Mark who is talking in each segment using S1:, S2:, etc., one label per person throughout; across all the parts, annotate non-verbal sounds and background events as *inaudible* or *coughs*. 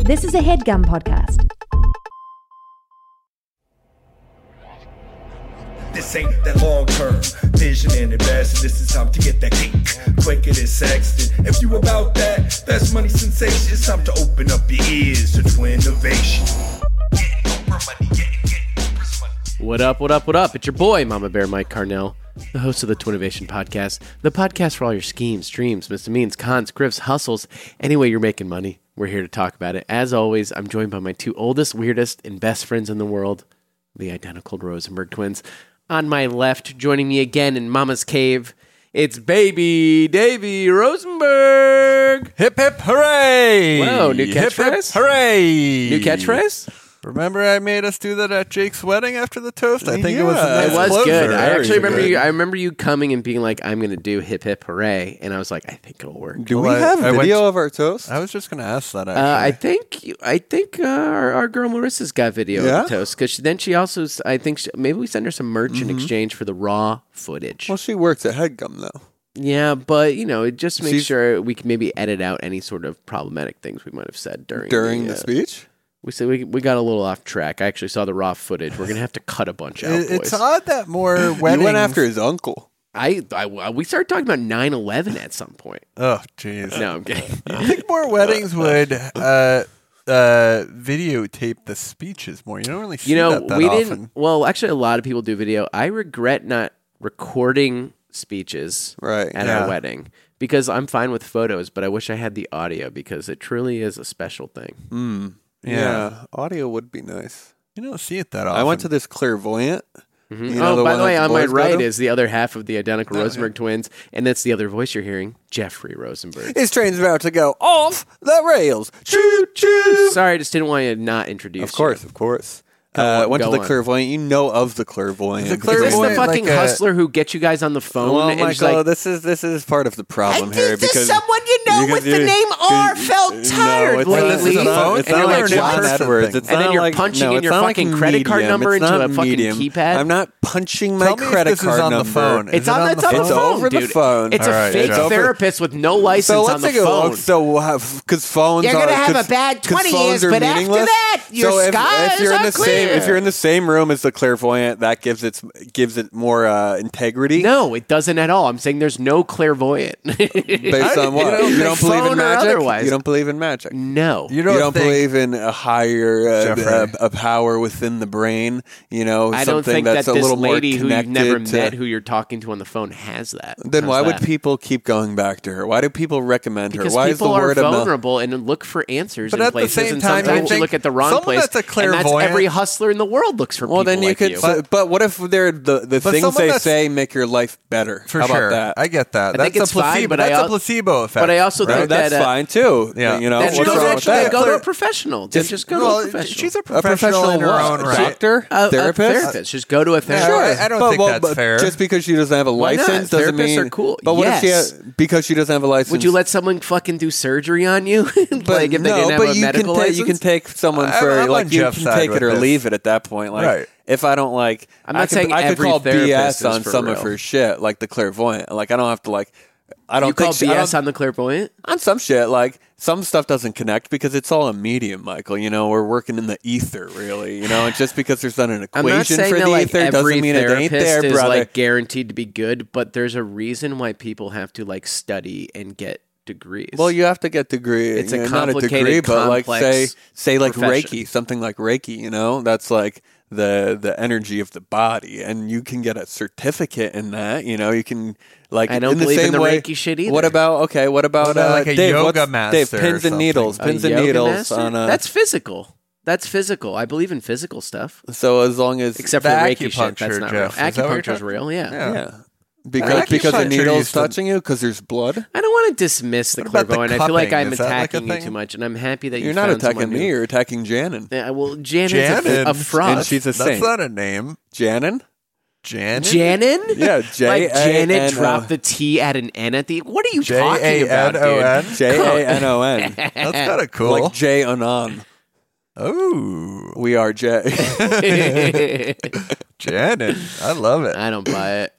S1: This is a headgum podcast.
S2: This ain't that long term vision and investing. This is time to get that cake quicker than Sexton. If you about that, that's money sensation. It's time to open up your ears to twin innovation. Getting over money, getting, getting over money.
S3: What up, what up, what up? It's your boy, Mama Bear Mike Carnell, the host of the Twinnovation Podcast, the podcast for all your schemes, dreams, misdemeans, cons, grifts, hustles, any way you're making money. We're here to talk about it. As always, I'm joined by my two oldest, weirdest, and best friends in the world, the identical Rosenberg twins. On my left, joining me again in Mama's Cave, it's baby Davy Rosenberg.
S4: Hip hip hooray!
S3: Wow, new
S4: Hip, hip,
S3: catchphrase?
S4: hooray!
S3: New catchphrase?
S4: Remember, I made us do that at Jake's wedding after the toast. I think it was. A
S3: Uh, It
S4: nice
S3: was
S4: closer.
S3: good. I actually remember
S4: good.
S3: you. I remember you coming and being like, "I'm going to do hip hip hooray," and I was like, "I think it'll work."
S5: Do
S4: Well, I-
S5: we have
S4: I went
S5: video
S4: to-
S5: of our toast?
S4: I was just gonna ask that.
S3: Uh, I
S4: Actually,
S3: think you- I think uh, our, our girl Marissa's got video
S5: Yeah?
S3: of the toast because then she also s- I think she, maybe we send her some merch in exchange for the raw footage.
S5: Mm-hmm. well, she works at Headgum though.
S3: yeah, but you know, it just makes
S5: She's-
S3: sure we can maybe edit out any sort of problematic things we might have said during
S5: During
S3: uh,
S5: the speech,
S3: We said we, we got a little off track. I actually saw the raw footage. We're gonna have to cut a bunch out,
S4: It- it's
S3: Oh, boys.
S4: odd that more weddings.
S5: you went after his uncle.
S3: I, I we started talking about 9-11 at some point.
S4: Oh, jeez.
S3: No, I'm kidding.
S4: I think more weddings would uh, uh, videotape the speeches more. You don't really see
S3: you know
S4: that, that
S3: we
S4: often.
S3: didn't well actually a lot of people do video i regret not recording speeches
S5: Right,
S3: at
S4: yeah.
S3: our wedding because i'm fine with photos but i wish i had the audio because it truly is a special thing
S4: Yeah.
S5: audio would be nice.
S4: You don't see it that often.
S5: I went to this clairvoyant. You know,
S3: oh by
S5: one
S3: the way
S5: that
S3: on my
S5: boys go
S3: right
S5: to?
S3: is the other half of the identical rosenberg twins and that's the other voice you're hearing jeffrey rosenberg
S5: His train's about to go off the rails. Choo choo.
S3: sorry i just didn't want to not introduce
S5: Of course,
S3: you.
S5: of course.
S3: Go
S5: Uh,
S3: on,
S5: went
S3: go
S5: to the
S3: on.
S5: clairvoyant. You know of the clairvoyant.
S4: The
S3: is this the
S4: Clairvoyant,
S3: fucking
S4: like a-
S3: hustler who gets you guys on the phone
S5: Oh
S3: and
S5: my
S3: is
S5: god,
S3: like
S5: this is this is part of the problem here
S3: there's
S5: because
S3: someone you know
S5: because
S3: with the
S5: you-
S3: name R felt
S5: no, it's
S3: tired
S5: not-
S3: lately.
S5: It's not, it's
S3: And
S5: not
S3: you're
S5: like
S3: like,
S5: John
S3: what?
S5: Edwards. It's
S3: And then
S5: not
S3: you're
S5: like-
S3: punching
S5: no,
S3: in
S5: it's
S3: your
S5: not
S3: fucking
S5: like
S3: credit card
S5: medium.
S3: number
S5: It's
S3: into
S5: not
S3: a fucking
S5: medium.
S3: keypad.
S5: I'm not punching my
S4: Tell me if
S5: credit
S4: this is
S5: card
S4: on the
S5: number.
S4: phone.
S3: It's
S4: Is it
S3: on,
S4: on
S3: it's
S4: the
S3: on the
S5: phone?
S3: phone,
S5: It's over the
S3: dude.
S5: phone.
S3: It's
S4: All
S3: a
S4: right,
S3: fake
S4: it's over.
S3: therapist with no license
S5: So
S3: on
S5: let's
S3: the
S5: take a
S3: phone.
S5: look. So, because phones
S3: You're
S5: are
S3: gonna have
S5: cause-
S3: a bad
S5: 'cause
S3: 20
S5: phones
S3: years,
S5: are
S3: but after
S5: meaningless.
S3: that, your
S5: so if,
S3: sky
S5: if you're
S3: is
S5: in the same,
S3: clear.
S5: if you're in the same room as the clairvoyant, that gives it gives it more uh, integrity.
S3: no, it doesn't at all. I'm saying there's no clairvoyant.
S5: Based on what
S3: You don't think
S5: believe
S3: phone or
S5: in magic.
S3: otherwise.
S5: You don't believe in
S3: *laughs*
S5: magic.
S3: no.
S4: You
S5: You
S4: don't,
S5: don't,
S4: think-
S5: believe in a higher uh,
S4: Jeffrey.
S5: uh, a power within the brain. You know,
S3: I don't
S5: something
S3: think
S5: that's
S3: that
S5: a
S3: this
S5: little
S3: lady
S5: more
S3: who you've
S5: connected
S3: never
S5: to,
S3: met who you're talking to on the phone has that.
S5: Then
S3: How's
S5: why would
S3: that?
S5: people keep going back to her? Why do people recommend
S3: Because
S5: her? Why
S3: people
S5: is the
S3: are
S5: word of mouth?
S3: vulnerable and look for answers
S4: But
S3: in
S4: at the
S3: places,
S4: same
S3: and
S4: time, you
S3: sometimes you
S4: think
S3: look at the wrong
S4: someone
S3: place.
S4: that's a
S3: and that's
S4: clairvoyant-
S3: every hustler in the world looks for.
S5: Well,
S3: people
S5: then you
S3: like
S5: could. But, but what if they're the the things
S4: someone
S5: they
S4: that's-
S5: say make your life better?
S4: For
S5: How
S4: sure,
S5: about that?
S4: I get that.
S3: I think
S4: that's
S3: it's
S4: a
S3: fine,
S4: placebo.
S3: but I
S4: that's
S3: al-
S4: a placebo effect.
S3: but I also
S5: Right?
S3: think
S5: That's
S3: that, uh,
S5: fine too.
S4: Yeah.
S5: You know,
S3: That
S4: That's
S3: she
S5: what's
S4: true.
S3: doesn't
S5: wrong with
S3: actually
S5: that?
S3: go to a
S4: Clear-
S3: professional. Just, just go
S4: well,
S3: to a professional.
S4: she's a
S5: A
S4: professional, in her
S5: what?
S4: own
S5: A
S4: right.
S5: Doctor,
S3: A- a
S5: therapist.
S3: therapist. Just go to a therapist.
S4: Sure. I- I don't
S5: but,
S4: think
S5: well,
S4: that's
S5: but
S4: fair.
S5: Just because she doesn't have a
S3: Why not?
S5: license doesn't
S3: Therapists
S5: mean
S3: are cool.
S5: But what if she
S3: Yes.
S5: ha- because she doesn't have a license?
S3: Would you let someone fucking do surgery on you? *laughs*
S5: But
S3: like if they
S5: no,
S3: didn't have
S5: but
S3: a
S5: you
S3: medical
S5: can ta-
S3: license?
S5: you can take someone
S4: I-
S5: for
S4: I'm on
S5: like you
S4: Jeff's
S5: can
S4: side
S5: take it
S4: with
S5: or
S4: this.
S5: leave it at that point. Like
S4: Right.
S5: if I don't like,
S3: I'm not
S5: I could,
S3: saying
S5: I could
S3: every
S5: call
S3: therapist is
S5: BS on
S3: for
S5: some
S3: real.
S5: of her shit, like the clairvoyant. Like I don't have to like. I don't
S3: you
S5: think
S3: call
S5: she- I
S3: BS
S5: don't-
S3: on the clairvoyant.
S5: on some shit. Like some stuff doesn't connect because it's all a medium, Michael. You know, we're working in the ether, really. You know, and just because there's not an
S3: I'm not
S5: equation
S3: saying
S5: for
S3: that
S5: the
S3: like
S5: ether
S3: every
S5: doesn't mean it
S3: therapist
S5: ain't there,
S3: is
S5: brother.
S3: like guaranteed to be good, but there's a reason why people have to like study and get degrees.
S5: Well, you have to get degree.
S3: It's a
S5: you know, not a
S3: complicated,
S5: degree, but like say
S3: complex
S5: say like
S3: profession.
S5: Reiki, something like Reiki. You know, that's like the the energy of the body, and you can get a certificate in that. You know, you can like
S3: I don't
S5: in the
S3: believe in
S5: same
S3: the
S5: way,
S3: Reiki shit either.
S5: What about okay? What about,
S4: What about,
S5: uh,
S4: like, a
S5: Dave,
S4: yoga
S5: what's-
S4: master
S5: Dave,
S4: or
S5: pins and
S4: something?
S5: needles,
S3: A
S5: pins and
S3: yoga
S5: needles
S3: master?
S5: on a.
S3: That's physical. That's physical. I believe in physical stuff.
S5: so as long as
S3: Except for
S4: The
S3: Reiki shit. That's
S4: acupuncture,
S3: not
S4: Jeff.
S3: real.
S4: Is that what you're
S3: Acupuncture is
S4: talking-
S3: real, yeah.
S4: Yeah.
S5: yeah. Because because the
S4: Acupuncture
S5: needle's
S4: used to-
S5: touching you because there's blood.
S3: I don't want to dismiss the
S4: What about the
S3: clairvoyant. I feel like
S4: cupping?
S3: I'm
S4: Is that like a
S3: attacking you
S4: thing?
S3: too much, and I'm happy that you
S5: You're not
S3: found someone
S5: attacking
S3: who-
S5: me. You're attacking
S3: *laughs*
S5: Janon.
S3: Yeah, well, Janon's
S4: Janet
S3: a, a fraud.
S5: And she's a
S4: That's
S5: saint.
S4: not a name.
S3: *laughs*
S5: Janon.
S4: Janet.
S3: Janon?
S5: Yeah, J
S3: like
S5: A N
S3: Janet
S5: O.
S3: dropped the T at an N at the. What are you
S4: J
S3: talking
S4: A
S3: about,
S4: N O N.
S3: dude?
S5: J A N O N.
S3: *laughs*
S4: That's kind of cool.
S5: Like Jay Anon.
S4: oh,
S5: We are Jay.
S3: *laughs* I *laughs*
S4: Janet. I love it.
S3: don't buy it.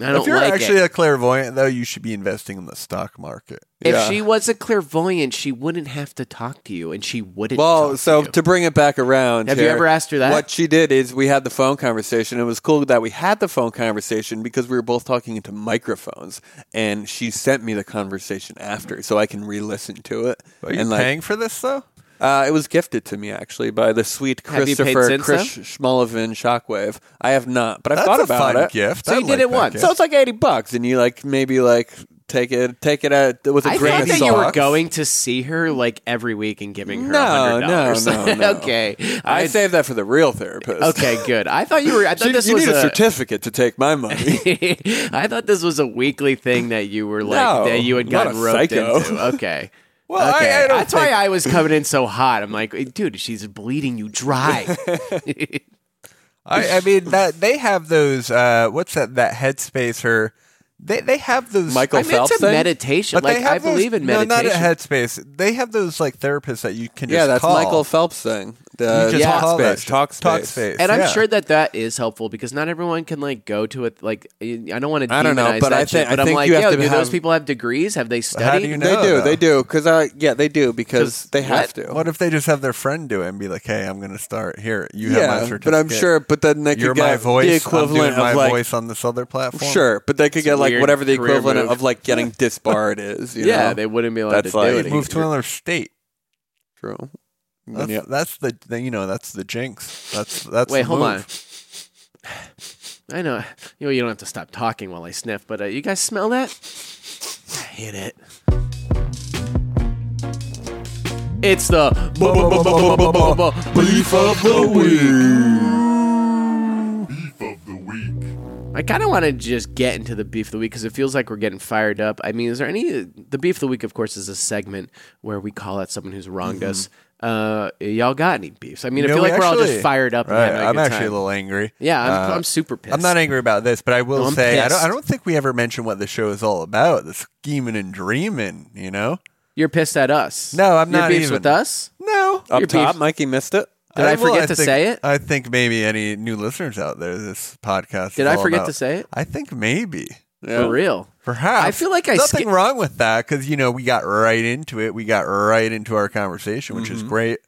S3: I don't
S4: if you're
S3: like
S4: actually
S3: it.
S4: a clairvoyant, though, you should be investing in the stock market.
S3: if
S5: Yeah.
S3: she was a clairvoyant, she wouldn't have to talk to you, and she wouldn't.
S5: Well,
S3: talk
S5: so
S3: to you.
S5: to bring it back around,
S3: Have you
S5: here,
S3: ever asked her that?
S5: What she did is we had the phone conversation. It was cool that we had the phone conversation because we were both talking into microphones, and she sent me the conversation after, so I can re-listen to it.
S4: Are you
S5: and like,
S4: paying for this though?
S5: Uh, it was gifted to me actually by the sweet
S3: Have you paid
S5: Christopher
S3: since
S5: Chris Schmullivan Shockwave. I have not, but I've
S4: That's
S5: thought
S4: a
S5: about
S4: fun
S5: it.
S4: gift.
S3: So
S4: I
S3: you did
S4: like
S3: it
S4: that
S3: once.
S4: gift.
S5: So it's like eighty bucks, and you like maybe like take it take it out with a
S3: I
S5: grain
S3: thought
S5: of
S3: that
S5: salt.
S3: you were going to see her like every week and giving her
S5: No,
S3: $100. *laughs*
S5: no, no, no.
S3: okay,
S5: I
S3: I'd-
S5: saved that for the real therapist. *laughs*
S3: Okay, good. I thought you were. I thought
S5: You-
S3: this
S5: you
S3: was
S5: need a, certificate to take my money. *laughs*
S3: *laughs* I thought this was a weekly thing that you were like
S5: No,
S3: that you had
S5: I'm not
S3: gotten
S5: a
S3: roped
S5: psycho.
S3: into.
S5: *laughs*
S3: Okay.
S4: Well, I-
S3: okay.
S4: I don't
S3: That's why I was coming in so hot. I'm like, dude, she's bleeding you
S5: *laughs*
S3: dry.
S4: I, I mean that they have those. Uh, what's that? That headspace or they they have those.
S5: Michael
S3: I mean,
S5: Phelps
S3: it's a
S5: thing?
S3: meditation.
S4: But
S3: like
S4: they have
S3: I believe
S4: those-
S3: in
S4: no,
S3: meditation.
S4: not at headspace. They have those like therapists that you can just
S5: yeah, that's
S4: call.
S5: Michael Phelps thing. The
S4: You just
S5: talk,
S4: call that
S5: space,
S4: shit.
S5: talk space.
S4: Talk space.
S3: and I'm
S4: yeah.
S3: sure that that is helpful because not everyone can like go to it. Like I don't want to.
S5: I don't know,
S3: demonize
S5: but
S3: that
S5: I
S3: shit,
S5: think- I
S3: but I'm
S5: think
S3: like,
S5: you have
S3: yo,
S5: to
S3: do those
S5: have-
S3: people have degrees? Have they studied?
S4: you
S5: They
S4: No,
S5: do,
S4: though.
S5: they do, because I yeah, they do because
S3: 'Cause
S5: they have
S3: what?
S5: to.
S4: What if they just have their friend do it and be like, "Hey, I'm going to start here. You have my
S5: yeah,
S4: certificate."
S5: but I'm sure. But then they could
S4: you're
S5: get
S4: my voice.
S5: the
S4: I'm
S5: equivalent
S4: doing my
S5: of like
S4: voice on this other platform.
S5: sure, but they could get like
S3: weird
S5: whatever the
S3: career
S5: equivalent
S3: move.
S5: of like getting disbarred is. You
S3: yeah,
S5: know?
S3: they wouldn't be able
S5: That's
S3: to
S5: like-
S3: do it.
S4: move to another state.
S5: true.
S4: That's,
S5: Yeah.
S4: that's the the- you know that's the jinx. That's that's
S3: Wait,
S4: the
S3: hold
S4: move.
S3: on. I know. You know, you don't have to stop talking while I sniff, but uh, you guys smell that? I hate it. It's the bu- bu- bu- bu- bu- bu- bu- bu- beef of the week. I kind of want to just get into the beef of the week because it feels like we're getting fired up. I mean, is there any? The beef of the week, of course, is a segment where we call out someone who's wronged us. Uh, y'all got any beefs? I mean, I
S4: Mm-hmm. No,
S3: feel like
S4: we
S3: we're all just
S4: actually-
S3: fired up.
S4: Right,
S3: and having a
S4: I'm
S3: good
S4: actually
S3: time.
S4: a little angry.
S3: Yeah, I'm,
S4: Uh,
S3: I'm super pissed.
S4: I'm not angry about this, but I
S3: No,
S4: will
S3: I'm
S4: say I don't.
S3: pissed.
S4: I don't think we ever mentioned what the show is all about. The scheming and dreaming. You know?
S3: You're pissed at us.
S4: No, I'm
S3: Your
S4: not
S3: beef's
S4: even.
S3: with us.
S4: No.
S5: Up
S3: Your
S5: top,
S3: beef-
S5: Mikey missed it.
S3: Did I,
S4: well,
S3: forget to
S4: think-
S3: say it?
S4: I think maybe any new listeners out there, this podcast.
S3: Did
S4: is
S3: I
S4: all
S3: forget
S4: about-
S3: to say it?
S4: I think maybe.
S5: Yeah.
S3: For real.
S4: Perhaps
S3: I feel like I
S4: nothing
S3: skip-
S4: wrong with that because you know we got right into it. We got right into our conversation, which is great.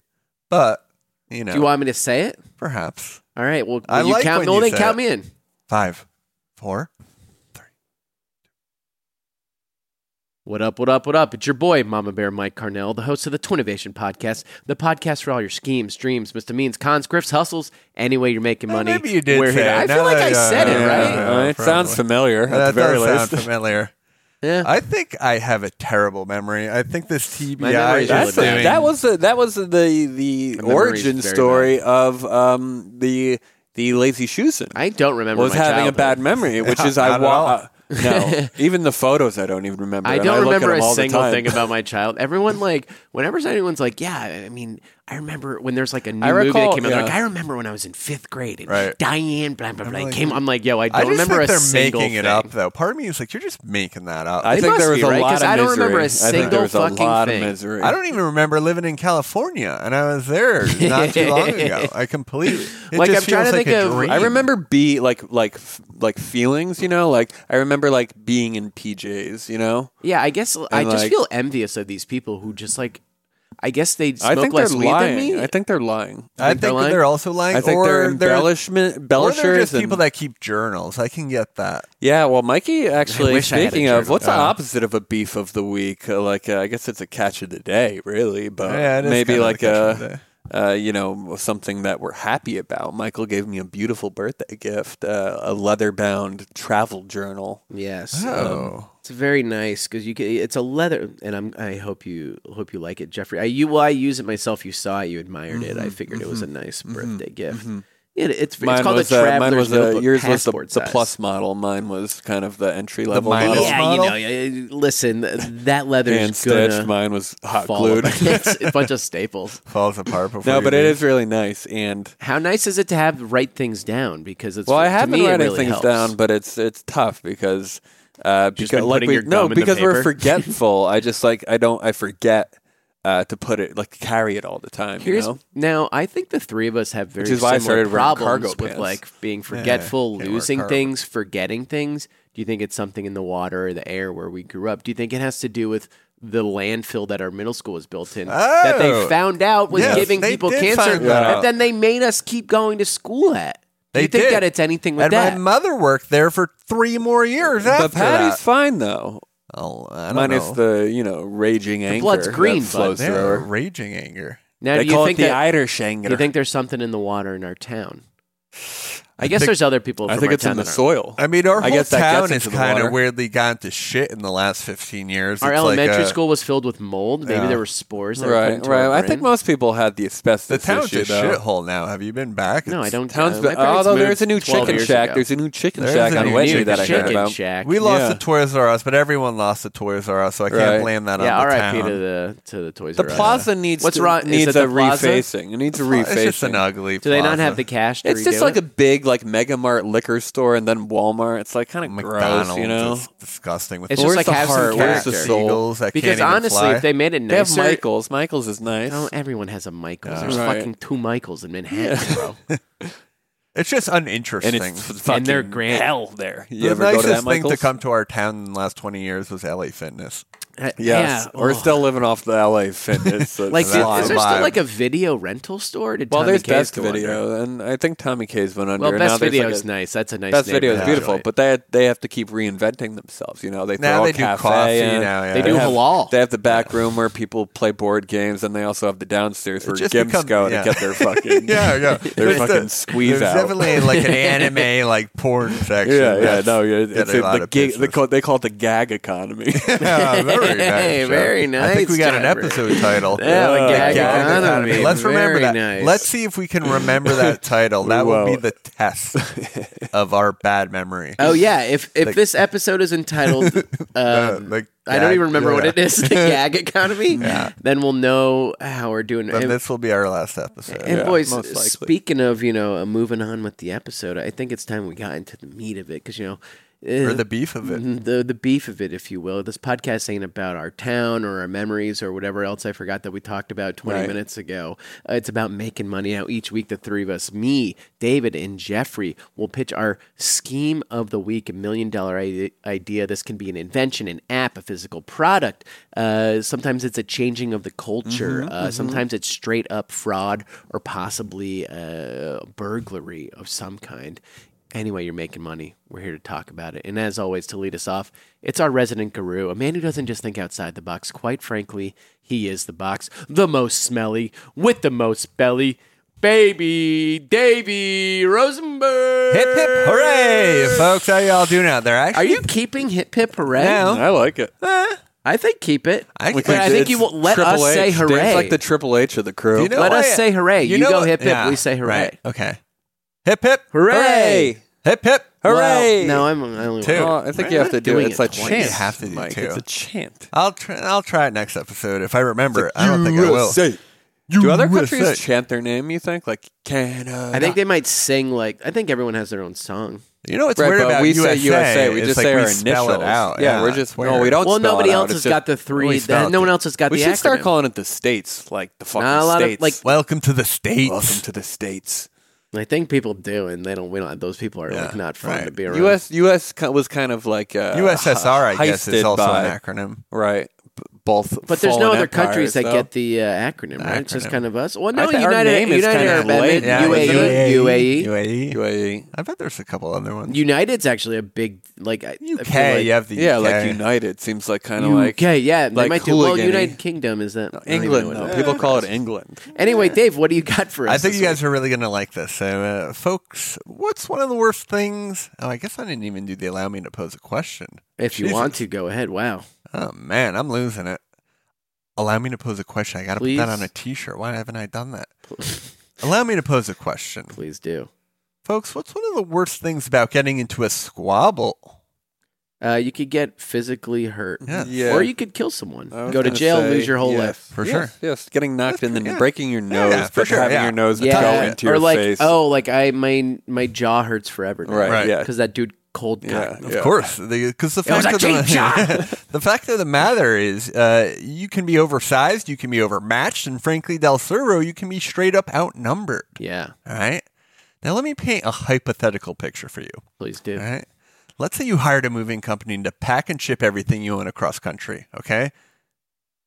S4: But you know,
S3: Mm-hmm. Do you want me to say it?
S4: perhaps
S3: All right. Well,
S4: I
S3: will you
S4: like
S3: count.
S4: when
S3: well,
S4: you
S3: then
S4: say
S3: count
S4: it.
S3: me in.
S4: five, four.
S3: What up, what up, what up? It's your boy, Mama Bear Mike Carnell, the host of the Twinnovation Podcast, the podcast for all your schemes, dreams, misdemeans, cons, grifts, hustles, any way you're making
S4: Well,
S3: money.
S4: maybe you did
S3: we're
S4: say
S3: here.
S4: it.
S3: I feel
S4: Now
S3: like
S4: that-
S3: I
S4: yeah,
S3: said it,
S4: yeah,
S3: right?
S4: yeah.
S5: Uh, it
S4: probably.
S5: sounds familiar. At
S4: that
S5: the very
S4: does
S5: least, *laughs*
S4: sound familiar.
S3: Yeah.
S4: I think I have a terrible memory. I think this TBI
S3: memory's
S4: is
S3: really
S5: That's
S3: That's bad.
S4: doing.
S5: the, that was the, that was the the
S3: memory's
S5: origin
S3: very
S5: story of um, the the lazy shoeson.
S3: I don't remember.
S5: was
S3: my
S5: having a
S3: childhood.
S4: *laughs*
S5: bad memory, which is I
S4: Not at
S5: wa- uh,
S3: *laughs*
S5: no even the photos I don't even remember.
S3: I
S5: and
S3: don't
S5: look at
S3: remember
S5: them
S3: a
S5: all the
S3: single
S5: time.
S3: thing about my child. Everyone like whenever anyone's like, yeah, I mean, I remember when there's like a new
S5: I
S3: movie that
S5: recall-
S3: came out. they're
S5: yeah.
S3: Like I remember when I was in fifth grade and
S4: Right.
S3: Diane blah blah blah
S4: like-
S3: came. I'm like, yo, I
S4: I
S3: don't
S4: just
S3: remember
S4: think
S3: a
S4: they're
S3: single
S4: making
S3: thing.
S4: it up, though. Part of me is like, you're just making that up.
S5: I
S3: They
S5: think
S3: must
S5: there was
S3: be,
S5: a
S3: right?
S5: lot
S3: 'Cause
S5: of
S3: I don't remember a
S5: misery. I think
S3: single
S5: there was a
S3: fucking
S5: lot
S3: thing.
S5: of misery.
S4: I don't even remember living in California, and I
S3: *laughs*
S4: was there not too long ago. I completely it
S3: Like,
S4: just
S3: I'm trying
S4: feels
S3: to
S4: like
S3: think
S4: a
S3: of-
S4: dream.
S5: I remember be like like f- like feelings, you know, like I remember like being in PJs, you know.
S3: Yeah, I guess I just
S5: like-
S3: feel envious of these people who just like, I guess they
S5: I
S3: smoke
S5: think they're
S3: less weed
S5: lying.
S3: than me.
S5: I think they're lying.
S4: I
S3: think
S4: think
S3: they're
S4: that
S3: lying?
S4: they're also lying.
S5: I think
S4: or
S5: they're embellishment
S4: or
S5: embellishers
S4: they're just
S5: and
S4: people that keep journals. I can get that.
S5: Yeah, well, Mikey, actually,
S3: wish I had a
S5: speaking of,
S3: journal. Uh.
S5: what's the opposite of a beef of the week? Uh, like, uh, I guess it's a catch of the day, really, but
S4: Yeah, it is
S5: maybe
S4: kinda
S5: like
S4: the catch of the
S5: a, uh, you know, something that we're happy about. Michael gave me a beautiful birthday gift, uh, a leather-bound travel journal.
S3: Yes. um,
S4: Oh.
S3: It's very nice because you can. It's a leather, and I'm. I hope you hope you like it, Jeffrey. I you well, I use it myself. You saw it, you admired it.
S5: Mm-hmm.
S3: I figured it was a nice birthday gift. Yeah, it's, it's called
S5: was
S3: the
S5: uh,
S3: traveler's
S5: Mm-hmm. mine was uh
S3: notebook.
S5: yours was the,
S3: passport
S5: the
S3: size.
S5: plus model. Mine was kind of the entry level
S4: minus
S5: model.
S4: Plus
S3: Yeah,
S4: model?
S3: you know. uh, Listen, that leather
S5: Hand
S3: is gonna
S5: stitched. Mine was hot
S3: fall
S5: glued.
S4: *laughs*
S3: apart. *laughs* it's
S5: *laughs*
S3: a bunch of staples.
S4: Falls apart before.
S5: no,
S4: you
S5: but it
S4: leave.
S5: is really nice and.
S3: How nice is it to have write things down? Because it's
S5: Well, I
S3: to
S5: have been
S3: me, it
S5: writing
S3: really
S5: things
S3: helps.
S5: down, but it's it's tough because uh,
S3: Just
S5: because
S3: been
S5: like
S3: putting
S5: we
S3: your
S5: no
S3: gum in the
S5: because we're
S3: paper? *laughs*
S5: forgetful. I just like I don't I forget uh, to put it like carry it all the time.
S3: Here's
S5: you know?
S3: now. I think the three of us have very
S5: is why I
S3: similar
S5: started wearing
S3: problems
S5: cargo
S3: with
S5: pants.
S3: like being forgetful,
S4: can't wear
S3: losing
S4: cargo.
S3: things, forgetting things. Do you think it's something in the water or the air where we grew up? Do you think it has to do with the landfill that our middle school was built in that they
S4: Oh.
S3: found out was
S4: Yes,
S3: giving
S4: they
S3: people
S4: did
S3: cancer,
S4: find that
S3: and
S4: out.
S3: then they made us keep going to school at? Do
S4: They
S3: you think
S4: did.
S3: that it's anything with
S4: and
S3: that?
S4: my mother worked there for three more years after
S5: But Patty's
S4: that.
S5: fine though.
S4: Oh, I don't
S5: Minus
S4: know.
S5: the you know raging anger.
S3: blood's green,
S5: that flows
S4: They
S5: through
S4: have a
S5: her.
S4: raging anger.
S3: now,
S5: they
S3: do you
S5: call
S3: think
S5: it the
S3: that,
S5: Irish
S3: do
S5: anger.
S3: you think there's something in the water in our town? I, guess there's other people.
S5: I
S3: from
S5: think
S3: our
S5: it's in
S3: town
S5: the
S3: that are-
S5: soil.
S4: I mean, our
S5: I
S4: whole
S5: guess that gets
S4: town
S5: into
S4: has
S5: the
S4: kind
S5: water.
S4: of weirdly gone to shit in the last 15 years.
S3: Our
S4: It's like uh,
S3: elementary
S4: a-
S3: school was filled with mold. Maybe
S4: Yeah.
S3: there were spores. That were put
S5: right,
S3: into
S5: right.
S3: our
S5: I think
S3: brain.
S5: most people had the asbestos
S4: The town's
S5: issue
S4: a
S5: though.
S4: shithole now. Have you been back?
S3: No,
S4: It's-
S3: I don't.
S5: Town's
S3: uh, my
S5: been,
S3: parents
S5: although
S3: moved
S5: there's a new
S3: 12
S5: chicken
S3: years
S5: shack.
S3: ago.
S5: There's a new chicken
S4: There's
S5: shack
S4: a
S5: on
S4: new
S5: Wednesday
S4: chicken
S5: that I heard
S3: Chicken
S5: about.
S3: shack.
S4: We lost
S5: Yeah.
S4: the Toys R Us, but everyone lost the Toys R Us, so I can't
S5: Right.
S4: blame that
S3: yeah,
S4: on the
S3: R.I.P.
S4: town.
S3: to the to the Toys
S5: The
S3: R Us.
S5: plaza needs
S3: What's
S5: to-
S3: wrong- is
S5: needs
S3: it the
S5: a
S3: plaza?
S5: refacing. It needs a refacing.
S4: It's just an ugly.
S3: Do they not
S4: plaza.
S3: have the cash? To
S5: It's just
S3: redo
S5: like
S3: it?
S5: a big like Mega Mart liquor store and then Walmart. It's like kind of
S4: McDonald's?
S5: gross, you know.
S4: is disgusting. With
S3: It's
S4: the-
S3: just
S5: Where's
S3: like
S5: the
S3: have
S5: heart?
S3: some
S5: Where's
S3: character.
S5: the soul?
S4: seagulls that
S3: because
S4: can't even
S3: honestly,
S4: fly.
S3: if they made it
S5: They have
S3: nicer, Oh,
S5: Michaels. Michaels is nice.
S3: No, everyone has a Michaels. There's
S5: Right.
S3: fucking two Michaels in Manhattan, bro.
S4: it's just uninteresting.
S5: and it's f- fucking
S3: And they're grand.
S5: hell there. You
S4: the
S5: ever go
S4: nicest
S5: to that
S4: thing
S5: Michaels?
S4: to come to our town in the last 20 years was LA Fitness.
S3: yes,
S5: Yes, we're
S3: ugh.
S5: still living off the LA fitness. uh,
S3: like. Is,
S4: That's
S5: vibe.
S3: is there
S4: vibe.
S3: still like a video rental store? Did
S5: well,
S3: Tommy
S5: there's
S3: Kaye's
S5: best
S3: go under?
S5: video, and I think Tommy K's went under.
S3: Well,
S5: and now
S3: best
S5: there's,
S3: video
S5: like,
S3: is
S5: a-
S3: nice. That's a nice.
S5: Best video is
S3: neighborhood
S5: beautiful,
S3: joint.
S5: but they they have to keep reinventing themselves. You know, they
S4: Now
S5: throw
S4: they
S5: a
S4: do
S5: cafe
S4: coffee
S5: in.
S4: now, yeah.
S3: They do
S5: have,
S3: halal.
S5: They have the back room where people play board games, and they also have the downstairs where
S4: just
S5: gyms
S4: become-
S5: go to
S4: yeah.
S5: get
S4: *laughs*
S5: their fucking
S4: Yeah, yeah.
S5: their fucking squeeze
S4: There's
S5: out.
S4: definitely like an anime like porn section.
S5: *laughs* yeah, yeah,
S4: that's
S5: no, yeah,
S4: getting
S5: it's
S4: a
S5: a,
S4: lot
S5: the
S4: of
S5: gig. They
S4: business.
S5: call, they call it the gag economy.
S4: *laughs*
S3: Hey,
S4: Yeah, very nice.
S5: *laughs*
S4: Jeff.
S3: very
S4: I think we
S3: nice,
S4: got an
S3: Jeff.
S4: episode title.
S3: Yeah, the
S4: The
S3: gag
S4: economy.
S3: economy.
S4: Let's remember
S3: Very
S4: that.
S3: nice.
S4: Let's see if we can remember
S5: *laughs*
S4: that title. That will be
S5: won't.
S4: the test of our
S3: *laughs*
S4: bad memory.
S3: Oh yeah, if if
S4: Like- *laughs*
S3: this episode is entitled, um,
S4: the
S3: I don't
S4: gag-
S3: even remember what
S4: yeah.
S3: it is,
S4: *laughs*
S3: the gag economy. Then we'll know how we're doing.
S4: Then
S3: And,
S4: this will be our last episode.
S3: and
S5: Yeah,
S3: boys,
S5: most likely.
S3: speaking of you know uh, moving on with the episode, I think it's time we got into the meat of it because you know,
S4: Or
S3: uh,
S4: the beef of it.
S3: Mhm, the the beef of it, if you will. This podcast ain't about our town or our memories or whatever else I forgot that we talked about twenty
S5: Right.
S3: minutes ago. Uh, it's about making money out each week. The three of us, me, David, and Jeffrey, will pitch our scheme of the week, a million dollar i- idea. This can be an invention, an app, a physical product. Uh, sometimes it's a changing of the culture. uh, Sometimes it's straight up fraud or possibly uh, burglary of some kind. Anyway, you're making money. We're here to talk about it. And as always, to lead us off, it's our resident guru, a man who doesn't just think outside the box. Quite frankly, he is the box, the most smelly, with the most belly, baby Davy Rosenberg.
S4: Hip hip hooray, folks! How y'all doing out there?
S3: Are
S4: Actually, uh,
S3: you keeping hip hip hooray?
S4: No.
S5: I like it.
S3: I think keep it.
S4: I
S3: but
S4: think
S3: I think you
S5: It's
S3: will let
S5: Triple
S3: us
S5: H.
S3: say
S5: Dave's
S3: hooray.
S5: like the Triple H of the crew.
S4: You know
S3: Let
S4: what?
S3: us say hooray. You go
S4: what?
S3: hip hip,
S4: Yeah,
S3: we say hooray.
S4: right, Okay. Hip hip
S3: Hooray!
S4: Hip hip
S3: Well,
S5: Hooray!
S3: no, I'm. I only
S4: Two.
S5: Oh, I think you have to do
S3: Doing
S5: it. It's
S3: it
S5: a
S3: twice.
S5: chant.
S4: You have to do
S5: Mike.
S4: two.
S5: It's a chant.
S4: I'll try. I'll try it next episode if I remember it. I don't think I will.
S5: Do other
S4: USA.
S5: countries chant their name? You think like Canada?
S3: I think they might sing like. I think everyone has their own song.
S4: You know what's
S5: Right,
S4: weird
S5: but
S4: about
S5: we
S4: USA?
S5: say USA. We
S4: is,
S5: just
S4: like,
S5: say
S4: we
S5: our
S4: spell
S5: initials.
S4: it out.
S5: Yeah, we're just
S4: it's weird.
S5: no, we don't.
S3: Well,
S5: spell
S3: nobody
S5: it out.
S3: else
S5: It's
S3: has
S5: just-
S3: got the three.
S4: always
S3: That,
S4: felt
S3: no one
S4: it.
S3: else has got
S5: We
S3: the.
S5: should start
S3: acronym.
S5: calling it the states, like the fucking
S3: Not a lot of,
S5: states.
S3: like-
S4: Welcome to the states.
S5: welcome to the states.
S3: I think people do, and they don't. We don't. Those people are like
S4: Yeah,
S3: not fun
S4: right.
S3: to be around.
S5: U.S. U.S. ki- was kind of like uh,
S4: USSR, I guess, is
S5: heisted
S4: also
S5: by,
S4: an acronym.
S5: right? b- Both,
S3: but there's no
S5: fallen
S3: other countries
S5: empires,
S3: that
S5: though.
S3: get the uh, acronym. Right? It's just
S4: acronym.
S3: kind of us. Well,
S5: I
S3: no,
S5: think our
S3: United
S5: name is
S3: United
S5: kinda
S3: Arab
S5: late.
S3: Emirates,
S5: Yeah,
S3: UAE,
S5: E.
S4: E.
S3: UAE.
S4: UAE.
S5: UAE.
S4: I bet there's a couple other ones.
S3: E. United's actually a big like I- I feel
S4: UK,
S3: like-
S4: you have the
S5: Yeah,
S4: UK.
S5: like United seems like kind of like
S3: UK, yeah, they
S5: like
S3: might do. Well,
S5: hooligan-y.
S3: United Kingdom is that I don't even
S5: England.
S3: know
S5: Though.
S3: what
S5: People call it England.
S3: that- Anyway, Dave, what do you got for us?
S4: I think
S3: this
S4: you guys are really going to like this. So, uh, folks, what's one of the worst things? Oh, I guess I didn't even do the allow me to pose a question.
S3: week? if you want to, go ahead. Wow,
S4: Oh, man, I'm losing it. Allow me to pose a question. I got to put that
S3: Please.
S4: on a t shirt. Why haven't I
S3: *laughs*
S4: done that? allow me to pose a question.
S3: please do.
S4: Folks, what's one of the worst things about getting into a squabble?
S3: Uh, you could get physically hurt,
S4: Yeah.
S5: Yeah.
S3: or you could kill someone,
S5: I was
S3: go to
S5: gonna
S3: jail,
S5: say,
S3: lose your whole
S5: yes,
S3: life.
S4: For
S5: yes,
S4: sure.
S5: Yes, getting knocked and then
S4: yeah.
S5: breaking your nose,
S4: yeah, for
S5: but
S4: sure,
S5: having
S4: yeah.
S5: your nose go
S3: yeah,
S5: into
S3: or
S5: your
S3: like
S5: face.
S3: oh, like I my my jaw hurts forever, now.
S5: right,
S4: Right.
S5: yeah,
S3: Because that dude cold
S5: yeah,
S3: cocked.
S5: yeah.
S4: Of course, because the,
S3: It was
S4: fact
S3: a
S4: of
S3: cheap shot.
S4: the, *laughs* the fact of the matter is, uh, you can be oversized, you can be overmatched, and frankly, Del Cerro, you can be straight up outnumbered.
S3: Yeah,
S4: All right. Now let me paint a hypothetical picture for you.
S3: please do.
S4: All right. Let's say you hired a moving company to pack and ship everything you own across country, okay?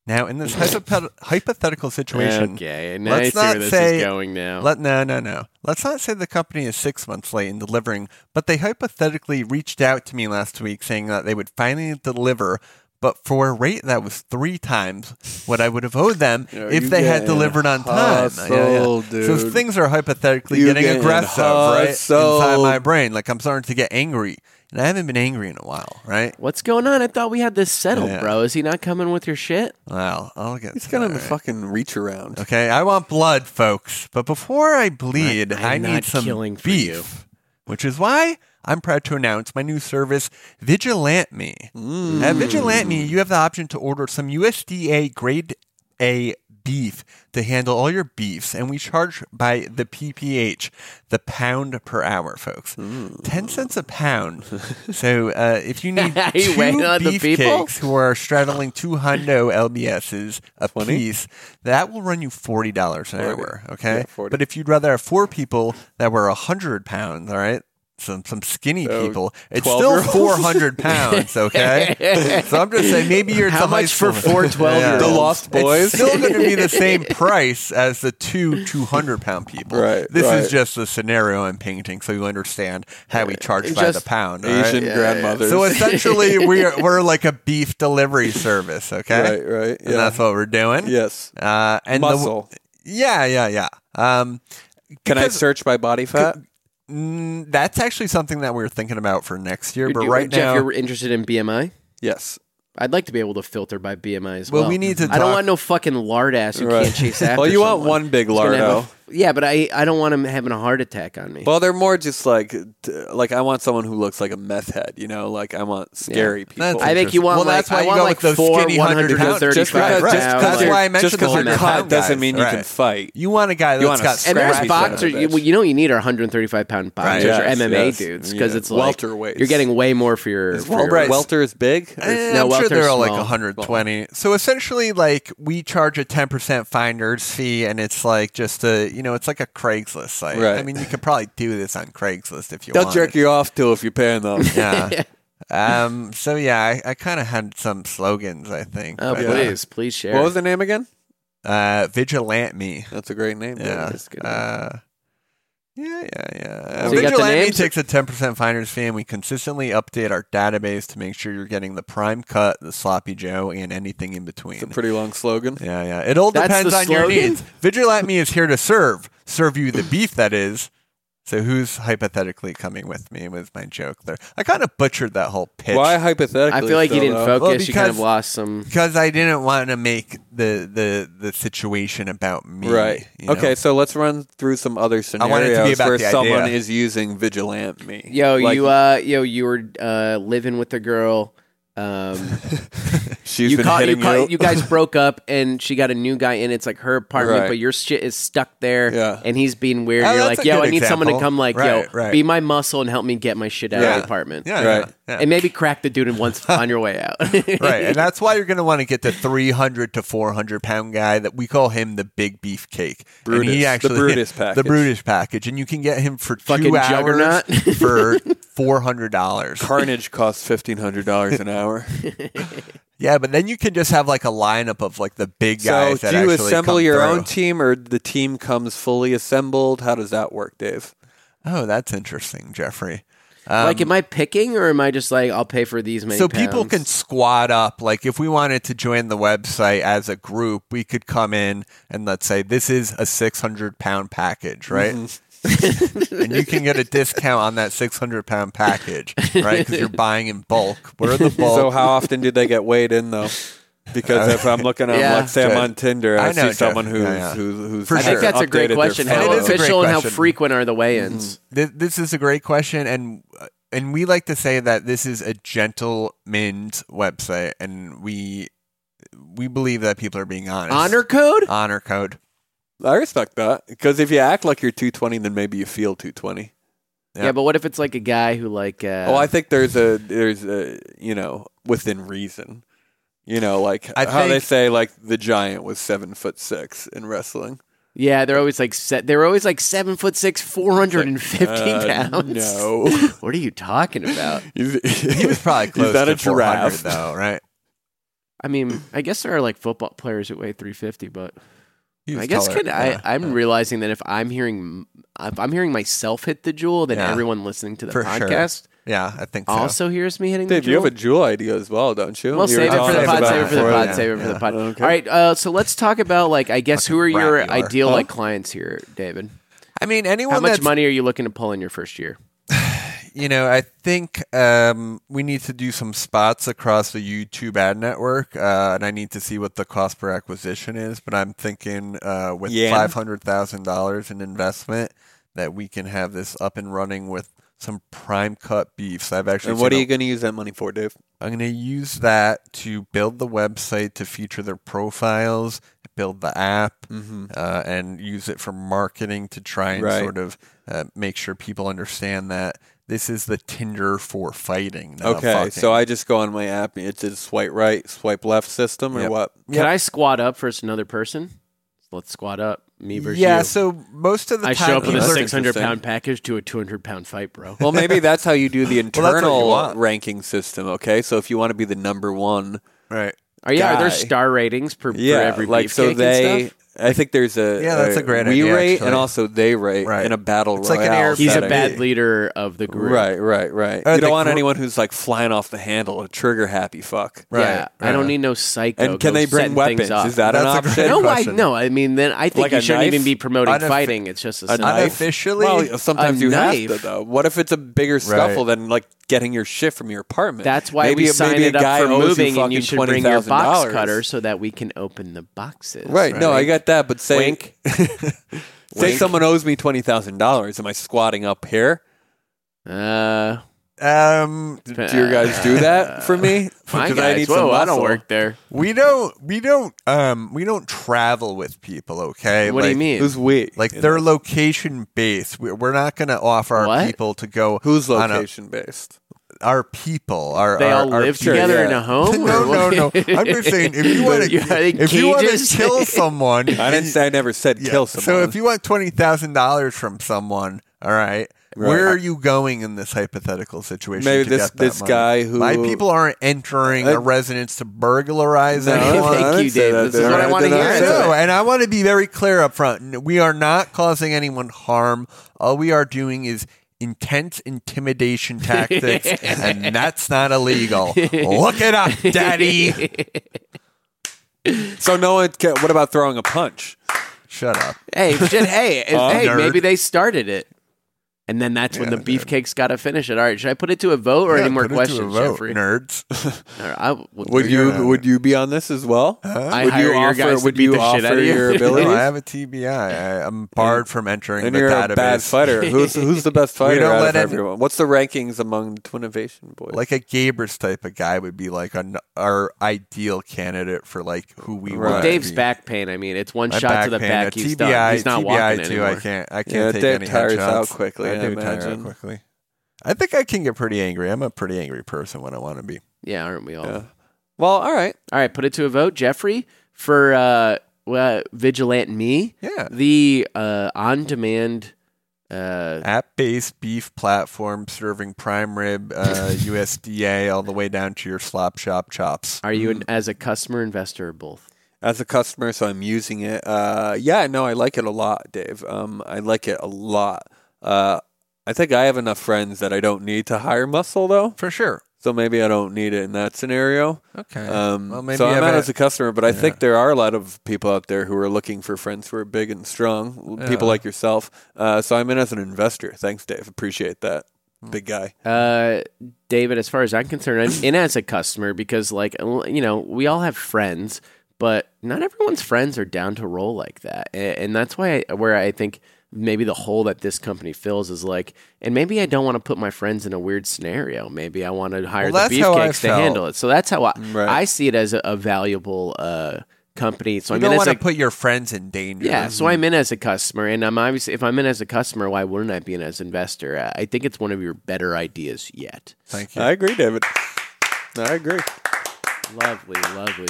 S4: Now,
S3: *laughs*
S4: in this hypothet- hypothetical situation,
S3: Okay, now I see where this is going now.
S4: Let, no, no, no. Let's not say the company is six months late in delivering, but they hypothetically reached out to me last week saying that they would finally deliver, but for a rate that was three times what I would have owed them
S5: *laughs* Yeah, you
S4: if they had
S5: getting
S4: delivered on time.
S5: hustled,
S4: So
S5: dude.
S4: things are hypothetically
S5: You
S4: getting
S5: getting
S4: aggressive, right? Inside
S5: hustled.
S4: my brain, like I'm starting to get angry, and I haven't been angry in a while, right?
S3: What's going on? I thought we had this settled,
S4: Yeah.
S3: bro. Is he not coming with your shit?
S4: Well, I'll get.
S5: He's gonna
S4: there.
S5: fucking reach around.
S4: Okay, I want blood, folks. But before I bleed,
S3: I'm
S4: I
S3: not
S4: need some
S3: killing for
S4: beef,
S3: you.
S4: which is why I'm proud to announce my new service, Vigilant Me.
S3: Mm.
S4: At Vigilant Me, you have the option to order some USDA grade A beef to handle all your beefs, and we charge by the PPH, the pound per hour, folks.
S3: Mm.
S4: Ten cents a pound. so uh, if
S3: *laughs*
S4: you need
S3: Are you
S4: two
S3: waiting on the
S4: beef
S3: people?
S4: cakes who are straddling two hundo LBSs a piece, that will run you forty dollars an hour. Okay,
S5: Yeah, 40.
S4: but if you'd rather have four people that were hundred pounds, all right. Some some skinny
S5: So,
S4: people. It's
S5: 12
S4: still
S5: year olds?
S4: four
S5: *laughs*
S4: hundred pounds, okay? so I'm just saying maybe you're
S3: How
S4: some high
S3: much for
S4: schooler.
S5: *laughs*
S3: four 12 year
S5: The
S3: olds?
S5: Lost
S4: It's
S5: Boys.
S4: still going to be
S5: *laughs*
S4: the same price as the two 200 pound people.
S5: Right,
S4: This is
S5: right.
S4: just the scenario I'm painting so you understand how we charge
S3: It's
S4: by the
S3: just
S4: pound. all right?
S5: Asian grandmothers.
S3: *laughs*
S4: So essentially, we're, we're like a beef delivery service, okay?
S5: Right, right,
S4: And
S5: yeah.
S4: that's what we're doing.
S5: yes.
S4: Uh, and the-
S5: Muscle.
S4: yeah, yeah, yeah. Um,
S5: Can I
S4: because-
S5: search by body fat?
S4: mm, that's actually something that we are thinking about for next year. But
S3: You-
S4: right
S3: Jeff,
S4: now,
S3: you're interested in BMI?
S5: yes.
S3: I'd like to be able to filter by BMI as well.
S4: Well, we need to
S3: I don't
S4: talk-
S3: want no fucking lard ass who
S5: Right.
S3: can't chase after.
S5: *laughs* Well, you want
S3: someone.
S5: one big
S3: It's gonna have a-
S5: lardo.
S3: yeah, but I I don't want him having a heart attack on me.
S5: Well, they're more just like, t- like I want someone who looks like a meth head. You know, like I want scary people.
S4: That's
S3: I think you want
S4: Well,
S3: like
S4: that's why
S3: I
S4: you
S3: want
S4: go
S3: like
S4: with those
S3: four
S4: skinny 100 pound-
S3: 135
S5: Just
S4: Right,
S5: because,
S4: right.
S5: just
S3: pound,
S5: because
S4: That's
S3: like-
S4: why I
S5: you're-
S4: mentioned
S5: just 'cause
S4: the
S5: you're
S4: hundred
S5: caught
S4: pound
S5: doesn't
S4: guys,
S5: mean you can
S4: right.
S5: fight.
S4: you want a guy
S5: You
S4: that's
S5: want a
S4: got
S3: And there's
S5: Scratch
S3: boxer.
S5: each
S3: You,
S5: other, bitch.
S3: you don't you need are 135 pound boxers
S5: Right.
S3: or
S5: Yes,
S3: MMA
S5: yes.
S3: dudes because
S5: Yeah.
S3: it's like
S5: Welterweights.
S3: You're getting way more for your. For
S5: Well,
S3: your
S4: right.
S5: Welter is big. Or-
S4: Eh,
S3: No,
S4: I'm sure
S3: Welter's
S4: they're all like
S3: small.
S4: 120. So essentially, like we charge a 10% finder's fee, and it's like just a you know, it's like a Craigslist site.
S5: Right.
S4: I mean, you could probably do this on Craigslist if you
S5: They'll
S4: want.
S5: jerk you off too if you're paying them.
S4: *laughs*
S3: *laughs*
S4: Yeah. um. So yeah, I, I kind of had some slogans. I think.
S3: Oh,
S4: but,
S3: please, please share.
S5: What was the name again?
S4: Uh, vigilant me.
S5: That's a great name. dude.
S4: Yeah.
S3: that's good.
S4: Uh, yeah, yeah, yeah. Uh,
S3: So you got the
S4: Vigilante
S3: names?
S4: takes a 10% finder's fee, and we consistently update our database to make sure you're getting the prime cut, the sloppy joe, and anything in between.
S5: It's a pretty long slogan.
S4: Yeah, yeah. It all
S3: That's
S4: depends
S3: the
S4: on your
S3: slogan?
S4: needs. Vigilant Me is here to serve. Serve you the beef, that is. So who's hypothetically coming with me was my joke there. I kind of butchered that whole pitch.
S5: Why hypothetically?
S3: I feel like you
S5: still,
S3: didn't
S5: though?
S3: focus.
S4: Well,
S3: you kind of
S4: because-
S3: lost some.
S4: Because I didn't want to make the, the, the situation about me.
S5: Right.
S4: you know?
S5: Okay, so let's run through some other
S4: I want it to be
S5: scenarios
S4: about
S5: where
S4: the
S5: someone
S4: idea.
S5: is using vigilante me.
S3: Yo,
S5: Like,
S3: you uh, yo, you were uh, living with the girl. Um,
S5: she's
S3: you
S5: been
S3: caught, you,
S5: hitting
S3: caught, you guys broke up, and she got a new guy, and it's like her apartment,
S5: Right.
S3: but your shit is stuck there,
S5: Yeah.
S3: and he's being weird.
S4: Oh,
S3: You're
S4: that's
S3: like,
S4: a
S3: yo,
S4: good
S3: I need someone to
S4: example.
S3: come, like,
S4: Right,
S3: yo,
S4: right.
S3: be my muscle and help me get my shit out of
S5: Yeah.
S3: the apartment,
S4: Yeah,
S5: Right.
S4: yeah, yeah.
S3: and maybe crack the dude in
S4: *laughs*
S3: once on your way out.
S4: right.
S3: *laughs*
S4: And that's why you're going to want to get the 300 to 400 pound guy that we call him the big beefcake. And
S5: Brutus.
S4: he
S5: The
S4: actually, *laughs*
S5: Brutus
S4: The
S5: package.
S4: Brutus package. And you can get him for
S3: Fucking
S4: two hours
S3: juggernaut.
S5: *laughs*
S4: for $400.
S5: *laughs* Carnage costs fifteen hundred dollars
S4: *laughs*
S5: an hour.
S4: Yeah, but then you can just have like a lineup of like the big
S5: so,
S4: guys. that
S5: do you
S4: actually
S5: assemble
S4: come
S5: your
S4: through.
S5: own team, or the team comes fully assembled? How does that work, Dave?
S4: Oh, that's interesting, Jeffrey.
S3: like, am I picking, or am I just like, I'll pay for these many?
S4: um, So people
S3: pounds?
S4: can squad up. Like if we wanted to join the website as a group, we could come in and let's say this is a 600 pound package, right?
S5: Mm-hmm.
S4: *laughs* and you can get a discount on that 600 pound package, right? Because
S5: *laughs*
S4: you're buying in bulk. What are the bulk?
S5: So how often do they get weighed in though? Because if I'm looking on,
S3: Yeah.
S5: let's say I'm on Tinder, I,
S4: I know,
S5: see someone
S4: Jeff.
S5: who's,
S4: Yeah, yeah.
S5: who's who's
S4: For
S3: I think
S4: sure.
S3: that's a great
S5: updated their
S3: question.
S4: It
S3: How
S5: photo.
S4: is a great
S3: official and how
S4: question. Mm-hmm.
S3: frequent are the weigh-ins?
S4: Th- this is a great question, and and we like to say that this is a gentleman's website, and we we believe that people are being honest.
S3: Honor code?
S4: honor code.
S5: I respect that because if you act like you're 220, then maybe you feel 220.
S4: Yeah.
S3: Yeah. but what if it's like a guy who like? Uh,
S5: Oh, I think there's a there's a you know within reason. You know, like
S4: I
S5: how they
S4: think-
S5: say, like the giant was seven foot six in wrestling.
S3: Yeah, they're always like set. They're always like seven foot six, four hundred and fifty
S5: Uh,
S3: pounds.
S4: *laughs*
S5: No.
S3: what are you talking about?
S5: he
S4: He was
S5: *laughs*
S3: *laughs*
S4: probably close
S5: He's not
S4: to
S5: a giraffe.
S4: 400, though, right?
S3: I mean, I guess there are like football players that weigh three fifty, but
S4: He was
S3: I guess
S4: taller.
S3: can I?
S4: Yeah.
S3: I'm realizing that if I'm hearing, if I'm hearing myself hit the jewel, then
S4: Yeah.
S3: everyone listening to the
S4: For sure.
S3: podcast
S4: yeah, I think so.
S3: also hears me hitting
S5: Dave,
S3: the
S5: you
S3: jewel.
S5: have a jewel idea as well, don't you?
S3: Well,
S5: We were
S3: save it for
S5: talking
S3: the
S4: talking
S3: pod.
S5: about
S3: Save it for the
S5: before
S3: pod.
S5: that.
S3: Save it for the
S4: Yeah.
S3: pod.
S5: Okay.
S3: All right. Uh, so let's talk about like I guess who are
S4: Fucking
S3: your
S4: brat you are.
S3: ideal
S4: Huh?
S3: like clients here, David?
S4: I mean, anyone
S3: How much
S4: that's
S3: money are you looking to pull in your first year?
S4: you know, I think um, we need to do some spots across the YouTube ad network, uh, and I need to see what the cost per acquisition is. But I'm thinking uh, with
S5: Yen?
S4: five hundred thousand dollars in investment, that we can have this up and running with some prime cut beefs. I've actually.
S5: And what are
S4: seen a-
S5: you going to use that money for, Dave?
S4: I'm going to use that to build the website to feature their profiles, build the app, uh, and use it for marketing to try and
S5: Mm-hmm. Right.
S4: sort of uh, make sure people understand that this is the Tinder for fighting. not
S5: okay,
S4: fucking.
S5: so I just go on my app. It's a swipe right, swipe left system, or
S4: Yep.
S5: what?
S3: Can I squat up versus another person? Let's squat up. Me versus
S4: yeah,
S3: you.
S4: so most of the
S3: I
S4: time
S3: show up with a
S5: That's
S4: people are-
S3: six hundred
S5: interesting.
S3: pound package to a two hundred pound fight, bro.
S5: Well, maybe that's how you *laughs* do the
S4: what you
S5: internal
S4: want.
S5: ranking system. Okay, so if you want to be the number one,
S4: right.
S3: Are, Oh, yeah, are there
S5: guy.
S3: star ratings per, per
S5: yeah,
S3: every
S5: like
S3: beefcake
S5: so
S3: and
S5: they.
S3: stuff?
S5: I think there's a
S4: Yeah, that's a great
S5: we
S4: idea,
S5: rate and
S4: actually.
S5: also they rate
S4: Right.
S5: in a battle
S4: It's like an
S5: royale.
S4: Airbnb.
S3: He's a
S5: setting.
S3: bad leader of the group.
S5: Right, right, right.
S4: Uh,
S5: you
S4: the
S5: don't want
S4: gr-
S5: anyone who's like flying off the handle, a trigger happy fuck.
S4: Right,
S3: yeah, I don't
S4: right.
S3: need no psycho.
S5: And can
S3: go
S5: they bring
S3: setting things
S5: weapons?
S3: up.
S5: Is that an
S4: That's a
S5: option?
S4: great
S3: no, I
S4: question.
S3: no. I mean, then I think
S5: Like
S3: you
S5: a
S3: shouldn't
S5: knife?
S3: even be promoting
S4: Unoff-
S3: fighting. It's just a,
S5: A
S3: sign.
S5: knife?
S4: Unofficially,
S5: Well, sometimes
S3: A
S5: you
S3: knife?
S5: have to though. What if it's a bigger scuffle than like getting your shit from your apartment?
S3: That's why
S5: maybe
S3: we
S5: a,
S3: sign
S5: maybe
S3: it
S5: a
S3: up
S5: guy
S3: for
S5: owes
S3: moving,
S5: you
S3: and you
S5: fucking
S3: should bring your box
S5: $20,000.
S3: cutter so that we can open the boxes.
S5: Right. No, I got that. But say,
S3: Wink.
S5: *laughs* say someone owes me twenty thousand dollars. Am I squatting up here?
S3: Uh,
S4: um,
S5: Do your guys do that for me?
S3: *laughs* my
S5: Because
S3: guys,
S5: I need
S3: whoa,
S5: some
S3: I don't
S5: muscle.
S3: work there.
S4: we don't, we don't, um, we don't travel with people. Okay,
S3: What do you
S4: Like-
S3: mean?
S5: Who's we?
S4: Like they're location based. We're, we're not going to offer our
S3: What?
S4: people to go.
S5: who's
S4: on a-
S5: location based?
S4: our people are
S3: They
S4: our,
S3: all
S4: our
S3: live
S4: people.
S3: together
S5: yeah.
S3: in a
S5: *laughs*
S3: home.
S4: *laughs* No,
S3: or
S4: no,
S3: what?
S4: no. I'm just saying
S3: *laughs*
S4: if you want
S3: You had
S4: to if you want
S3: cages? *laughs*
S4: to kill someone,
S5: I *laughs* didn't say I never said
S4: yeah.
S5: kill someone.
S4: So if you want twenty thousand dollars from someone, all right, where are you going in this hypothetical situation?
S5: Maybe
S4: to
S5: this-
S4: get that
S5: this
S4: money?
S5: guy who-
S4: my people aren't entering
S5: Uh,
S4: a residence to burglarize
S5: No,
S4: anyone.
S5: *laughs*
S3: *laughs*
S5: I
S3: Thank
S5: didn't
S3: you,
S5: say
S3: Dave.
S5: that,
S3: This is
S5: did
S3: what I
S5: I?
S3: want to
S5: Did I?
S3: hear.
S5: No,
S3: That's
S4: No,
S3: what-
S4: and I want to be very clear up front. N- We are not causing anyone harm. All we are doing is intense intimidation tactics, and that's not illegal. Look it up, daddy.
S5: so no one. Ca- what about throwing a punch?
S4: Shut up.
S3: Hey, shit,
S4: *laughs*
S3: hey, is-
S5: Huh?
S3: hey,
S4: Nerd.
S3: maybe they started it. And then that's when the beefcake's got to finish it. All right, should I put it to a vote or
S4: Yeah,
S3: any more
S4: put it to a
S3: questions,
S4: vote,
S3: Jeffrey?
S4: Nerds.
S3: All right, I, would,
S5: Would you would you be on this as well?
S3: I
S5: would
S3: hire
S5: you
S3: your
S5: offer-
S3: guys to
S5: would
S3: beat
S5: you
S3: the shit
S5: offer
S3: out of you?
S4: *laughs*
S5: your
S4: No,
S5: ability?
S4: I have a TBI. I, I'm barred from entering
S5: And
S4: the
S5: you're
S4: database.
S5: a
S4: *laughs*
S5: bad fighter. Who's who's the best fighter
S4: don't
S5: out
S4: let
S5: of
S4: any-
S5: everyone? What's the rankings among the Twinnovation boys?
S4: Like a Gabers type of guy would be like an, our ideal candidate for like who we
S5: Right.
S4: want. to
S3: *laughs* Dave's
S4: be.
S3: back pain. I mean, it's one
S4: My
S3: shot to the
S4: pain,
S3: back.
S4: a
S3: He's
S4: TBI,
S3: done. He's not
S4: TBI
S3: walking
S4: too.
S3: anymore.
S4: I can't. I can't
S5: Yeah,
S4: take
S5: Dave
S4: any
S5: tires
S4: headshots.
S5: out quickly,
S4: I
S5: I
S4: do tire out
S5: imagine.
S4: quickly. I think I can get pretty angry. I'm a pretty angry person when I want to be.
S3: Yeah, aren't we all?
S5: Yeah. well, all right.
S3: All right, put it to a vote, Jeffrey, for uh, uh, Vigilant Me.
S4: Yeah.
S3: The uh, on-demand. Uh,
S4: App-based beef platform serving prime rib, uh, *laughs* USDA, all the way down to your slop shop chops.
S3: are you an, as a customer, investor, or both?
S5: As a customer, so I'm using it. Uh, yeah, no, I like it a lot, Dave. Um, I like it a lot. Uh, I think I have enough friends that I don't need to hire muscle though,
S4: For sure.
S5: so maybe I don't need it in that scenario.
S4: Okay.
S5: Um,
S4: well, maybe
S5: so I'm
S4: have
S5: out
S4: a-
S5: as a customer, but I think there are a lot of people out there who are looking for friends who are big and strong, l- people like yourself. Uh, so I'm in as an investor. Thanks, Dave. Appreciate that,
S3: Hmm.
S5: big guy.
S3: Uh, David, as far as I'm concerned, I'm in as a customer because, like, you know, we all have friends, but not everyone's friends are down to roll like that, A- and that's why I, where I think maybe the hole that this company fills is like, and maybe I don't want to put my friends in a weird scenario. Maybe I want to hire
S4: Well,
S3: the
S4: that's how I
S3: beefcakes to
S4: felt.
S3: handle it. So that's how I
S5: Right.
S3: I see it as a, a valuable uh company. So
S4: You
S3: I'm
S4: don't
S3: in as
S4: want to
S3: a
S4: put your friends in danger.
S3: yeah, so I'm in as a customer, and I'm obviously if I'm in as a customer, why wouldn't I be in as investor? I- I think it's one of your better ideas yet.
S4: Thank you.
S5: I agree, David. I agree.
S3: Lovely, lovely.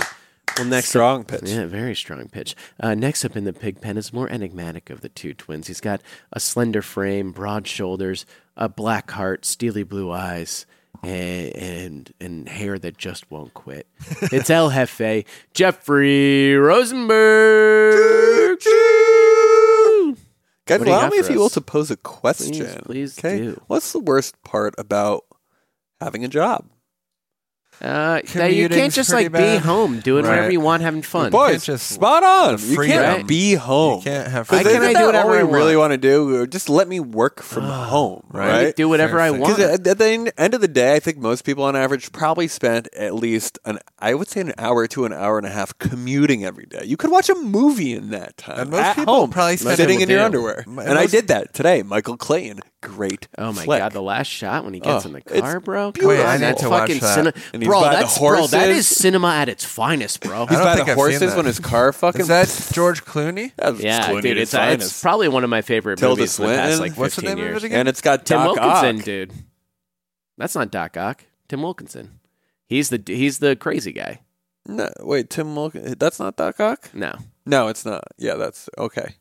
S3: Well, next
S5: Strong pitch.
S3: Yeah, very strong pitch. Uh, next up in the pig pen is more enigmatic of the two twins. He's got a slender frame, broad shoulders, a black heart, steely blue eyes, and and, and hair that just won't
S4: *laughs*
S3: quit. It's El Jefe, Jeffrey Rosenberg.
S5: Guys,
S3: What do you
S5: allow
S3: got
S5: me
S3: for
S5: if you will
S3: us?
S5: to pose a question.
S3: please
S5: okay?
S3: do.
S5: What's the worst part about having a job?
S3: Uh, that you can't
S4: Commuting's
S3: just
S4: pretty
S3: like be
S4: bad.
S3: home doing whatever
S4: Right.
S3: you want, having fun.
S4: Boy,
S5: Boys,
S4: just-
S5: spot on. You can't
S4: freedom.
S5: be home.
S4: You can't have
S5: 'Cause
S3: I can-
S5: isn't
S3: I do
S5: that
S3: whatever
S5: all
S3: I
S5: we really
S3: want.
S5: want to do? Just let me work from home,
S4: right.
S5: right?
S3: do whatever
S4: Fair
S3: I
S4: thing.
S3: want.
S5: Because at at the en- end of the day, I think most people on average probably spent at least an I would say an hour to an hour and a half commuting every day. You could watch a movie in that time.
S4: And most
S5: at
S4: people
S5: home,
S4: probably spend-
S5: sitting in your
S4: do.
S5: underwear.
S4: M-
S5: And I
S4: most-
S5: did that today. Michael Clayton, great.
S3: Oh my
S5: flick.
S3: god, the last shot when he gets
S5: Oh,
S3: in the
S5: it's
S3: car, bro.
S5: beautiful.
S4: Wait, I need to watch that.
S5: And he's
S3: bro,
S5: by the
S3: that's bro, that
S5: horses.
S3: is cinema at its finest,
S4: *laughs*
S3: bro.
S4: I
S5: He's
S4: don't
S5: by
S4: think
S5: the
S4: I've seen
S5: horses
S4: that.
S5: when his car fucking.
S3: *laughs*
S4: Is
S5: *laughs*
S4: that George Clooney?
S5: That's
S3: yeah,
S5: Clooney
S3: dude,
S5: at
S3: it's, uh,
S5: his
S3: it's
S5: finest.
S3: probably one of my favorite
S5: Tilda
S3: movies in the past
S5: Swinton?
S3: like
S4: What's the
S3: 15
S4: name of
S3: years.
S4: it again?
S5: and it's got
S3: Tim
S5: Doc
S3: Wilkinson,
S5: Ock.
S3: dude. That's not Doc Ock. Tim Wilkinson. He's the he's the crazy guy.
S5: No, wait, Tim Wilkinson. That's not Doc Ock.
S3: No.
S5: No, it's not. Yeah, that's okay.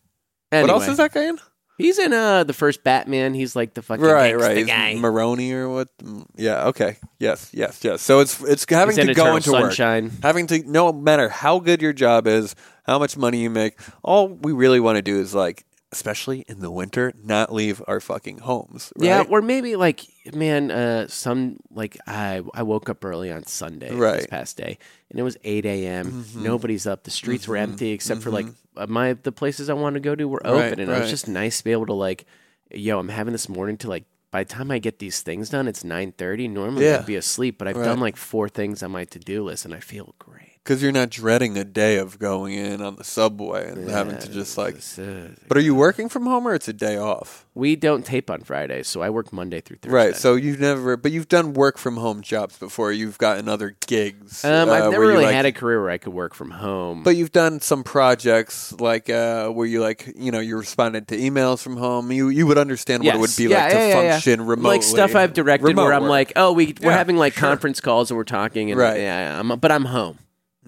S3: Anyway,
S5: What else is that guy in?
S3: He's in uh the first Batman. He's like the fucking
S5: right,
S3: gangsta
S5: right. He's
S3: guy.
S5: Maroney or what? Mm, Yeah. Okay. Yes. Yes. Yes. So it's it's having
S3: He's in
S5: to
S3: Eternal
S5: go into
S3: Sunshine.
S5: work, having to no matter how good your job is, how much money you make. All we really want to do is like, especially in the winter, not leave our fucking homes. Right?
S3: Yeah, or maybe like man, uh, some like I I woke up early on Sunday this
S5: Right. Mm-hmm.
S3: past day, and it was eight a.m. Nobody's up. The streets were empty except for like uh, my the places I wanted to go to were open,
S5: Right,
S3: and it was
S5: right.
S3: just nice to be able to like, yo, I'm having this morning to like. By the time I get these things done, it's nine thirty. Normally
S5: Yeah.
S3: I'd be asleep, but I've
S5: Right.
S3: done like four things on my to do list, and I feel great.
S5: Because you're not dreading a day of going in on the subway and having to just like.
S3: This is-
S5: But are you working from home or it's a day off?
S3: we don't tape on Fridays, so I work Monday through Thursday.
S5: Right. So you've never, but you've done work from home jobs before. You've gotten other gigs.
S3: um,
S5: uh,
S3: I've never
S5: where you,
S3: really
S5: like,
S3: had a career where I could work from home.
S5: But you've done some projects like uh, where you like you know you responded to emails from home. You you would understand what it would
S3: Yes.
S5: be
S3: Yeah,
S5: like to
S3: yeah, yeah, yeah.
S5: function remotely.
S3: Like stuff I've directed
S5: Remote
S3: where I'm
S5: work.
S3: like, oh, we we're
S5: Yeah,
S3: having like conference calls and we're talking, and
S5: Right. Mm-hmm.
S3: yeah, I'm, but I'm home.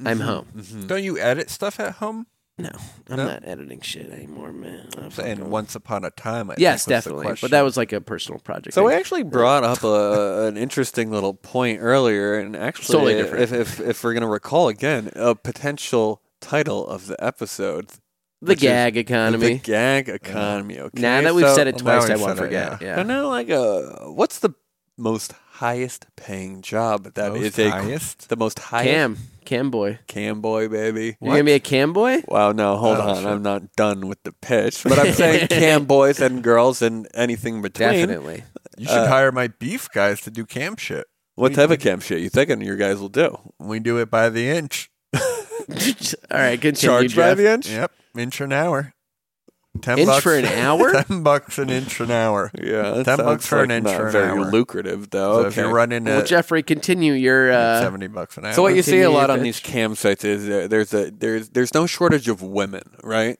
S3: I'm home.
S4: Don't you edit stuff at home?
S3: No, I'm not editing shit anymore, man. I'm fucking-
S4: And once upon a time, I
S3: yes,
S4: think was the
S3: definitely. But
S4: question.
S3: that was like a personal project.
S5: So we
S3: thing.
S5: actually brought up a, an interesting little point earlier, and actually,
S3: Totally different.
S5: if if, if we're gonna recall again, a potential title of the episode,
S3: the
S5: which is
S3: gag
S5: the
S3: economy.
S5: big gag economy. Okay,
S3: now that we've
S5: so-
S3: said it
S4: well, now
S3: twice, I
S4: we've
S3: won't
S4: said it,
S3: forget. Yeah.
S5: Kind of like a what's the most highest paying job that
S4: Most
S5: is a
S4: highest?
S5: the most highest
S3: Cam, Cam boy,
S5: cam boy baby.
S3: you gonna be a Cam boy?
S5: Wow, no, hold
S4: Oh,
S5: on.
S4: shit.
S5: I'm not done with the pitch, but
S3: *laughs*
S5: I'm saying cam boys and girls and anything between.
S3: Definitely. *laughs*
S4: you
S5: Uh,
S4: should hire my beef guys to do cam shit.
S5: What type of cam shit you thinking your guys will do?
S4: We do it by the inch.
S3: All right, good.
S5: Charge by the inch?
S4: Yep, inch an hour. Ten
S3: Inch
S4: bucks
S3: for
S4: *laughs*
S3: an hour?
S4: Ten bucks an inch an hour.
S5: Yeah, that
S4: ten
S5: sounds
S4: bucks for
S5: like
S4: an inch
S5: not
S4: for an
S5: very
S4: hour.
S5: lucrative though.
S4: So
S5: okay.
S4: if you're running
S3: Well,
S4: at
S3: Jeffrey, continue your. Uh,
S4: seventy bucks an hour,
S5: so what you see a
S3: Continue
S5: lot
S3: your
S5: on
S3: pitch.
S5: these cam sites is uh, there's a there's there's no shortage of women, right?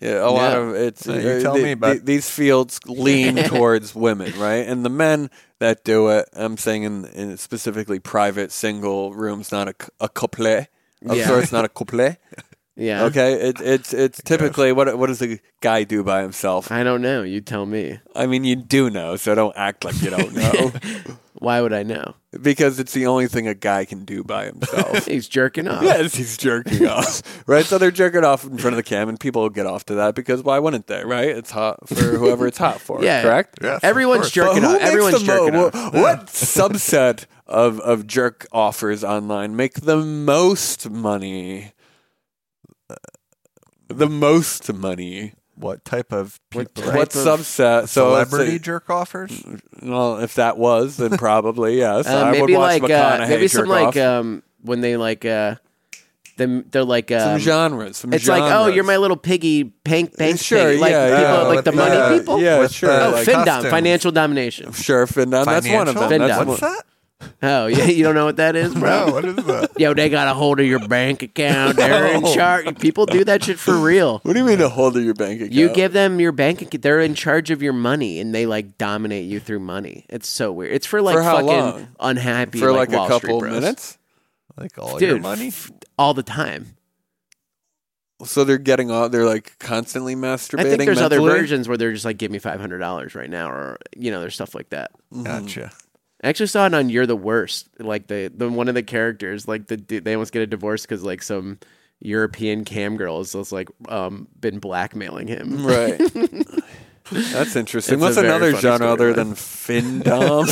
S5: Yeah, a lot
S3: No.
S5: of it's uh,
S4: No, you tell
S5: the-
S4: me, bud.
S5: the- these fields lean towards women, right? And the men that do it, I'm saying in, in specifically private single rooms, not a, c- a couple of
S3: Yeah.
S5: sorts, not a couple.
S3: yeah.
S5: Okay, it, it's it's typically what what does a guy do by himself?
S3: I don't know. You tell me.
S5: I mean, you do know, so don't act like you don't know,
S3: Why would I know?
S5: because it's the only thing a guy can do by himself.
S3: *laughs* He's jerking off.
S5: Yes, he's jerking off, *laughs* right? So they're jerking off in front of the cam, and people get off to that because why wouldn't they, right? It's hot for whoever it's hot for,
S3: Yeah.
S5: correct?
S4: Yes, of
S3: Everyone's
S4: course.
S3: jerking
S5: But who
S3: off.
S5: makes
S3: Everyone's
S5: the mo-
S3: jerking off.
S5: wh- What subset of, of jerk offers online make the most money? The most money.
S4: what type of
S3: What
S4: people?
S3: type
S5: what
S3: of
S5: subset? So let's
S4: celebrity
S5: say- Mm,
S4: jerk offers?
S5: Well, if that was, then probably yes.
S3: Uh,
S5: I would
S3: maybe
S5: watch
S3: like
S5: McConaughey
S3: uh, maybe some
S5: jerk
S3: like
S5: off.
S3: um, when they like uh, them they're like
S5: some
S3: um,
S5: genres. Some
S3: it's like oh
S5: genres.
S3: you're my little piggy pank bank
S5: Sure,
S3: piggy. like
S5: yeah,
S3: people
S5: yeah,
S3: like the
S5: with
S3: money
S5: that.
S3: people
S5: Yeah,
S4: With
S5: sure,
S4: the
S3: oh
S5: like
S3: FinDom
S4: costumes.
S3: financial domination
S5: sure, Findom. That's one of them.
S4: Financial?
S5: That's
S3: FinDom.
S5: one.
S4: What's
S5: *laughs*
S4: that?
S3: oh yeah you don't know what that is bro
S4: No, what is that?
S3: yo they got a hold of your bank account they're in charge people do that shit for real
S5: What do you mean a hold of your bank account?
S3: you give them your bank account they're in charge of your money and they like dominate you through money it's so weird it's for like
S5: For how
S3: fucking
S5: long?
S3: unhappy
S5: for like, a
S3: Wall Street
S5: couple
S3: bros.
S5: minutes.
S4: Like all your
S3: Dude,
S4: money?
S3: f- all the time.
S5: So they're getting off. They're like constantly masturbating.
S3: I think there's
S5: mentally?
S3: other versions where they're just like, give me five hundred dollars right now, or you know, there's stuff like that.
S5: Mm-hmm.
S4: Gotcha.
S3: I actually saw it on You're the Worst. Like the, the one of the characters, like the dude- they almost get a divorce because like some European cam girl has just, like um been blackmailing
S5: *laughs*
S3: him.
S5: Right.
S3: *laughs*
S5: That's interesting.
S3: It's
S5: What's
S3: a very
S5: another
S3: funny
S5: genre other
S3: storyline.
S5: than
S3: *laughs*
S5: findom?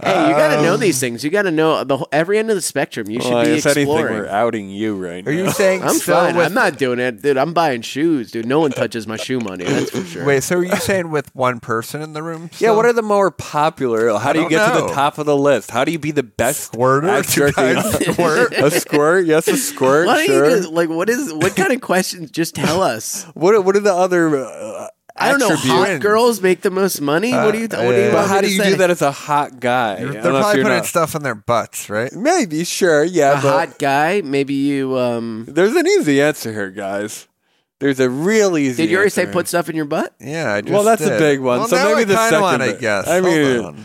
S3: Hey, you got to know these things. You got to know the whole, every end of the spectrum. You should
S5: Um. Well,
S3: be
S5: if anything,
S3: exploring.
S5: we're outing you right now.
S4: Are you saying
S3: I'm
S4: so
S3: fine.
S4: with-
S5: *laughs*
S3: I'm not doing it, dude. I'm buying shoes, dude. No one touches my shoe money. That's
S5: *laughs*
S3: for sure.
S4: Wait, so are you saying with one person in the room?
S5: yeah,
S4: still?
S5: what are the more popular? How do you
S4: don't
S5: get to
S4: know.
S5: the top of the list? How do you be the best *laughs*
S4: Squirter? *laughs*
S5: at jerking off? *laughs*
S4: Squirt?
S5: a squirt? Yes, a squirt.
S3: Why don't
S5: sure.
S3: you just, like what is what kind of questions? Just tell us.
S5: what? are- What are the other? Uh,
S3: I don't know. Hot
S4: Attributes.
S3: girls make the most money. what do you? what do you
S4: Uh, yeah.
S3: want
S5: But how
S3: me
S5: do
S3: to
S5: you
S3: say?
S5: do that as a hot guy?
S4: They're
S5: Unless
S4: probably
S5: you're
S4: putting
S5: not-
S4: stuff in their butts, right?
S5: Maybe sure. Yeah,
S3: A
S5: but
S3: hot guy? Maybe you. um
S5: there's an easy answer here, guys. There's a real easy.
S3: Did you already say
S5: answer.
S3: put stuff in your butt?
S4: Yeah, I just
S5: Well, that's a
S4: did.
S5: big one,
S4: Well,
S5: so
S4: now
S5: maybe
S4: I
S5: the
S4: kinda
S5: second
S4: wanna
S5: bit.
S4: guess.
S5: I
S4: Hold
S5: mean- *laughs*
S4: on.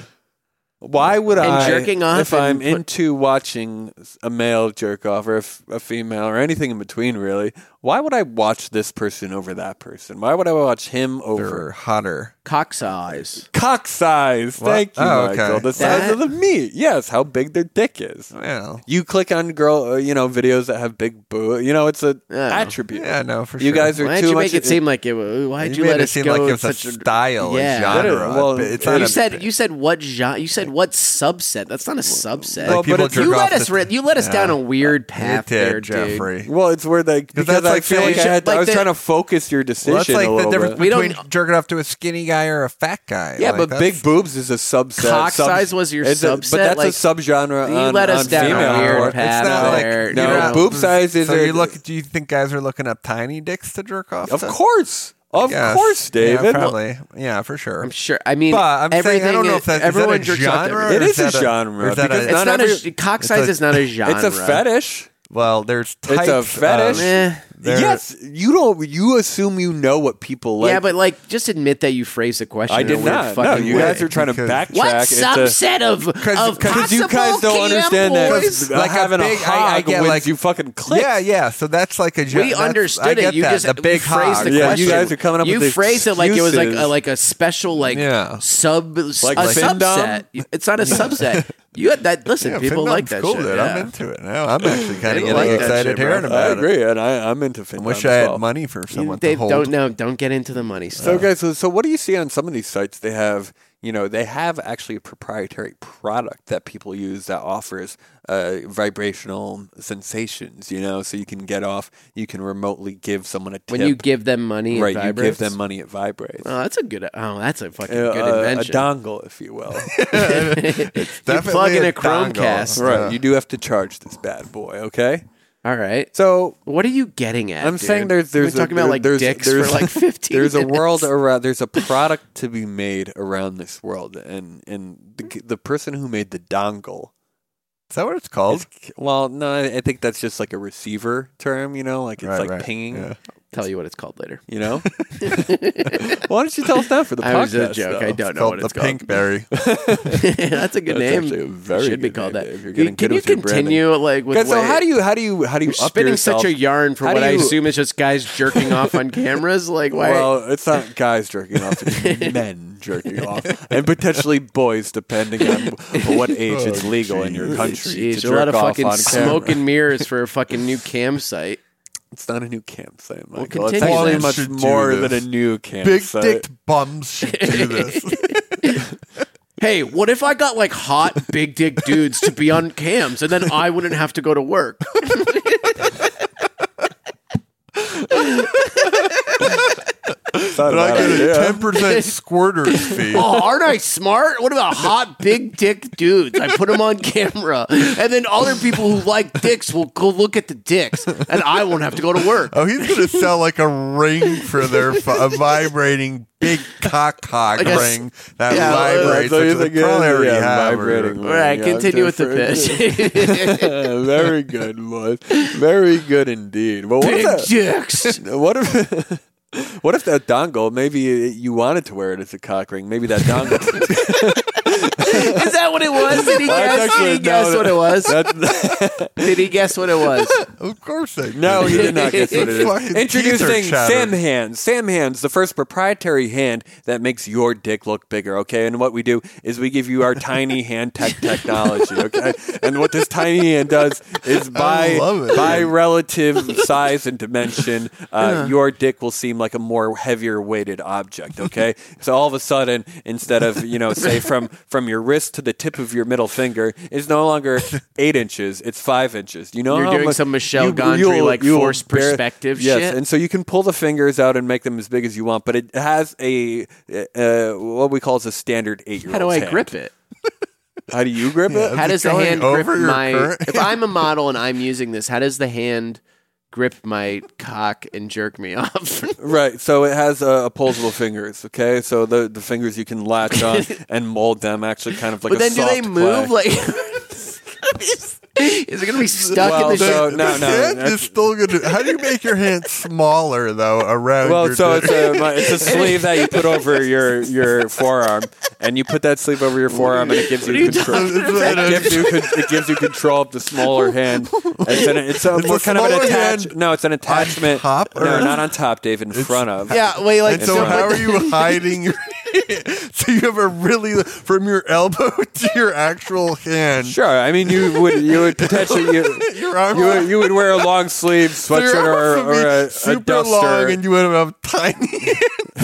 S5: Why would
S3: And
S5: I
S3: jerking off
S5: if I'm
S3: and put-
S5: into watching a male jerk off or if a female or anything in between really? Why would I watch this person over that person? Why would I watch him
S4: they're
S5: over
S4: hotter.
S3: Cock size.
S5: cock size?
S4: What?
S5: Thank you,
S4: Oh, okay.
S5: Michael. The size
S3: That- Oh,
S5: of the meat. Yes, how big their dick is.
S4: Well,
S5: You click on girl, uh, you know, videos that have big boo. You know, it's a uh,
S3: Yeah.
S5: attribute.
S4: yeah, no, for
S5: You
S4: sure.
S5: guys are
S3: Why
S5: too
S3: did you
S5: much.
S3: make it seem like it? wa- Why
S4: you,
S3: did you,
S4: made
S3: let
S4: it
S3: us
S4: seem
S3: go
S4: like
S3: in
S4: it's a
S3: such
S4: style, a
S3: Yeah.
S4: genre.
S5: Well,
S4: it's not
S5: you
S4: a
S3: You said
S4: thing.
S3: you said what genre? You said what subset? That's not a subset.
S5: Well,
S4: like people
S5: but it's-
S4: jerk
S3: you
S4: off
S3: let us
S4: the-
S3: ri- you let us
S4: Yeah.
S3: down a weird
S4: You
S3: path
S4: did,
S3: there, dude.
S4: Jeffrey.
S5: well, it's where they because
S4: that's
S5: I
S4: like
S5: feel
S4: feeling
S5: like I had. To,
S3: like
S5: I was
S3: the-
S5: trying to focus your decision.
S4: Well, that's like
S5: a
S4: the
S5: little
S4: difference
S5: bit.
S3: We don't- e-
S4: between jerking off to a skinny guy or a fat guy.
S5: Yeah,
S4: Like,
S5: but
S4: that's-
S5: big boobs is a subset.
S3: Cock size was your
S5: it's
S3: subset?
S5: but that's
S3: Like,
S5: a subgenre.
S3: you
S5: on,
S3: let us
S5: on
S3: down a
S5: female
S3: weird
S5: porn.
S3: path.
S4: It's not
S3: there,
S4: like
S3: no.
S4: you're not-
S5: Boob size is
S4: So
S5: a-
S4: you look. Do you think guys are looking up tiny dicks to jerk off?
S5: Of
S4: to?
S5: course, of
S4: Yes.
S5: course, David.
S4: Yeah, probably. Yeah, for sure.
S3: I'm sure. I mean,
S4: But I'm saying
S3: everything
S4: I don't know
S3: is-
S4: if that's is
S3: everyone
S4: that a
S3: jerks off to
S4: genre.
S3: everything.
S5: It
S4: or
S5: is a
S4: that
S5: genre,
S4: Or is that
S5: because
S4: a,
S5: it's
S3: It's
S5: not
S3: not
S5: every-
S3: a cock
S4: *laughs* it's
S3: size
S4: a-
S3: is not a genre.
S5: It's a fetish.
S4: well, there's um, types.
S5: It's a
S4: of-
S5: fetish.
S3: Eh.
S4: There-
S5: yes, you don't. You assume you know what people like.
S3: yeah, but like, just admit that you phrased the question.
S5: I
S3: in a
S5: did
S3: weird
S5: not. No,
S3: Fucking
S5: you
S3: way.
S5: guys are trying to
S4: Because-
S5: backtrack.
S3: What
S5: It's a-
S3: subset of of
S5: Because you guys
S3: possible
S5: don't
S3: cam
S5: understand that
S3: boys?
S5: uh,
S4: Like a
S5: having a,
S4: big- I- I
S5: hog
S4: get
S5: wins
S4: like-
S5: you fucking click.
S4: Yeah, yeah. So that's like a. gen-
S3: We
S4: that's- I
S3: understood
S4: get
S3: it. You
S4: that,
S3: just
S4: the big
S3: phrased
S4: hog.
S3: the
S5: Yeah,
S3: question.
S5: you guys are coming up
S3: You
S5: with
S3: phrased it like it was like a,
S5: excuses.
S3: like a special like
S4: Yeah.
S3: sub
S5: Like
S3: a
S5: Findom?
S3: subset. It's
S5: *laughs*
S3: not a subset. You had that. Listen,
S4: Yeah,
S3: people
S4: Findom's
S3: like that
S4: cool,
S3: shit.
S4: dude. I'm
S3: yeah.
S4: into it now. I'm actually kind of
S3: They
S4: getting
S3: like that shit,
S4: excited
S3: bro.
S4: hearing
S5: I
S4: about it.
S5: agree, and I, I'm into
S4: I
S5: Finn.
S4: wish
S5: Dom
S4: I
S5: as
S4: had
S5: well.
S4: money for someone
S3: They
S4: to hold.
S3: don't know. Don't get into the money stuff.
S5: So guys, so, so what do you see on some of these sites? They have, you know, they have actually a proprietary product that people use that offers uh, vibrational sensations. You know, so you can get off. You can remotely give someone a tip.
S3: when you give them money, it
S5: right, you give
S3: vibrates.
S5: them money, it vibrates.
S3: Oh, that's a good. Oh, that's a fucking
S5: Uh,
S3: good
S5: a, a
S3: invention. *laughs*
S5: dongle, if
S4: *laughs*
S5: you will.
S3: you
S4: Definitely
S3: plug in a
S4: dongle.
S3: Chromecast.
S5: right, you do have to charge this bad boy. Okay,
S3: All right.
S5: so
S3: What are you getting at?
S5: I'm
S3: dude?
S5: saying there's there's
S3: We're talking
S5: a,
S3: about
S5: there-
S3: like
S5: there's,
S3: dicks
S5: there's,
S3: for
S5: *laughs*
S3: like 15.
S5: There's a
S3: minutes.
S5: world around. There's a product to be made around this world, and and the, the person who made the dongle.
S4: Is that what it's called?
S5: Is, well, no, I I think that's just like a receiver term. You know, like it's
S4: Right,
S5: like
S4: right,
S5: pinging.
S4: yeah.
S3: Tell you what it's called
S5: *laughs*
S3: later.
S5: You know. Why don't you tell us that for
S3: *laughs*
S5: the
S3: I
S5: podcast?
S3: was a joke.
S5: though?
S3: I
S5: *laughs*
S3: don't
S4: It's
S3: know
S4: called
S3: what
S4: the
S3: it's called.
S4: Pinkberry.
S3: That's a good
S5: That's
S3: name.
S5: actually a very
S3: Should be
S5: good
S3: called
S5: name,
S3: that.
S5: Dave. You're
S3: You-
S5: getting
S3: can
S5: good
S3: you
S5: with your branding.
S3: continue like with?
S5: Guys, so
S3: what-
S5: how do you how do you how do you
S3: You're
S5: up
S3: spinning
S5: yourself?
S3: such a yarn for
S5: How
S3: what
S5: do
S3: I
S5: you-
S3: assume is just guys jerking off
S5: *laughs*
S3: on cameras. Like, why?
S5: Well, it's not guys jerking
S3: *laughs*
S5: off; it's men jerking off, and potentially boys, depending on what age it's
S4: Oh,
S5: legal in your country
S3: Jeez,
S5: to
S3: a lot
S5: jerk
S3: of
S5: off
S3: fucking
S5: on
S3: smoke
S5: camera.
S3: and mirrors for a fucking new campsite.
S5: It's not a new campsite, Michael.
S3: continue
S5: it's actually
S4: then.
S5: much
S4: Should do
S5: more than a
S4: this.
S5: new
S4: Big
S5: campsite.
S4: dick bums should
S3: *laughs*
S4: do this.
S3: Hey, what if I got like hot big dick dudes to be on cams, and then I wouldn't have to go to work?
S5: Thought
S4: But I
S5: about it,
S4: get a
S5: yeah.
S4: ten
S3: *laughs*
S4: percent squirters fee.
S3: Oh, aren't I smart? What about hot big dick dudes? I put them on camera, and then other people who like dicks will go look at the dicks, and I won't have to go to work.
S4: Oh, he's
S5: *laughs*
S4: gonna sell like a ring for their fu- a vibrating big cock cock
S3: Like a s-
S4: ring that
S3: Yeah, uh,
S4: vibrates.
S5: So
S4: which
S5: you
S4: they
S5: think it
S4: probably
S5: is,
S4: already
S5: yeah,
S4: have.
S5: vibrating.
S4: or-
S3: All right,
S5: Yeah,
S3: continue with the
S5: different. *laughs*
S4: *laughs*
S3: pitch. *laughs*
S5: Very good, boys. Very good indeed. But what if
S3: big
S5: that-
S3: dicks.
S5: what if *laughs*
S3: *laughs*
S5: what if that dongle maybe you wanted to wear it as a cock ring maybe that dongle
S3: Is that what it was? Did he guess? Did he guess what it was?
S4: *laughs*
S3: Did he guess what it was?
S4: Of course I
S5: No, he did
S4: *laughs*
S5: not guess what it
S4: Fucking
S5: is. Introducing
S4: teeth are
S5: Sam
S4: shattered.
S5: Hands. Sam Hands, the first proprietary hand that makes your dick look bigger, okay? And what we do is we give you our
S4: *laughs*
S5: tiny hand tech technology, okay? And what this tiny hand does is by,
S4: love it.
S5: by relative size and dimension, uh, your dick will seem like a more heavier weighted
S4: *laughs*
S5: object, okay? So all of a sudden, instead of, you know, say from, from your wrist to the tip of your middle finger, it's no
S4: *laughs*
S5: longer eight inches, it's five inches. You know
S3: You're
S5: how
S3: doing
S5: much-
S3: some Michelle Gondry,
S5: you'll-
S3: like,
S5: you'll
S3: forced
S5: bear-
S3: perspective
S5: yes,
S3: shit.
S5: and so you can pull the fingers out and make them as big as you want, but it has a uh, what we call is a standard eight year
S3: How
S5: old.
S3: do I grip it?
S5: How do you grip it?
S4: Yeah.
S3: How
S4: it
S3: does the
S4: going
S3: hand
S4: over
S3: grip
S4: your
S3: my?
S4: current-
S3: If I'm a model and I'm using this, how does the hand grip my cock and jerk me off?
S5: *laughs* Right. So it has uh, opposable fingers. Okay. So the the fingers you can latch
S3: *laughs*
S5: on and mold them actually kind of like.
S3: but
S5: a
S3: then do they
S5: soft
S3: move
S5: clay.
S3: like? *laughs* Is it gonna be stuck
S5: Well,
S3: in the?
S5: so-
S3: shit?
S5: no,
S4: The
S5: no,
S4: hand
S5: that's-
S4: is still good. How do you make your hand smaller though around?
S5: Well,
S4: your
S5: so
S4: dick? *laughs*
S5: it's a my- it's a sleeve that you put over your your forearm, and you put that sleeve over your forearm, and it gives
S3: are
S5: you
S3: you
S5: control.
S3: talking
S5: It gives you con- it gives you control of the smaller hand. It's, an, it's, a,
S4: It's
S5: more
S4: a
S5: kind of an
S4: smaller
S5: attach.
S4: hand
S5: No, it's an attachment.
S4: top,
S5: no,
S4: or-
S5: not on top, Dave. In front of.
S3: Yeah, wait, like
S4: And so,
S5: so-
S4: how are you hiding your? *laughs* so you have a really from your elbow *laughs* to your actual hand.
S5: Sure. I mean, you would you would potentially you, you,
S4: Your arm.
S5: would, you would wear a long sleeve
S4: so your
S5: sweatshirt or,
S4: arms would
S5: or
S4: be
S5: a, a
S4: super
S5: duster.
S4: long, and you would have tiny. *laughs*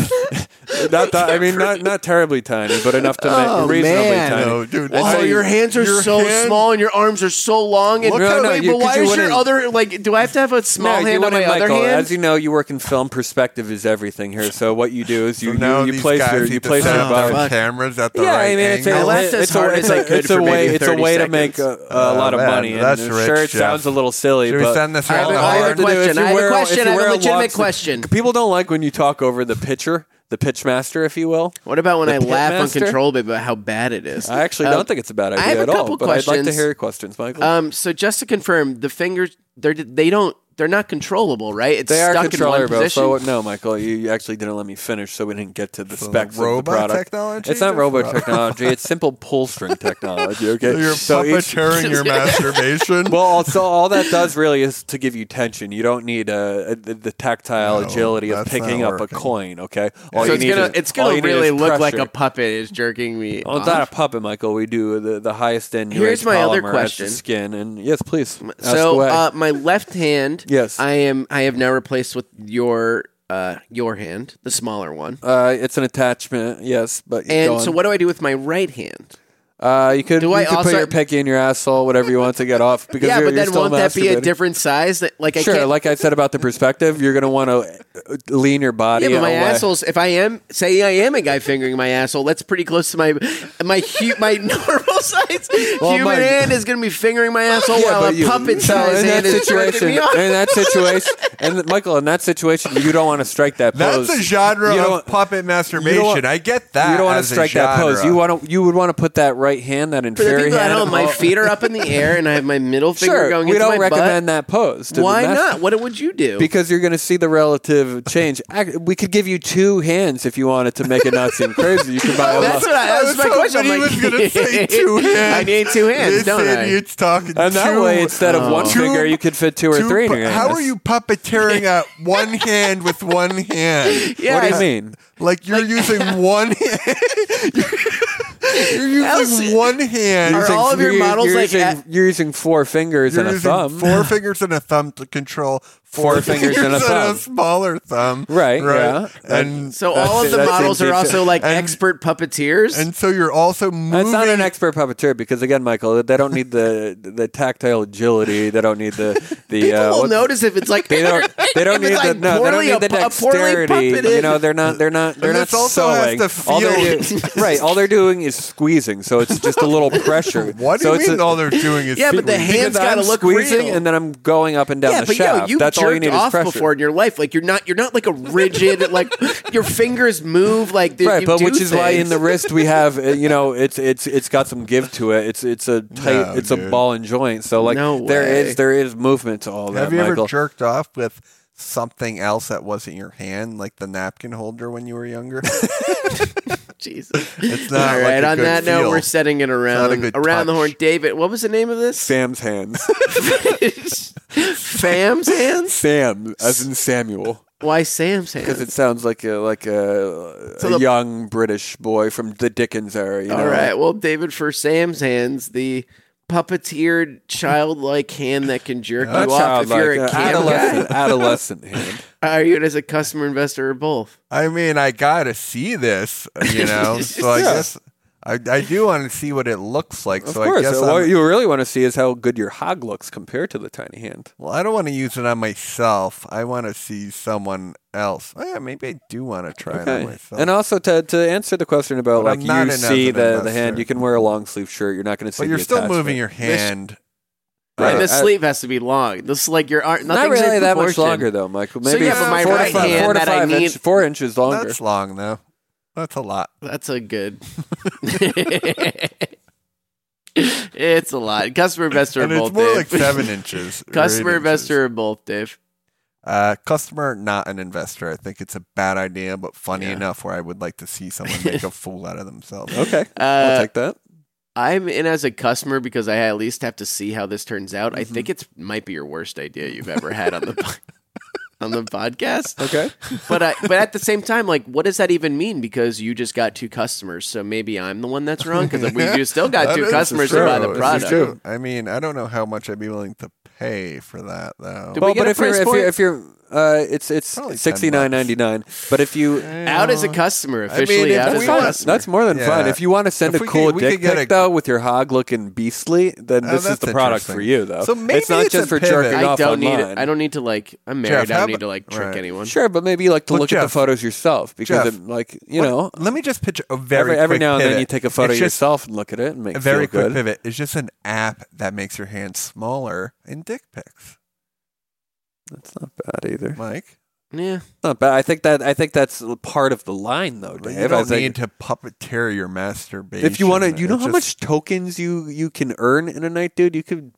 S5: not that, I mean, not not terribly tiny, but enough to make
S3: Oh,
S5: reasonably
S3: man.
S5: tiny.
S4: No, dude,
S5: And
S4: that's
S5: so
S3: Oh,
S4: how
S5: you-
S3: your hands are
S4: your
S3: so
S4: hand-
S3: small and your arms are so long. And
S5: Look how-
S3: Wait,
S5: no,
S3: wait,
S5: you-
S3: but
S5: 'cause
S3: why
S5: you
S3: is your
S5: wouldn't-
S3: other like? Do I have to have a small
S5: No,
S3: hand
S5: you
S3: on my
S5: wouldn't,
S3: other
S5: Michael.
S3: hand?
S5: As you know, you work in film. Perspective is everything here. So what you do is you
S4: So now
S5: you, you
S4: these
S5: place
S4: guys
S5: your
S4: need
S5: you
S4: to
S5: place your
S4: set up
S5: body.
S4: their cameras at the
S5: Yeah,
S4: right
S5: I mean, it's a,
S4: angle.
S3: I left
S5: it's
S3: as
S5: a,
S3: hard
S5: it's
S3: as I
S5: a-
S3: could
S5: it's a
S3: for
S5: way,
S3: maybe
S5: it's a
S3: 30
S5: way to
S3: seconds.
S5: make a, a lot of
S4: Oh, man,
S5: money.
S4: that's
S5: and
S4: rich,
S5: sure, it
S4: Jeff.
S5: sounds a little silly,
S4: Should we
S5: but
S4: send this
S5: all
S4: around
S5: you
S4: the horn?
S5: have to do
S3: I have a
S5: if you
S3: question. I have a
S5: wear
S3: question.
S5: if you
S3: I have a
S5: wear
S3: legitimate
S5: long sleeve-
S3: question.
S5: People don't like when you talk over the pitcher, the pitch master, if you will.
S3: What about when I
S5: pit
S3: laugh
S5: master?
S3: uncontrollably about how bad it is?
S5: I actually
S3: Um,
S5: don't think it's a bad
S3: I
S5: idea
S3: have a
S5: at
S3: couple
S5: all. But I'd like to
S3: questions.
S5: hear your questions, Michael.
S3: Um, so just to confirm, the fingers they're they don't they're not controllable, right? It's
S5: they are
S3: stuck in
S5: controller,
S3: one
S5: bro.
S3: position.
S5: So no, Michael, you you actually didn't let me finish, so we didn't get to the specs of the
S4: robot
S5: product.
S4: technology?
S5: It's not
S4: Just
S5: robot
S4: robot.
S5: technology. It's simple
S4: *laughs*
S5: pull string technology. Okay,
S4: So *laughs* you're
S5: each-
S4: puppeteering
S5: *laughs*
S4: your masturbation.
S5: well, also all that does really is to give you tension. You don't need uh, the, the tactile
S4: No,
S5: agility of
S4: that's
S5: picking
S4: not
S5: up a
S4: working.
S5: coin. Okay,
S3: So
S5: all you
S3: it's
S5: need
S3: gonna
S5: is-
S3: it's
S5: all
S3: gonna
S5: you need
S3: really
S5: is
S3: look like
S5: pressure.
S3: a puppet is jerking me.
S5: Well, it's
S3: off.
S5: not a puppet, Michael. We do the, the highest end.
S3: Here's
S5: Uranus
S3: my other
S5: polymer as the
S3: question.
S5: Skin and yes, please. ask
S3: so
S5: away.
S3: uh, my left hand,
S5: Yes.
S3: I am I have now replaced with your uh, your hand, the smaller one.
S5: Uh, it's an attachment, yes, but go
S3: And
S5: on.
S3: so what do I do with my right hand?
S5: Uh, you could,
S3: Do
S5: you
S3: I
S5: could
S3: also-
S5: put your pick in your asshole, whatever you want to get off. Because
S3: yeah,
S5: you're,
S3: but
S5: you're
S3: then
S5: still
S3: won't that be a
S5: masturbating.
S3: different size? That like I
S5: Sure,
S3: can't.
S5: like I said about
S3: *laughs*
S5: the perspective, you're gonna want to lean your body.
S3: yeah, but my
S5: away.
S3: assholes. If I am say I am a guy fingering my asshole, that's pretty close to my my hu- my *laughs* normal size
S5: Well,
S3: human
S5: my-
S3: hand is going to be fingering my asshole
S5: Yeah,
S3: while
S5: but
S3: a
S5: you- *laughs*
S3: puppet
S5: so
S3: size
S5: in that
S3: hand is jerking
S5: situation,
S3: me off.
S5: in that situation, and Michael, in that situation, you don't want to strike that pose.
S4: That's a genre
S5: You
S4: of
S5: don't-
S4: puppet
S5: you don't
S4: masturbation.
S5: want-
S4: I get that.
S5: You don't want
S4: as
S5: to
S4: a
S5: strike that pose.
S4: genre.
S5: You want to. You would want to put that right hand, that
S3: *laughs* For the
S5: inferior
S3: people at
S5: hand.
S3: home, my
S5: all-
S3: feet are up in the air, and I have my middle finger
S5: Sure,
S3: going
S5: we
S3: into
S5: don't
S3: my
S5: recommend
S3: butt.
S5: that pose. to the
S3: Why
S5: mas-
S3: not? What would you do?
S5: Because you're going to see the relative change. *laughs* Ac- We could give you two hands if you wanted to make it not seem crazy. You
S3: *laughs*
S5: could buy a lot.
S3: That's what I,
S4: I
S3: that was,
S4: was
S3: my
S4: hoping
S3: question. I'm
S4: he
S3: like,
S4: was
S5: *laughs*
S4: gonna say two hands.
S3: I need two hands,
S4: This
S3: don't I?
S4: idiot's talking.
S5: And that
S4: two-
S5: way, instead of
S3: Oh.
S5: one
S4: two-
S5: finger, you could fit two or
S4: two
S5: three in
S4: pu-
S5: your hand.
S4: How are you puppeteering
S5: *laughs*
S4: out one hand with one hand?
S3: Yeah,
S5: What do
S3: I-
S5: you mean?
S4: Like you're using
S5: *laughs*
S4: one hand. you're using
S3: Else-
S4: one hand.
S3: Are all of your
S5: You're-
S3: models
S5: you're
S3: like
S5: using,
S3: at-
S5: you're using four fingers
S4: you're
S5: and a
S4: using
S5: thumb. *laughs*
S4: four fingers and a thumb to control four,
S5: Four fingers and a thumb.
S4: smaller thumb.
S5: Right, yeah.
S4: And
S3: So
S5: That's
S3: all
S5: it,
S3: of the
S5: that's
S3: models are
S5: indeed-
S3: also like
S4: and-
S3: expert puppeteers.
S4: and so you're also
S5: That's
S4: moving.
S5: not an expert puppeteer because again, Michael, they don't need the the tactile agility. They don't need the the.
S3: People
S5: uh,
S3: will
S5: what-
S3: notice if it's like *laughs*
S5: They don't. They don't
S3: if
S5: need
S3: it's
S5: the
S3: like
S5: no. They don't
S3: poorly-
S5: need the
S3: a- a poorly
S5: dexterity.
S3: puppeted-
S5: You know, they're not. They're not. They're
S4: And
S5: not
S4: this also has
S5: sewing.
S4: to
S5: all they're
S4: feel-
S5: do- *laughs* right. All they're doing is squeezing. So it's just a little pressure.
S4: What do
S5: so
S4: you
S5: it's
S4: mean?
S5: a-
S4: all they're doing
S3: *laughs*
S4: is
S3: Yeah, but the
S4: squeeze?
S3: hand- Hands
S5: Because
S3: gotta
S5: I'm
S3: look
S5: squeezing,
S3: real.
S5: and then I'm going up and down
S3: yeah,
S5: the
S3: but
S5: shaft.
S3: yo, you've
S5: That's
S3: jerked
S5: all you need
S3: off
S5: is pressure.
S3: before in your life. Like you're not, you're not like a rigid. *laughs* Like your fingers move. Like th-
S5: Right,
S3: you
S5: but
S3: do
S5: which is why in
S3: things.
S5: the
S3: *laughs*
S5: wrist we have, uh, you know, it's it's it's got some give to it. It's it's a tight,
S4: No,
S5: it's a
S4: dude.
S5: ball and joint. So like
S3: No
S5: there
S3: way.
S5: is there is movement to all that.
S4: Have you
S5: Michael.
S4: ever jerked off with something else that wasn't your hand, like the napkin holder when you were
S5: *laughs*
S4: younger?
S3: *laughs* Jesus.
S4: It's not
S3: All
S4: like
S3: right.
S4: a
S3: on
S4: good
S3: that note,
S4: feel.
S3: we're setting it
S4: not a
S3: around
S4: good
S3: around the
S4: touch.
S3: horn. David, what was the name of this?
S5: Sam's hands. *laughs*
S3: *laughs* Sam's hands.
S5: Sam, as in Samuel,
S3: Why
S5: *laughs*
S3: Sam's
S5: because
S3: hands?
S5: it sounds like a like a,
S3: So
S5: a
S3: the-
S5: young British boy from the Dickens era. You know?
S3: All right. Well, David, for Sam's hands, the puppeteered childlike hand that can jerk
S5: That
S3: you off if
S5: sounds
S3: you're
S5: like
S3: a
S5: an
S3: cam guy.
S5: uh, adolescent, adolescent hand.
S3: *laughs* Are you as a customer investor or both?
S4: I mean, I gotta see this, you
S5: *laughs*
S4: know. so I
S5: Yeah.
S4: guess I, I do want to see what it looks like.
S5: Of
S4: so I
S5: course,
S4: guess
S5: uh,
S4: I'm-
S5: what you really want to see is how good your hog looks compared to the tiny hand.
S4: Well, I don't want to use it on myself. I want to see someone else. Oh, yeah, maybe I do want to try it on
S5: Okay.
S4: myself.
S5: And also to, to answer the question about
S4: But
S5: like
S4: I'm not
S5: you
S4: an- as
S5: see
S4: an
S5: the, the
S4: investor.
S5: hand, you can wear a long sleeve shirt. You're not going to see.
S4: but you're
S5: the
S4: still
S5: attachment.
S4: moving your hand.
S5: Right.
S3: and the
S5: Uh, I-
S3: sleeve has to be long. This is like your arm.
S5: Not really that much longer though, Michael.
S3: So
S5: Maybe
S3: yeah, but my
S5: four
S4: right
S5: to five,
S4: hand
S5: four to
S3: that I
S5: five
S3: need-
S5: inch, four inches longer.
S4: That's long though. That's a lot.
S3: That's a
S5: *laughs*
S3: good. *laughs* it's a lot. Customer investor or
S4: And
S3: both.
S4: it's more
S3: Dave.
S4: like seven
S5: *laughs*
S4: inches. or
S3: *laughs*
S4: eight
S3: Customer investor
S4: inches.
S3: or both, Dave.
S4: Uh, customer, not an investor. I think it's a bad idea, but funny
S3: Yeah.
S4: enough where I would like to see someone
S5: *laughs*
S4: make a fool out of themselves.
S5: okay,
S3: Uh,
S5: I'll take that.
S3: I'm in as a customer because I at least have to see how this turns out.
S4: Mm-hmm.
S3: I think it's might be your worst idea you've ever had on the po- *laughs* on the podcast.
S5: Okay.
S3: But I, but at the same time, like, what does that even mean? Because you just got two customers, so maybe I'm the one that's wrong because we you still got
S4: *laughs* That
S3: two
S4: is
S3: customers
S4: true.
S3: to buy the
S4: This is
S3: product.
S4: true. I mean, I don't know how much I'd be willing to pay for that though.
S3: Do we
S5: Well,
S3: get
S5: but
S3: a
S5: if you're,
S3: price
S5: if you're
S3: point?
S5: if you're uh, it's
S4: Probably
S5: it's
S4: 10
S5: sixty nine ninety nine. But if you
S3: Out as a customer,
S4: mean,
S3: officially
S4: if
S3: out
S4: we
S3: as a
S4: want-
S3: customer.
S5: that's more than fun.
S4: Yeah.
S5: If you want to send
S4: If
S5: a
S4: we
S5: cool
S4: could- we
S5: dick
S4: could get
S5: pic
S4: a-
S5: though with your hog looking beastly, then
S4: Oh,
S5: this is
S4: that's
S5: the product
S4: interesting.
S5: for you though.
S4: So maybe
S5: it's not
S4: it's
S5: just
S4: a
S5: for
S4: pivot.
S5: jerking
S4: I
S3: I
S5: off
S3: don't
S5: online.
S3: need it. I don't need to like. I'm married.
S4: Jeff,
S3: I
S4: how
S3: don't need
S4: about-
S3: to like trick
S4: right.
S3: anyone.
S5: Sure, but maybe you like to
S4: But
S5: look at the
S4: Jeff-
S5: photos yourself because
S4: Jeff,
S5: it, like you
S4: Let-
S5: know
S4: let me just picture a very
S5: every, every
S4: quick
S5: now and then
S4: pivot.
S5: you take a photo
S4: It's just
S5: yourself and look at it and make
S4: A
S5: it
S4: very
S5: feel
S4: quick
S5: good.
S4: pivot. It's just an app that makes your hand smaller in dick pics,
S5: That's not bad either.
S4: Mike.
S3: Yeah.
S5: Not bad. I think that I think that's part of the line though,
S4: Like,
S5: Dave.
S4: you
S5: I
S4: don't
S5: think,
S4: need to puppeteer your masturbation.
S5: if you want to, you know
S4: It's
S5: how
S4: just-
S5: much tokens you you can earn in a night, dude. You could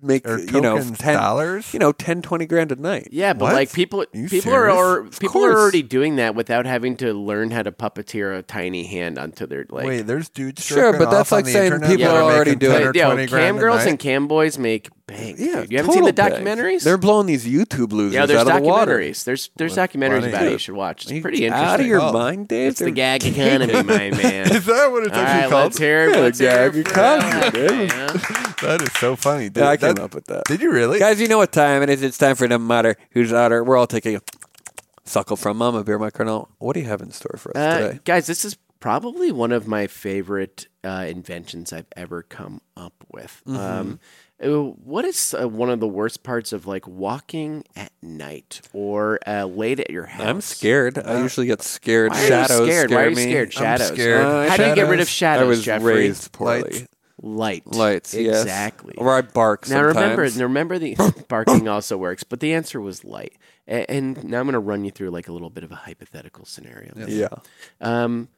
S5: make
S4: or
S5: you know
S4: tokens,
S5: ten,
S4: dollars.
S5: you know 10, 20 grand a night.
S3: Yeah, but
S4: What?
S3: like people,
S4: you
S3: people are,
S4: serious?
S3: are
S5: Of
S3: people are
S5: course.
S3: already doing that without having to learn how to puppeteer a tiny hand onto their like.
S4: Wait, there's dudes.
S5: Sure,
S4: jerking
S5: but
S4: off
S5: that's
S4: on
S5: like
S4: the
S5: saying
S4: internet
S5: people
S4: that
S3: are
S5: already
S4: making
S5: doing
S4: 10
S5: it.
S4: or
S3: yo,
S4: 20 grand
S3: cam
S4: a
S3: girls
S4: night.
S3: and cam boys make bank.
S5: Yeah,
S3: dude. you haven't seen the
S5: total bank.
S3: documentaries?
S5: They're blowing these YouTube losers
S3: yeah, there's
S5: out of the water.
S3: documentaries. There's there's
S4: What-
S3: documentaries
S4: why
S3: about it
S4: not?
S3: you should watch.
S5: Are you
S3: It's pretty interesting.
S5: Out of your
S4: Oh.
S5: mind, Dave.
S3: it's the
S5: They're-
S3: gag *laughs*
S5: *laughs*
S3: economy, my man.
S4: *laughs* Is that what it's
S3: All
S4: actually
S3: right,
S4: called?
S3: let's hear
S5: Yeah,
S3: it.
S5: the
S3: Let's hear
S5: gag
S3: it for
S5: economy, dude.
S3: Alabama.
S4: That is so funny. Did,
S5: Yeah, I came
S4: that-
S5: up with that.
S4: Did you really?
S5: Guys, you know what time it is. It's time for the matter. Who's otter? We're all taking a suckle from Mama Beer, my Colonel. What do you have in store for us
S3: Uh,
S5: today?
S3: guys, this is probably one of my favorite uh, inventions I've ever come up with.
S5: Mm-hmm.
S3: Um, uh, what is uh, one of the worst parts of like walking at night or uh, late at your house?
S5: I'm scared. I usually get scared.
S3: Uh, Why are you
S5: Shadows
S3: scared?
S5: scare
S3: Why are you
S5: me.
S3: scared?
S4: I'm
S3: Shadows.
S4: scared.
S5: Uh,
S3: How do you get rid of
S5: I
S3: shadows,
S5: was
S3: Jeffrey?
S5: raised poorly.
S4: Lights.
S3: Light.
S5: Lights, yes.
S3: Exactly.
S5: Or I bark
S3: Now remember,
S5: sometimes.
S3: now remember
S5: *laughs*
S3: the barking also works, but the answer was light. A- And now I'm going to run you through like a little bit of a hypothetical scenario.
S5: Yeah.
S3: Um,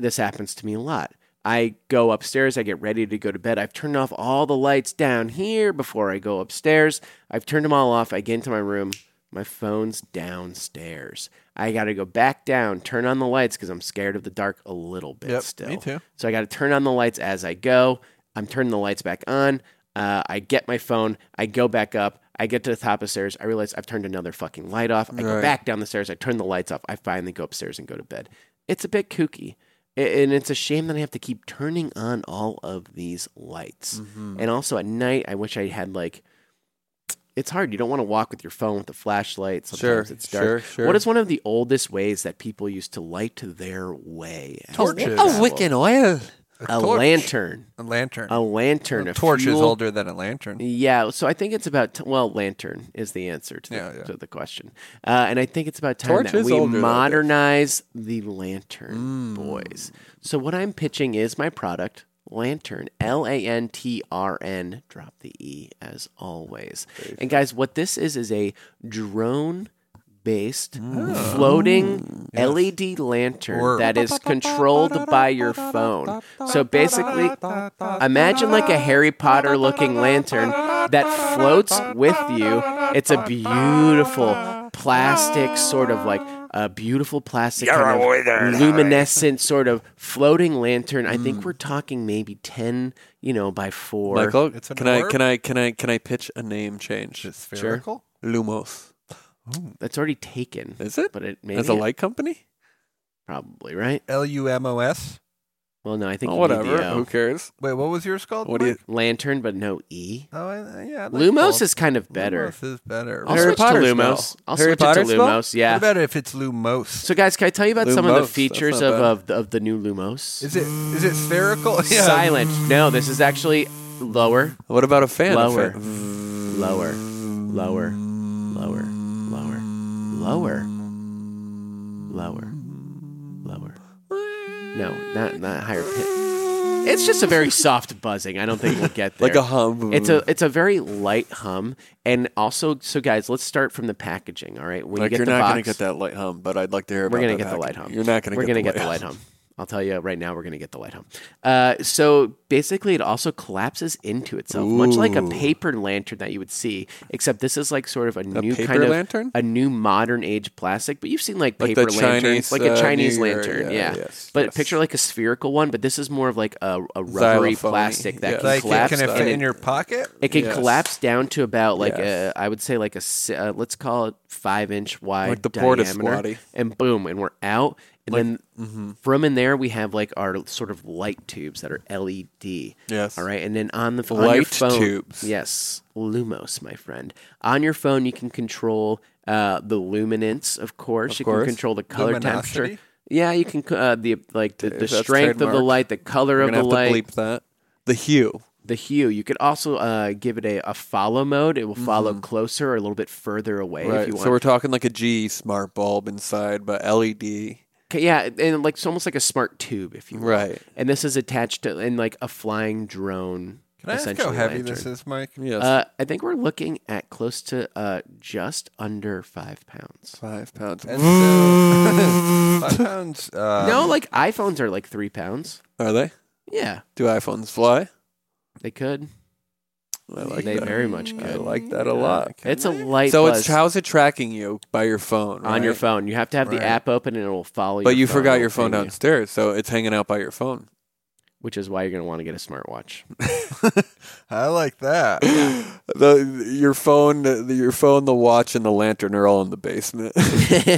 S3: this happens to me a lot. I go upstairs, I get ready to go to bed. I've turned off all the lights down here before I go upstairs. I've turned them all off. I get into my room. My phone's downstairs. I got to go back down, turn on the lights because I'm scared of the dark a little bit
S4: Yep,
S3: still.
S4: me too.
S3: So I got to turn on the lights as I go. I'm turning the lights back on. Uh, I get my phone. I go back up. I get to the top of the stairs. I realize I've turned another fucking light off. I go
S5: Right.
S3: back down the stairs. I turn the lights off. I finally go upstairs and go to bed. It's a bit kooky. A- And it's a shame that I have to keep turning on all of these lights. And also at night, I wish I had like, it's hard. You don't want to walk with your phone with a flashlight. Sometimes
S5: Sure,
S3: it's dark.
S5: sure, sure.
S3: What is one of the oldest ways that people used to light their way? as
S4: Torches.
S3: they
S4: A
S3: traveled?
S5: oil.
S3: a
S4: torch.
S3: lantern,
S4: a lantern.
S3: a lantern,
S4: a
S3: a
S4: torch is
S3: fuel-
S4: older than a lantern.
S3: Yeah, so I think it's about t- well, lantern is the answer to the,
S4: Yeah, yeah.
S3: To the question, uh, and I think it's about time
S5: Torch
S3: that
S5: is
S3: we
S5: older than a
S3: modernize the lantern, boys. So what I'm pitching is my product. Lantern, L A N T R N, drop the E as always. And guys, what this is is a drone based floating LED lantern
S4: Or-
S3: that is controlled by your phone. So basically, imagine like a Harry Potter looking lantern that floats with you. It's a beautiful plastic sort of like a beautiful plastic kind of luminescent sort of floating lantern. I think we're talking maybe ten, you know, by four.
S5: Michael,
S4: It's an
S5: can I
S4: orb?
S5: can I can I can I pitch a name change?
S4: spherical.
S5: Lumos.
S3: That's already taken.
S5: Is it?
S3: But it maybe
S5: As a light company?
S3: probably right.
S4: L U M O S.
S3: Well, no, I think
S5: Oh,
S3: you need the
S5: whatever.
S3: O.
S5: Who cares?
S4: Wait, what was yours called?
S5: What do you?
S4: Mike?
S3: lantern, but no E.
S4: Oh, I, yeah. I like
S3: Lumos
S4: both.
S3: is kind of better.
S4: Lumos is better.
S3: I'll
S5: Harry
S3: switch
S5: Potter
S3: to
S5: smell.
S3: Lumos. I'll
S5: Harry
S3: switch
S5: Potter
S3: it to
S5: smell?
S3: Lumos. Yeah.
S4: What about if it's Lumos?
S3: so, guys, can I tell you about some
S5: Lumos,
S3: of the
S5: that's
S3: features
S5: not
S3: of,
S5: bad.
S3: of, the- of the new Lumos?
S4: is it is it spherical? *laughs* Yeah.
S3: silent? No, this is actually lower,
S5: What about a fan?
S3: Lower.
S5: effect?
S3: lower, lower, lower, lower, lower, lower, lower. No, not not higher pitch. It's just a very soft buzzing. I don't think we'll
S5: *laughs*
S3: get there.
S5: Like a hum.
S3: It's a it's a very light hum, and also so guys, let's start from the packaging. All right, when
S5: Like
S3: you
S5: you are
S3: get the
S5: not
S3: box,
S5: gonna get that light hum, but I'd like to hear.
S3: we're
S5: about
S3: gonna
S5: that
S3: get the
S5: package.
S3: light hum.
S5: You're not gonna.
S3: We're
S5: get
S3: gonna
S5: the
S3: get
S5: light
S3: the light hum. I'll tell you right now, we're gonna get the light hum. Uh, so basically, it also collapses into itself, much like a paper lantern that you would see, except this is like sort of a, new
S5: paper
S3: kind of
S5: lantern?
S3: a new modern age plastic. But you've seen like
S5: Like
S3: paper
S5: the
S3: lanterns,
S5: Chinese,
S3: like a
S5: uh,
S3: Chinese
S5: New Year,
S3: lantern,
S5: yeah,
S3: yeah.
S5: yes,
S3: but
S5: yes.
S3: picture like a spherical one, but this is more of like a, a rubbery
S5: Xylophony,
S3: plastic that
S5: yeah.
S3: can
S4: Like,
S3: collapse.
S4: can it fit
S3: and
S4: in your pocket?
S3: It can
S5: Yes.
S3: collapse down to about like
S5: Yes.
S3: a, I would say like a si- uh, let's call it five inch wide
S5: Like the
S3: diameter,
S5: Portis Waddy.
S3: and boom, and we're out. And then
S5: mm-hmm.
S3: from in there we have like our sort of light tubes that are LED.
S5: Yes.
S3: All right, and then on the on your
S5: Light
S3: phone,
S5: tubes.
S3: Yes, Lumos, my friend. On your phone, you can control uh, the luminance, of course. you
S5: course.
S3: can control the color temperature.
S4: Luminosity?
S3: Yeah, you can c- uh, the like the, the
S5: That's
S3: strength of the
S5: trademark.
S3: light, the color
S5: We're
S3: of
S5: gonna
S3: the
S5: have
S3: light
S5: to bleep that. The hue.
S3: the hue. You could also uh, give it a, a follow mode. It will follow closer or a little bit further away if
S5: Mm-hmm. Right.
S3: you want.
S5: So we're talking like a G smart bulb inside, but E LED.
S3: Okay, yeah, and like it's almost like a smart tube, if you will.
S5: Right.
S3: And this is attached to in like a flying drone.
S4: Can I ask how
S3: essentially
S4: heavy
S3: lantern.
S4: this is, Mike?
S5: Yes.
S3: Uh, I think we're looking at close to uh, just under five pounds.
S5: Five
S3: *laughs*
S5: pounds.
S4: And so, *laughs*
S3: Mm.
S4: five pounds. Uh,
S5: um,
S3: no, like iPhones are like three pounds.
S5: Are they?
S3: Yeah,
S5: Do iPhones fly?
S3: they could.
S5: I like
S3: they
S5: that.
S3: very much
S5: I
S3: could.
S5: like that a lot.
S3: it's a light.
S5: So
S3: buzz
S5: it's how's it tracking you by your phone?
S3: on your
S5: right?
S3: phone. You have to have
S4: Right.
S3: the app open, and it will follow.
S5: But
S3: your
S5: you
S3: phone.
S5: forgot
S3: It
S5: your
S3: will
S5: phone
S3: ping you.
S5: downstairs, so it's hanging out by your phone.
S3: which is why you're going to want to get a smartwatch.
S4: *laughs* I
S3: *laughs*
S4: like that.
S5: *laughs* The your phone, the, your phone, the watch, and the lantern are all in the
S3: *laughs*
S5: basement.
S3: Can
S4: I ask
S3: well,
S4: you-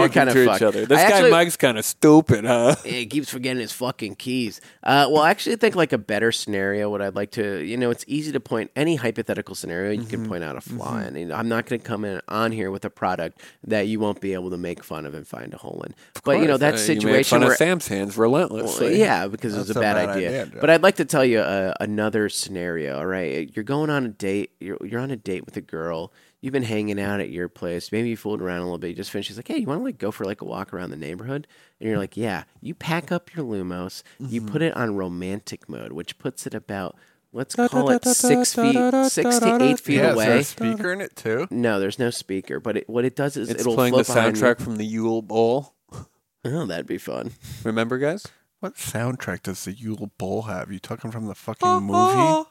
S3: you're
S5: Talking
S3: kind of
S5: to
S3: fucked.
S5: each other. This
S3: I
S5: guy
S3: actually,
S5: Mike's kind of stupid, huh?
S3: He keeps forgetting his fucking keys. Uh, well, I actually think like a better scenario. What I'd like to, you know, it's easy to point any hypothetical scenario. You
S5: Mm-hmm.
S3: can point out a flaw, in. and I'm not going to come in on here with a product that you won't be able to make fun of and find a hole in. But you know that
S5: Uh, you made
S3: situation
S5: fun
S3: where
S5: of Sam's hands
S3: Well,
S5: relentlessly.
S3: yeah, because it was a
S4: That's
S3: bad, idea.
S4: Joe.
S3: But I'd like to tell you uh, another scenario. All right, you're going on a date. You're you're on a date with a girl. You've been hanging out at your place. Maybe you fooled around a little bit. You just finished. She's like, "Hey, you want to like go for like a walk around the neighborhood?" And you're like, "Yeah." You pack up your Lumos. You put it on romantic mode, which puts it about let's call it six feet, six to eight feet
S4: yeah, Is there
S3: away.
S4: a speaker in it too?
S3: No, there's no speaker, but it, what it does is
S5: it's
S3: it'll
S5: playing the
S3: float behind you.
S5: soundtrack from the Yule Bowl.
S3: Oh, that'd be fun.
S5: Remember, guys?
S4: What soundtrack does the Yule Bowl have? You talking from the fucking movie? No,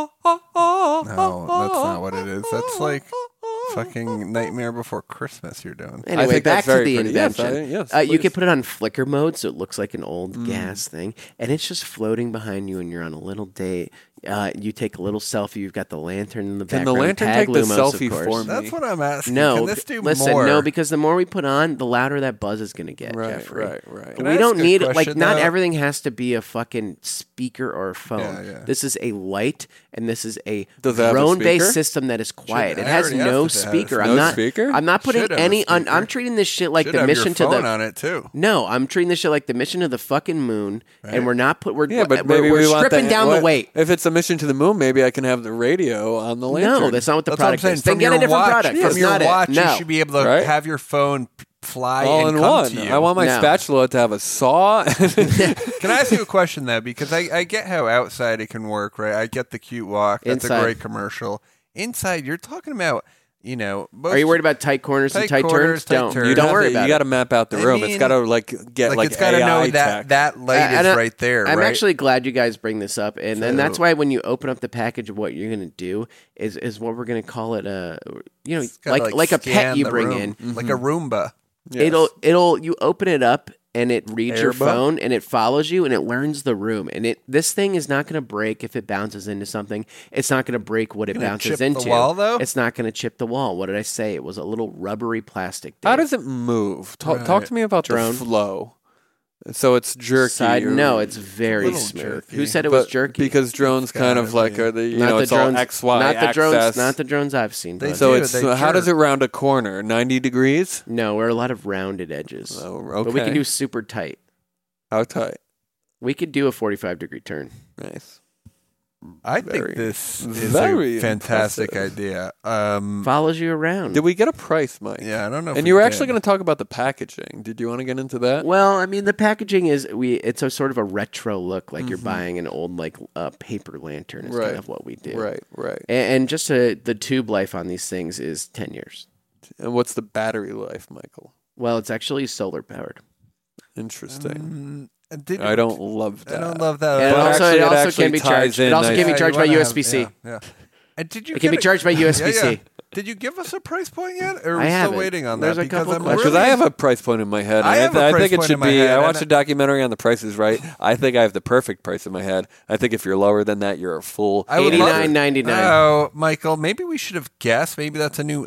S4: that's not what it is. That's like oh. fucking Nightmare Before Christmas. You're doing.
S3: Anyway,
S5: think
S3: back
S5: that's
S3: to
S5: very
S3: the
S5: pretty. Yes,
S3: invention.
S5: I- yes,
S3: uh, you
S5: please. Mm.
S3: can put it on flicker mode, so it looks like an old gas thing, and it's just floating behind you, and you're on a little date. Uh, you take a little selfie. You've got the lantern in the
S5: Can the
S3: background.
S5: lantern
S3: Tag
S5: take the
S3: Lumos, of
S5: selfie
S3: course.
S5: for me?
S4: That's what I'm asking.
S3: No,
S4: Can this do
S3: listen,
S4: more?
S3: no, because the more we put on, the louder that buzz is going to get,
S5: Right,
S3: Jeffrey.
S5: right, right.
S4: Can
S3: we
S4: I
S3: don't
S4: ask a
S3: need like
S4: question,
S3: not
S4: though?
S3: everything has to be a fucking speaker or a phone.
S4: Yeah, yeah.
S3: This is a light, and this is a
S5: Does it have a
S3: drone-based
S5: speaker?
S3: system that is quiet.
S4: Should-
S3: it
S4: I
S3: has
S4: already asked
S3: no
S4: if it has-
S3: speaker. I'm
S5: No
S3: not.
S5: speaker?
S3: I'm not putting
S4: Should have a
S3: any. Un,
S4: speaker.
S3: I'm treating this shit like
S4: Should
S3: the
S4: have
S3: mission
S4: your phone
S3: to the.
S4: on it too.
S3: No, I'm treating this shit like the mission of the fucking moon, and we're not put. We're
S5: Yeah, but
S3: we're,
S5: maybe
S3: we're
S5: we want
S3: stripping
S5: the-
S3: down the
S5: what-
S3: weight.
S5: If it's a mission to the moon, maybe I can have the radio on the lantern.
S3: No, that's not what the
S4: That's what I'm
S3: product
S4: saying.
S3: is. Then
S4: From
S3: get a
S4: your
S3: different
S4: watch,
S3: product.
S4: From
S3: It's
S4: your
S3: not
S4: watch,
S3: it. No.
S4: you should be able to
S5: Right?
S4: have your phone p- fly
S5: all
S4: and
S5: in
S4: come
S5: one.
S4: to you.
S3: *laughs*
S5: I want my
S3: No.
S5: spatula to have
S3: *laughs*
S5: a saw. *laughs*
S4: Can I ask you a question though? Because I, I get how outside it can work, right? I get the cute walk. That's
S3: Inside.
S4: a great commercial. Inside, you're talking about you know, most,
S3: Are you worried about tight corners and
S4: Tight
S3: tight turns?
S4: corners, tight
S3: don't
S4: turns.
S3: you
S5: have
S3: don't
S5: to-
S3: worry about
S5: You
S3: it.
S5: got to map out the
S4: I
S5: room. it's
S4: mean,
S5: got to like get
S4: like,
S5: like
S4: it's got to
S5: AI
S4: know that
S5: tech.
S4: that light
S3: And
S4: is
S3: I-
S4: right there.
S3: I'm
S4: right?
S3: actually glad you guys bring this up, and then that's why when you open up the package of what you're going to do is is what we're going to call it a you know
S4: Gotta,
S3: like like, a pet
S4: scan
S3: you
S4: the
S3: bring
S4: room,
S3: in. Mm-hmm.
S4: like a Roomba.
S3: It'll it'll you open it up and it reads your
S5: Airbo?
S3: phone and it follows you and it learns the room and it this thing is not going to break if it bounces into something. It's not going to break what it
S4: Gonna
S3: bounces
S4: chip the
S3: into.
S4: wall, though?
S3: It's not going to chip the wall. What did I say? It was a little rubbery plastic.
S5: How
S3: Dave.
S5: does it move? Talk, talk to me about
S3: Drone.
S5: the flow. So it's jerky.
S3: side?
S5: or-
S3: No, it's very
S4: Little
S3: smooth.
S4: jerky.
S3: Who said it
S5: but
S3: was jerky?
S5: because drones kind of like are the you know it's all X Y
S3: not the
S5: axis.
S3: drones, not the drones I've seen.
S4: They
S3: bud.
S5: so
S4: Dude,
S5: it's
S4: they
S5: how does it
S4: jerk.
S5: round a corner? Ninety degrees?
S3: no, we're a lot of rounded edges.
S5: Oh,
S3: But we
S5: okay.
S3: can do super tight.
S5: How tight?
S3: We could do a forty-five degree turn.
S5: Nice.
S4: I think
S5: Very-
S4: this is
S5: very
S4: a fantastic
S5: impressive.
S4: idea. Um,
S3: Follows you around.
S5: Did we get a price, Mike?
S4: yeah, I don't know. if
S5: And
S4: we
S5: you were
S4: did.
S5: actually going to talk about the packaging. Did you want to get into that?
S3: Well, I mean, the packaging is we. It's a sort of a retro look, like you're buying an old like uh, paper lantern. Is
S5: Mm-hmm. Right.
S3: kind of what we do.
S5: Right, right.
S3: A- And, just uh the tube life on these things is ten years.
S5: And what's the battery life, Michael?
S3: Well, it's actually solar powered.
S5: Interesting.
S4: Did-
S5: I don't love that.
S4: Um, I don't love that.
S3: And
S4: at
S5: But
S4: all.
S3: also,
S5: actually,
S3: it
S5: it
S3: also
S5: actually
S3: can be
S5: ties
S3: charged. It
S5: in
S3: also
S5: nicely.
S3: can be
S5: Yeah,
S3: charged
S4: you
S3: by
S4: wanna have-
S3: USB C.
S4: yeah, yeah. Uh, did you
S3: It can be
S4: get
S3: charged by
S4: Yeah,
S3: USB-C.
S4: yeah. Did you give us a price point yet? Or are
S3: I
S4: we still
S3: haven't.
S4: waiting on
S3: There's
S4: that?
S3: a
S4: because
S3: couple
S4: I'm
S3: questions.
S5: Because
S4: really-
S5: I have a price point in my head.
S4: I
S5: and
S4: have a
S5: th- I
S4: price
S5: think it
S4: point in
S5: should
S4: my
S5: be.
S4: head,
S5: I
S4: and
S5: watched
S4: I-
S5: a documentary on the
S4: *laughs*
S5: prices, right? I think I have the perfect price in my head. I think if you're lower than that, you're a fool.
S4: I would love-
S3: Eighty-nine ninety-nine.
S4: Oh, Michael, maybe we should have guessed. Maybe that's a new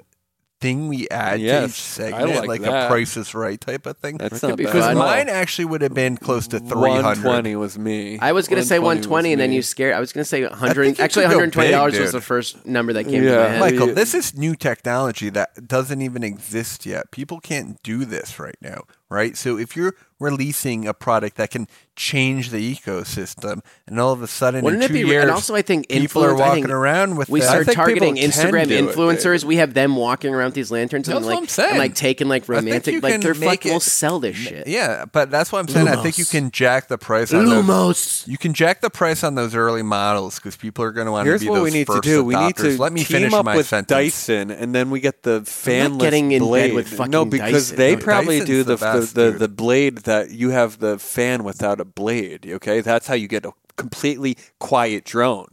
S4: thing we add to
S5: Yes,
S4: each
S5: I
S4: segment,
S5: like
S4: a
S5: that.
S4: Price is Right type of thing.
S5: That's
S3: could
S5: not
S3: be
S5: bad.
S3: fun.
S5: at
S4: Because
S5: all.
S4: mine actually would have been close to 300.
S5: 120 was me.
S3: I was gonna say 120,
S5: was
S3: and then
S5: me.
S3: you scared. I was gonna say
S4: I think
S3: 100.
S4: you
S3: Actually,
S4: could go
S3: 120 dollars
S4: big,
S3: was
S4: dude.
S3: the first number that came to
S5: Yeah.
S3: my head.
S5: Like-
S4: Michael,
S5: you-
S4: this is new technology that doesn't even exist yet. People can't do this right now, right? So if you're releasing a product that can change the ecosystem, and all of a sudden
S3: Wouldn't
S4: in
S3: it
S4: two
S3: be?
S4: years,
S3: and also, I think
S4: people are
S3: influence- I
S4: walking
S3: think
S4: around with
S3: we
S4: that.
S3: start
S5: think people
S3: targeting
S5: can
S3: Instagram
S5: do it, dude.
S3: influencers. we have them walking around with these lanterns
S5: That's
S3: and
S5: what
S3: like
S5: I'm saying.
S3: and like taking like
S4: think you
S3: romantic like
S4: can
S3: they're
S4: make
S3: fucking
S4: it-
S3: will sell this shit.
S4: Yeah, but that's what I'm saying. I think you can jack the price on those.
S3: Lumos.
S4: You can jack the price on those early models because people are going to want to
S5: Here's
S4: be
S5: what
S4: those
S5: we need to
S4: first
S5: do. We need
S4: adopters.
S5: to
S4: Let me
S5: team
S4: finish
S5: up
S4: my
S5: with
S4: sentence.
S5: Dyson, and then we get the fanless
S3: getting in bed
S5: blade.
S3: with fucking
S5: no, because
S3: Dyson.
S5: they
S4: No,
S5: probably
S4: Dyson's
S5: do the
S4: the best,
S5: the, the,
S4: dude.
S5: the blade that you have the fan without a blade. Okay, that's how you get a completely quiet drone.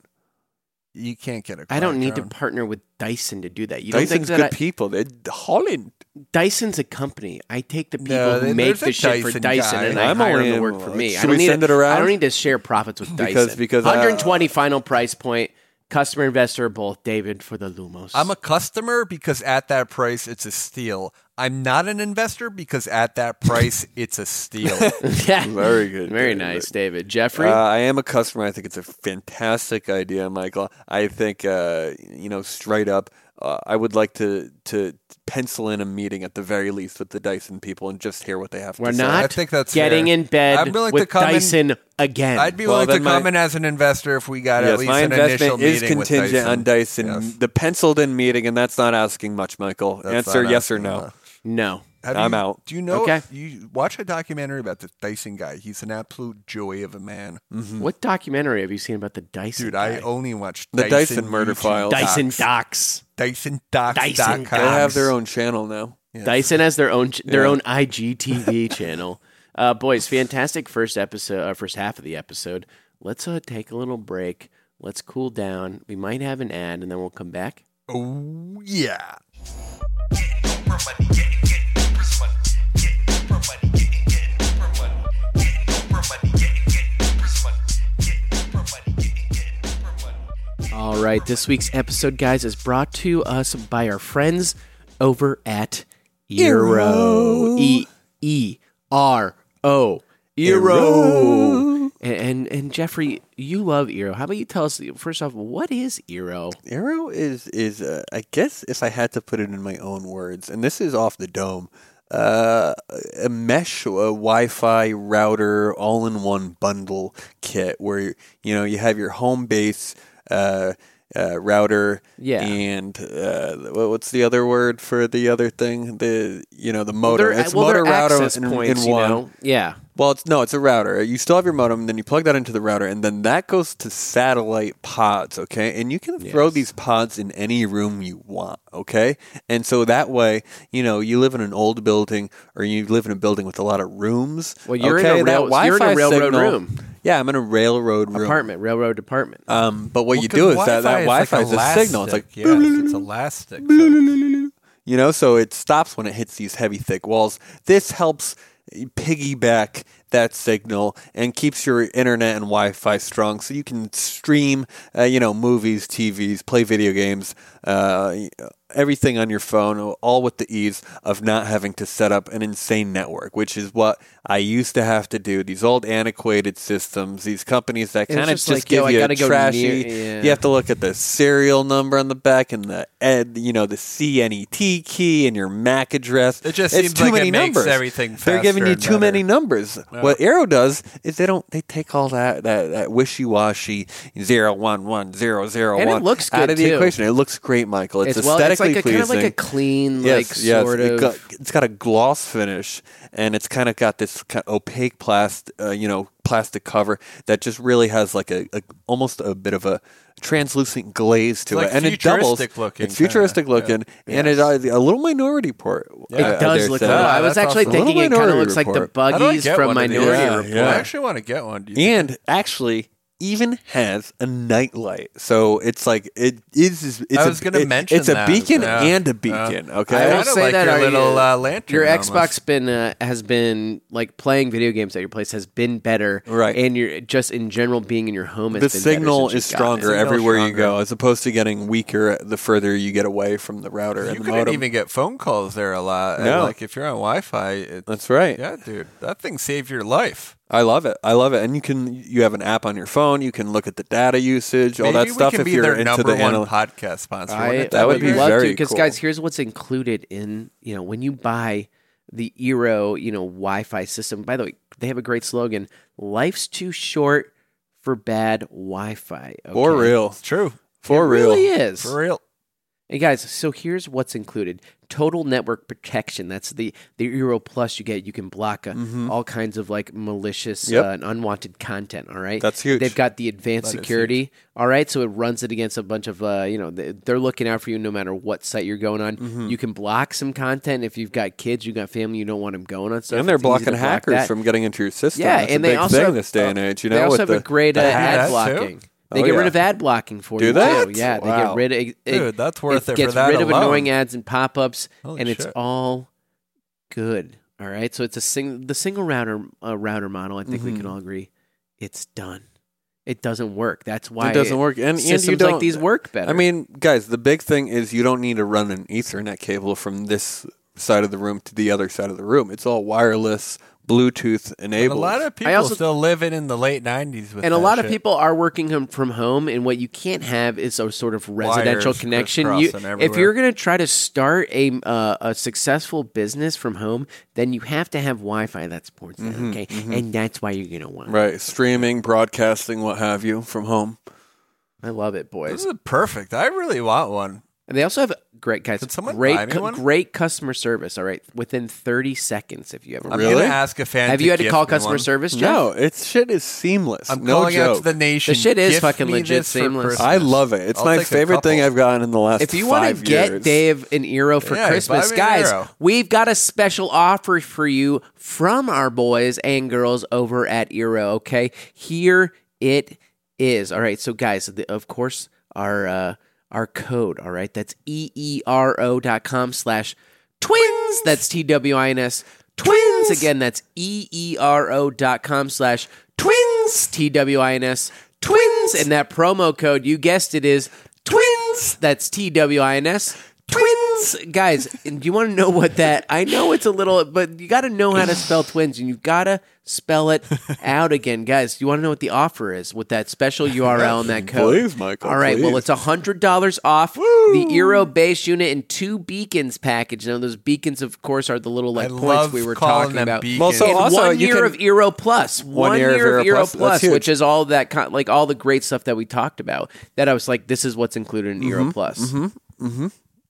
S4: You can't get a.
S3: I don't need to
S4: Quadron.
S3: partner with Dyson to do that. You don't think
S5: Dyson's
S3: that
S5: good
S3: I,
S5: people. They're Holland.
S3: Dyson's a company. I take the people
S4: No,
S3: who
S4: there-
S3: make
S4: there's a
S3: the shit for
S4: Dyson
S3: Dyson
S4: guy.
S3: and I
S5: I'm
S3: hire
S5: only
S3: them to
S5: in-
S3: work for me. I
S5: should
S3: don't
S5: we
S3: need
S5: send
S3: to-
S5: it around?
S3: I don't need to share profits with
S5: Because-
S3: Dyson.
S5: because, uh,
S3: 120 final price point. Customer investor both David for the Lumos.
S4: I'm a customer because at that price it's a steal. I'm not an investor because at
S5: *laughs*
S4: that price it's a steal.
S3: *laughs* yeah.
S5: Very good,
S3: Very
S5: David.
S3: nice, David. Jeffrey.
S5: Uh, I am a customer. I think it's a fantastic idea, Michael. I think uh, you know straight up. Uh, I would like to to pencil in a meeting at the very least with the Dyson people and just hear what they have
S3: we're
S5: to
S3: not
S4: I think that's
S3: getting
S4: fair.
S3: in bed
S4: I'd be like to
S3: with
S4: come in-
S3: Dyson again.
S4: I'd be
S5: Well,
S4: willing to
S5: then my-
S4: come in as an investor if we got
S5: say.
S4: at
S5: Yes,
S4: least
S5: my
S4: an initial
S5: investment is
S4: meeting with
S5: contingent on Dyson.
S4: Yes.
S5: The penciled in meeting, and that's not asking much, Michael.
S4: That's
S5: Answer
S4: not
S5: yes or
S4: asking
S5: no.
S4: much.
S3: no.
S4: Have
S5: I'm
S4: you-
S5: out.
S4: Do you know?
S3: Okay.
S4: You watch a documentary about this Dyson guy. He's an absolute joy of a man,
S5: Mm-hmm.
S3: What documentary have you seen about the Dyson?
S4: dude.
S3: guy?
S4: I only watch
S5: The Dyson murder
S4: YouTube
S5: files.
S3: Dyson
S4: docs.
S3: docs.
S4: Dyson docs.
S3: Dyson
S4: dot com.
S5: They
S3: docs.
S5: have their own channel now.
S3: Dyson has their own their
S5: Yeah.
S3: own *laughs* IGTV channel. Uh, boys, fantastic first episode, uh, first half of the episode. Let's uh, take a little break. Let's cool down. We might have an ad, and then we'll come back.
S4: Oh yeah.
S3: All right, this week's episode, guys, is brought to us by our friends over at Eero. E E R O. Eero. And, and and Jeffrey, you love Eero. How about you tell us first off what is Eero?
S5: Arrow is is uh, I guess if I had to put it in my own words, and this is off the dome, uh, a mesh, a Wi-Fi router, all-in-one bundle kit where you know you have your home base uh, uh, router,
S3: Yeah.
S5: and uh, what- what's the other word for the other thing? The you know the motor.
S3: They're-
S5: it's
S3: well, they're
S5: motor router
S3: access
S5: in,
S3: points,
S5: in
S3: you
S5: one.
S3: know? Yeah.
S5: Well, it's no, it's a router. You still have your modem, then you plug that into the router, and then that goes to satellite pods, okay? And you can throw these pods in any room you want, okay? And so that way, you know, you live in an old building or you live in a building with a lot of rooms.
S3: Well, you're in
S5: okay?
S3: a
S5: That
S3: rail- you're in a
S5: Wi-Fi
S3: railroad
S5: signal-
S3: room.
S5: Yeah, I'm in a railroad room.
S3: Apartment, railroad department.
S5: Um, but what
S4: Well,
S5: you
S4: 'cause
S5: do is that
S4: Wi-Fi
S5: that Wi-Fi is a
S4: like
S5: signal. It's like
S4: elastic. yes,
S5: *laughs*
S4: it's elastic. so
S5: you know so it stops when it hits these heavy thick walls this helps piggyback that signal and keeps your internet and wi-fi strong so you can stream uh, you know movies tvs play video games uh, everything on your phone all with the ease of not having to set up an insane network which is what i used to have to do these old antiquated systems these companies that
S3: It's
S5: kind of
S3: just
S5: just,
S3: like,
S5: give
S3: yo, I
S5: you
S3: gotta
S5: a
S3: go
S5: trashy
S3: near- yeah.
S5: you have to look at the serial number on the back and the ed, you know the CNET key and your MAC address.
S4: It just
S5: it's
S4: seems
S5: too
S4: like it
S5: many
S4: makes
S5: numbers.
S4: everything
S5: They're giving
S4: faster
S5: you
S4: and
S5: too many
S4: better.
S5: numbers. What Arrow does is they don't they take all that that, that wishy washy zero one one zero zero
S3: And it
S5: one
S3: looks
S5: out
S3: good,
S5: of the
S3: too.
S5: equation. It looks great, Michael. It's,
S3: well, it's
S5: aesthetically
S3: like a
S5: pleasing.
S3: kind of like a clean, like sort
S5: It
S3: of.
S5: got, it's got a gloss finish, and it's kind of got this kind of opaque plastic, uh, you know, plastic cover that just really has like a, a almost a bit of a translucent glaze to
S4: It's
S5: it,
S4: like
S5: and it doubles.
S4: futuristic looking,
S5: it's futuristic
S4: kinda,
S5: looking, and it uh, a little minority report.
S4: It
S5: I- I
S3: it does
S5: dare
S3: look.
S5: say.
S3: Cool. I
S4: that's
S3: was actually
S4: awesome.
S3: thinking
S5: Little
S3: it kind of
S5: Minority
S3: looks like the
S5: Report.
S4: How do I
S3: buggies
S4: get
S3: from
S4: one of these?
S3: Minority
S5: Yeah,
S3: Report.
S5: yeah.
S4: I actually want to get one. Do you think-
S5: and actually even has a nightlight. So it's like it is. It's
S4: I was
S5: a-
S4: gonna
S5: it-
S4: mention
S5: It's a
S4: that.
S5: beacon
S4: Yeah.
S5: and
S4: Yeah.
S5: a beacon.
S4: I
S5: okay,
S3: will
S4: kinda
S3: say
S4: like
S3: that
S4: your
S3: are
S4: little
S3: you-
S4: uh, lantern.
S3: Your
S4: almost.
S3: Xbox been uh, has been like playing video games at your place has been better,
S5: Right.
S3: And you're just in general being in your home. Has
S5: the
S3: been better
S5: signal
S3: since
S5: is
S3: you've gotten it.
S5: stronger
S4: Signal's
S5: everywhere you
S4: stronger.
S5: go, as opposed to getting weaker the further you get away from the router
S4: You
S5: and the
S4: couldn't
S5: modem.
S4: even get phone calls there a lot. And,
S5: No.
S4: like if you're on Wi-Fi, it,
S5: That's right.
S4: Yeah, dude, that thing saved your life.
S5: I love it. I love it. And you can you have an app on your phone. You can look at the data usage, all
S4: Maybe
S5: that
S4: we
S5: stuff.
S4: can
S5: if
S4: be
S5: you're
S4: their
S5: into
S4: number
S5: the
S4: one
S5: anal-
S4: podcast sponsor.
S3: I,
S4: Wouldn't
S5: that
S4: be
S5: would be
S4: great?
S3: love
S5: very
S3: because
S5: cool.
S3: guys, here's what's included in you know when you buy the Eero you know Wi-Fi system. By the way, they have a great slogan: "Life's too short for bad Wi-Fi." Okay?
S5: for real,
S4: It's true.
S5: for
S3: it
S5: real.
S3: really is.
S4: For real.
S3: Hey guys, so here's what's included: total network protection. That's the the Euro Plus you get. You can block uh, all kinds of like malicious
S5: Mm-hmm. Yep.
S3: uh, and unwanted content. All right,
S5: That's huge.
S3: They've got the advanced
S4: That is
S3: security. All right, so it runs it against a bunch of uh, you know they- they're looking out for you no matter what site you're going on.
S5: Mm-hmm.
S3: You can block some content if you've got kids, you've got family, you don't want them going on stuff.
S5: And they're
S3: It's easy to
S5: blocking
S3: block
S5: hackers
S3: that.
S5: from getting into your system.
S3: Yeah,
S5: That's
S3: and
S5: a
S3: they
S5: big
S3: also
S5: thing this day and age. You know,
S3: they also
S5: with
S3: have
S5: the,
S3: a great
S5: the
S3: uh,
S5: hack-
S4: that
S3: ad
S4: too?
S3: blocking. They
S5: Oh,
S3: get
S5: yeah.
S3: rid of ad blocking for
S5: Do
S3: you
S5: that?
S3: too. Yeah, they
S5: Wow.
S3: get rid of it,
S4: Dude, that's worth it for
S3: Gets
S4: that
S3: rid of
S4: alone.
S3: annoying ads and pop ups,
S4: Holy
S3: and it's
S4: shit.
S3: all good. All right, so it's a sing the single router uh, router model. I think we
S4: Mm-hmm.
S3: can all agree, it's done. It doesn't work. That's why
S5: It doesn't work, and, and you
S3: systems
S5: don't,
S3: like these work better.
S5: I mean, guys, the big thing is you don't need to run an Ethernet cable from this side of the room to the other side of the room. It's all wireless, Bluetooth
S4: And a
S5: enabled.
S4: lot of people
S3: also-
S4: still living in the late '90s with
S3: and a
S4: that
S3: lot
S4: shit.
S3: of people are working hom- from home and what you can't have is a sort of residential
S4: Wires
S3: connection you,
S4: crisscrossing
S3: if
S4: everywhere.
S3: you're going to try to start a, uh, a successful business from home then you have to have wi-fi that supports that
S4: Mm-hmm,
S3: okay and that's why you're going to want it.
S5: right, streaming, broadcasting, what have you, from home.
S3: i love it boys
S4: This is perfect. I really want one.
S3: And they also have great guys.
S4: Could someone
S3: great,
S4: buy me one?
S3: great customer service. All right, within thirty seconds, if you ever
S4: I'm
S5: Really?
S4: gonna ask a fan.
S3: have you had to
S4: gift
S3: call
S4: me
S3: customer
S4: one.
S3: service? Jeff?
S5: No, it's shit is seamless.
S4: I'm
S5: no
S4: calling
S5: joke.
S4: out to the nation.
S3: The shit is
S4: Gift
S3: fucking
S4: me
S3: legit
S4: this for
S3: seamless.
S4: Christmas.
S5: I love it. It's
S4: I'll
S5: my
S4: take a
S5: favorite thing
S4: couple.
S5: I've gotten in the last.
S3: If you want
S5: five
S3: to get
S5: years.
S3: Dave an Eero for
S4: Yeah,
S3: Christmas,
S4: buy me an
S3: guys,
S4: Eero.
S3: we've got a special offer for you from our boys and girls over at Eero. Okay, here it is. All right, so guys, the, of course, our uh, our code. All right, that's E eero dot com slash twins. That's t w i n s twins. Again, that's E eero dot com slash twins. T w i n s twins. And that promo code, you guessed it, is twins. That's T W I N S. Twins, guys. And you want to know what that? I know it's a little, but you got to know how to spell twins, and you got to spell it out again, guys. You want to know what the offer is with that special URL and that code?
S5: Please, Michael,
S3: All right. Well,
S5: please.
S3: it's hundred dollars off the Eero base unit and two beacons package. Now, those beacons, of course, are the little like
S4: I
S3: points
S4: love
S3: we were
S4: calling
S3: talking
S4: them
S3: about.
S4: beacons.
S5: Well, so
S3: And
S5: also,
S3: one
S5: you
S3: year
S5: can-
S3: of Eero Plus, one, year, of Eero Plus,
S5: That's huge.
S3: which is all that con- like
S5: Mm-hmm,
S3: all the great stuff that we talked about. That I was like, this is what's included in Eero Plus.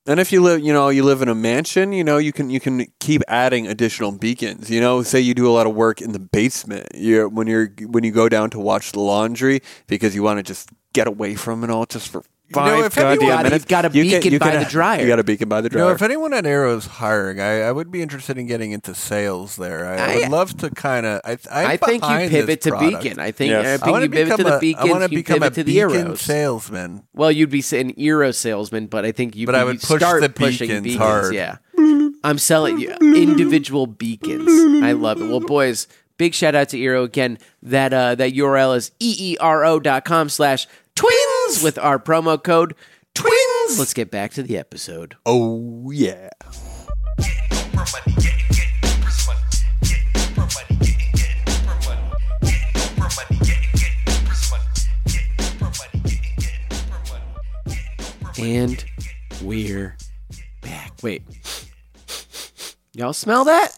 S5: And if you live, you know, you live in a mansion, you know, you can you can keep adding additional beacons. You know, say you do a lot of work in the basement. You when you're when you go down to watch the laundry because you want to just get away from it all just for five
S4: know, if
S5: goddamn
S4: anyone-
S5: minutes.
S3: You've got a
S5: you
S3: beacon by the dryer.
S5: You got a beacon by the
S4: You
S5: dryer.
S4: know, if anyone at Arrow's hiring, I, I would be interested in getting into sales there. I, I would love to kind of. I, I'm
S3: I think you
S4: behind
S3: pivot
S4: this
S3: to
S4: product.
S3: Beacon. I think, uh,
S5: Yes.
S3: I
S4: I
S3: think
S4: want
S3: you
S4: to
S3: pivot
S4: become
S3: to the
S4: a, I
S3: Beacons,
S4: wanna
S3: you
S4: become a
S3: pivot to the
S4: Beacon
S3: arrows.
S4: salesman.
S3: Well, you'd be an Eero salesman, but I think you
S4: But I
S3: you
S4: would push
S3: start
S4: the
S3: pushing
S4: beacons hard.
S3: Yeah. I'm selling you individual beacons. I love it. Well, boys, big shout out to Eero again. That uh, that URL is E eero.com slash twins with our promo code twins. Let's get back to the episode.
S5: oh yeah.
S3: And we're back. Wait. Y'all smell that?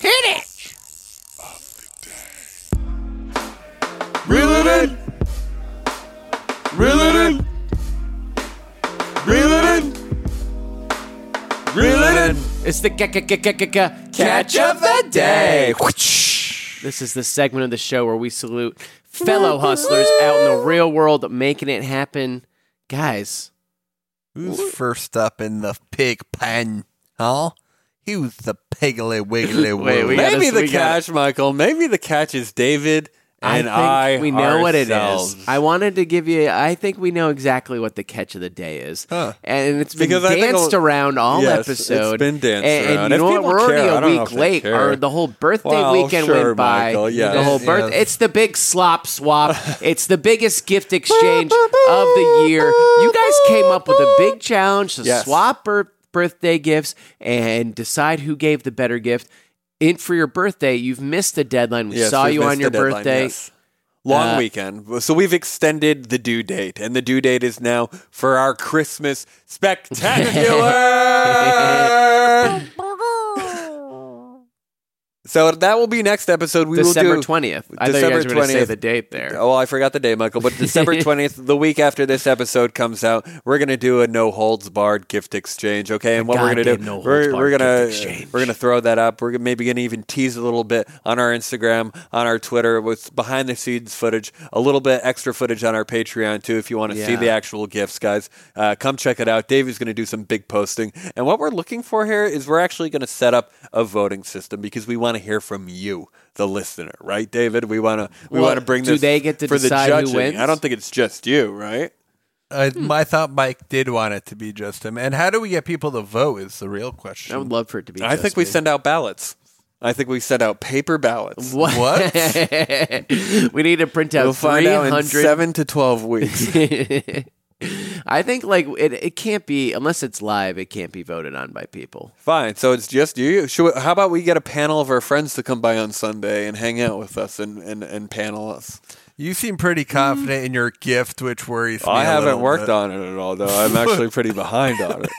S3: Hit it!
S5: Reel it in. Reel it in. Reel it in. Reel it in.
S3: It's the ca- ca- ca- ca- ca- ca-
S5: Catch of the
S3: *laughs*
S5: day.
S3: This is the segment of the show where we salute fellow hustlers out in the real world making it happen. Guys,
S4: Who's first up in the pig pen? Huh? Who's the piggly
S3: *laughs*
S4: wiggly
S3: Wait, we
S4: woo?
S3: gotta-
S5: Maybe the
S3: we gotta-
S5: catch, Michael. Maybe the catch is David and
S3: I
S5: I.
S3: think we know what it
S5: ourselves.
S3: is. I wanted to give you. I think we know exactly what the catch of the day is,
S4: Huh.
S3: and it's been
S5: Because I think
S3: danced
S5: a-
S3: around all
S5: Yes, it's
S3: episode.
S5: been danced
S3: and, and
S5: around.
S3: you
S5: If
S3: know what?
S5: people
S3: We're
S5: care, I don't
S3: already
S5: know
S3: a
S5: if
S3: week
S5: they
S3: late.
S5: care.
S3: Or the whole birthday
S5: Well,
S3: weekend
S5: sure,
S3: went by.
S5: Michael, yes,
S3: the whole
S4: yes.
S3: birth. It's the big slop
S5: *laughs*
S3: swap. it's the biggest gift exchange of the year. You guys came up with a big challenge to
S5: Yes.
S3: swap birth- birthday gifts and decide who gave the better gift. In for your birthday, you've missed the deadline. We
S5: Yes,
S3: saw
S5: we've
S3: you on
S5: missed
S3: your
S5: the deadline,
S3: birthday.
S5: yes. Long
S3: Uh,
S5: weekend. So we've extended the due date, and the due date is now for our Christmas
S3: *laughs*
S5: spectacular. so that will be next episode. We will
S3: December
S5: do
S3: twentieth. I thought you guys
S5: December
S3: were going to say
S5: 20th.
S3: the date there.
S5: Oh, well, I forgot the day, Michael. But
S3: *laughs*
S5: December 20th, the week after this episode comes out, we're going to do a no holds barred gift exchange. Okay. And what we're going to do,
S3: Goddamn no-holds
S5: we're, we're
S3: barred
S5: going
S3: gift
S5: to,
S3: exchange.
S5: we're going to throw that up. We're maybe going to even tease a little bit on our Instagram, on our Twitter with behind the scenes footage, a little bit extra footage on our Patreon too. If you want to see
S3: Yeah.
S5: the actual gifts, guys, uh, come check it out. Davey's going to do some big posting. And what we're looking for here is we're actually going to set up a voting system because we want to hear from you. The listener, right, David? We want to we
S3: Well,
S5: want to bring
S3: do
S5: this
S3: they get to
S5: for
S3: decide
S5: the
S3: who
S5: judging.
S3: wins?
S5: I don't think it's just you, right?
S4: I,
S5: Hmm.
S4: I thought Mike did want it to be just him. And how do we get people to vote is the real question.
S3: I would love for it to be.
S5: I think
S3: just *laughs*
S5: we
S3: me.
S5: send out ballots. I think we send out paper ballots.
S3: What? *laughs* we need to print out
S5: We'll find
S3: three
S5: out in
S3: hundred.
S5: seven to twelve weeks. *laughs*
S3: *laughs* I think like it, it can't be unless it's live. It can't be voted on by people.
S5: Fine. So it's just you. Should we- how about we get a panel of our friends to come by on Sunday and hang out with us and, and, and panel us?
S4: You seem pretty confident in your gift, which worries me.
S5: I
S4: a
S5: haven't
S4: little
S5: worked
S4: bit.
S5: on it at all, though. I'm actually pretty
S4: *laughs*
S5: behind on it.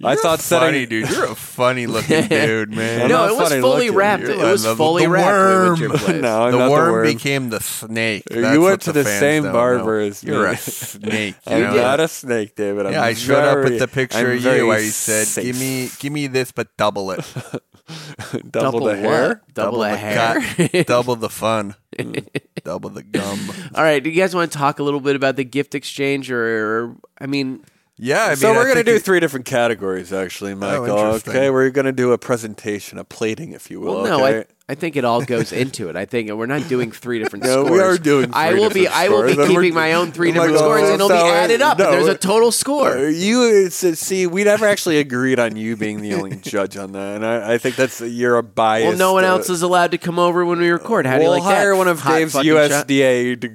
S5: I
S4: You're
S5: thought
S4: funny,
S5: setting
S4: dude. You're a funny
S5: *laughs*
S4: looking dude, man.
S5: I'm
S3: no,
S5: not
S3: it was
S5: funny
S3: fully
S5: looking.
S3: wrapped. It
S4: You're
S3: was
S4: the-
S3: fully
S4: the
S3: wrapped. We went your
S5: *laughs*
S4: worm.
S3: place.
S5: *laughs* No, I'm
S4: the
S5: Oh, not
S4: worm,
S5: the worm.
S4: became the snake.
S5: You
S4: That's
S5: went
S4: what
S5: to
S4: the,
S5: the
S4: fans
S5: same
S4: don't
S5: barber
S4: know.
S5: as me.
S4: You're a
S5: *laughs*
S4: snake. You
S5: I'm
S4: know
S5: not
S4: that?
S5: a snake, David. I'm
S4: uh, yeah, I showed up
S5: very-
S4: with the picture
S5: I'm
S4: of
S5: very
S4: you where you said,
S5: safe.
S4: "Give me, give me this, but double it,
S5: *laughs* double, the
S3: what?
S5: hair."
S3: Double, the
S4: the
S3: hair.
S5: *laughs*
S4: gut, double the fun, double the gum."
S3: *laughs* All right. Do you guys want to talk a little bit about the gift exchange, or, or I mean,
S4: Yeah, I mean,
S5: so
S4: I
S5: we're going to
S4: think
S5: do
S4: it- Oh,
S5: three different categories, actually, Michael.
S4: interesting.
S5: okay, we're going to do a presentation, a plating, if you will.
S3: Well, no,
S5: okay?
S3: I, I think it all goes into it. I think we're not doing three different
S5: *laughs* No,
S3: scores.
S5: we are doing
S3: I
S5: three
S3: will be.
S5: different
S3: I will be
S5: scores, and we're-
S3: keeping my own three
S5: Oh my
S3: different
S5: God,
S3: scores, and it'll
S5: so
S3: be
S5: I-
S3: added up.
S5: no,
S3: and there's a
S5: it-
S3: total
S5: Uh,
S3: score.
S5: You it's- it's- see, we never actually agreed on you being the
S4: *laughs*
S5: only judge on that, and I, I think that's you're a bias.
S3: Well, no one else is allowed to come over when we record. How do you
S5: uh, we'll
S3: like that?
S5: hire one of
S3: Hot
S5: Dave's
S3: fucking shot.
S4: *laughs*
S5: USDA de-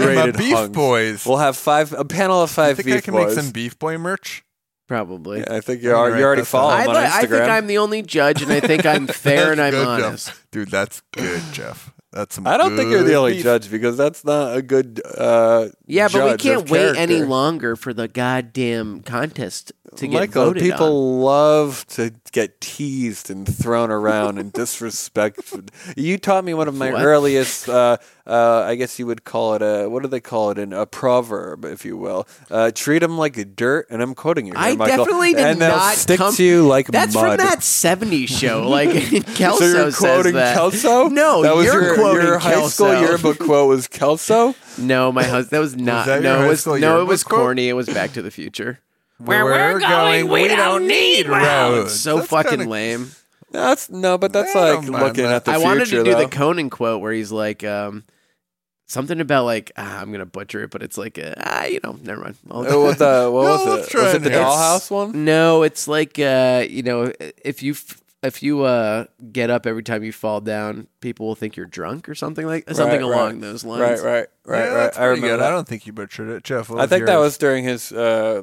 S5: *laughs* graded
S4: beef
S5: hunks.
S4: boys.
S5: We'll have five a panel of
S4: I
S5: five
S4: think
S5: beef
S4: I can
S5: boys.
S4: make some beef boy merch.
S3: Probably.
S5: I think you are.
S4: Alright,
S5: you already
S4: that's
S5: follow
S4: fine.
S3: I,
S5: him on
S3: li- I think
S5: Instagram. *laughs*
S3: I'm the only judge, and I think I'm fair
S4: That's
S3: and I'm
S4: good, Jeff.
S3: honest.
S4: dude. That's good, Jeff. That's some
S5: I don't think you're
S4: good
S5: the only
S4: beef.
S5: judge because that's not a good. Uh,
S3: Yeah, but we
S5: judge of
S3: can't wait any
S5: character.
S3: longer for the goddamn contest to get
S5: Michael,
S3: voted
S5: people
S3: on.
S5: love to get teased and thrown around and disrespected. *laughs* You taught me one of my
S3: What?
S5: earliest, uh, uh, I guess you would call it a, what do they call it? An, a proverb, if you will. Uh, treat them like dirt, and I'm quoting you. Here,
S3: I
S5: Michael,
S3: definitely did
S5: and they'll
S3: not
S5: stick
S3: come-
S5: to you like
S3: That's
S5: mud.
S3: from that '70s show. Like *laughs* Kelso
S5: *laughs* so you're
S3: says
S5: quoting
S3: that.
S5: Kelso?
S3: No,
S5: that was
S3: you're
S5: your,
S3: quoting
S5: your high school
S3: Kelso.
S5: yearbook quote was Kelso.
S3: No, my husband. That was not.
S4: that your
S3: no,
S4: high
S3: it was
S4: school
S3: no, it
S4: yearbook
S3: was
S4: quote?
S3: corny. It was Back to the
S5: *laughs*
S3: Future.
S4: Where we're, going, we don't need
S5: Oh,
S3: Wow, it's
S4: roads.
S3: so
S4: That's
S3: fucking
S4: kinda-
S3: lame.
S5: That's no, but that's
S4: I
S5: like
S4: don't mind
S5: looking
S4: that.
S5: at the
S3: I
S5: future.
S3: wanted to do
S5: though.
S3: the Conan quote where he's like, um, something about like ah, I'm gonna butcher it, but it's like, uh, ah, you know, never mind. I'll-
S5: Uh,
S3: *laughs*
S5: what the, what
S4: No,
S5: was
S4: let's
S5: it?
S4: try
S5: Was
S4: it
S5: it the
S4: now.
S5: dollhouse one?
S3: No, it's like uh, you know, if you f- if you uh, get up every time you fall down, people will think you're drunk or something like something
S5: Right, right.
S3: along those lines.
S5: Right, right, right,
S4: Yeah,
S5: right.
S4: that's
S5: I
S4: pretty
S5: remember.
S4: good. I
S5: That.
S4: don't think you butchered it, Jeff. what
S5: I think that
S4: yours?
S5: was during his uh,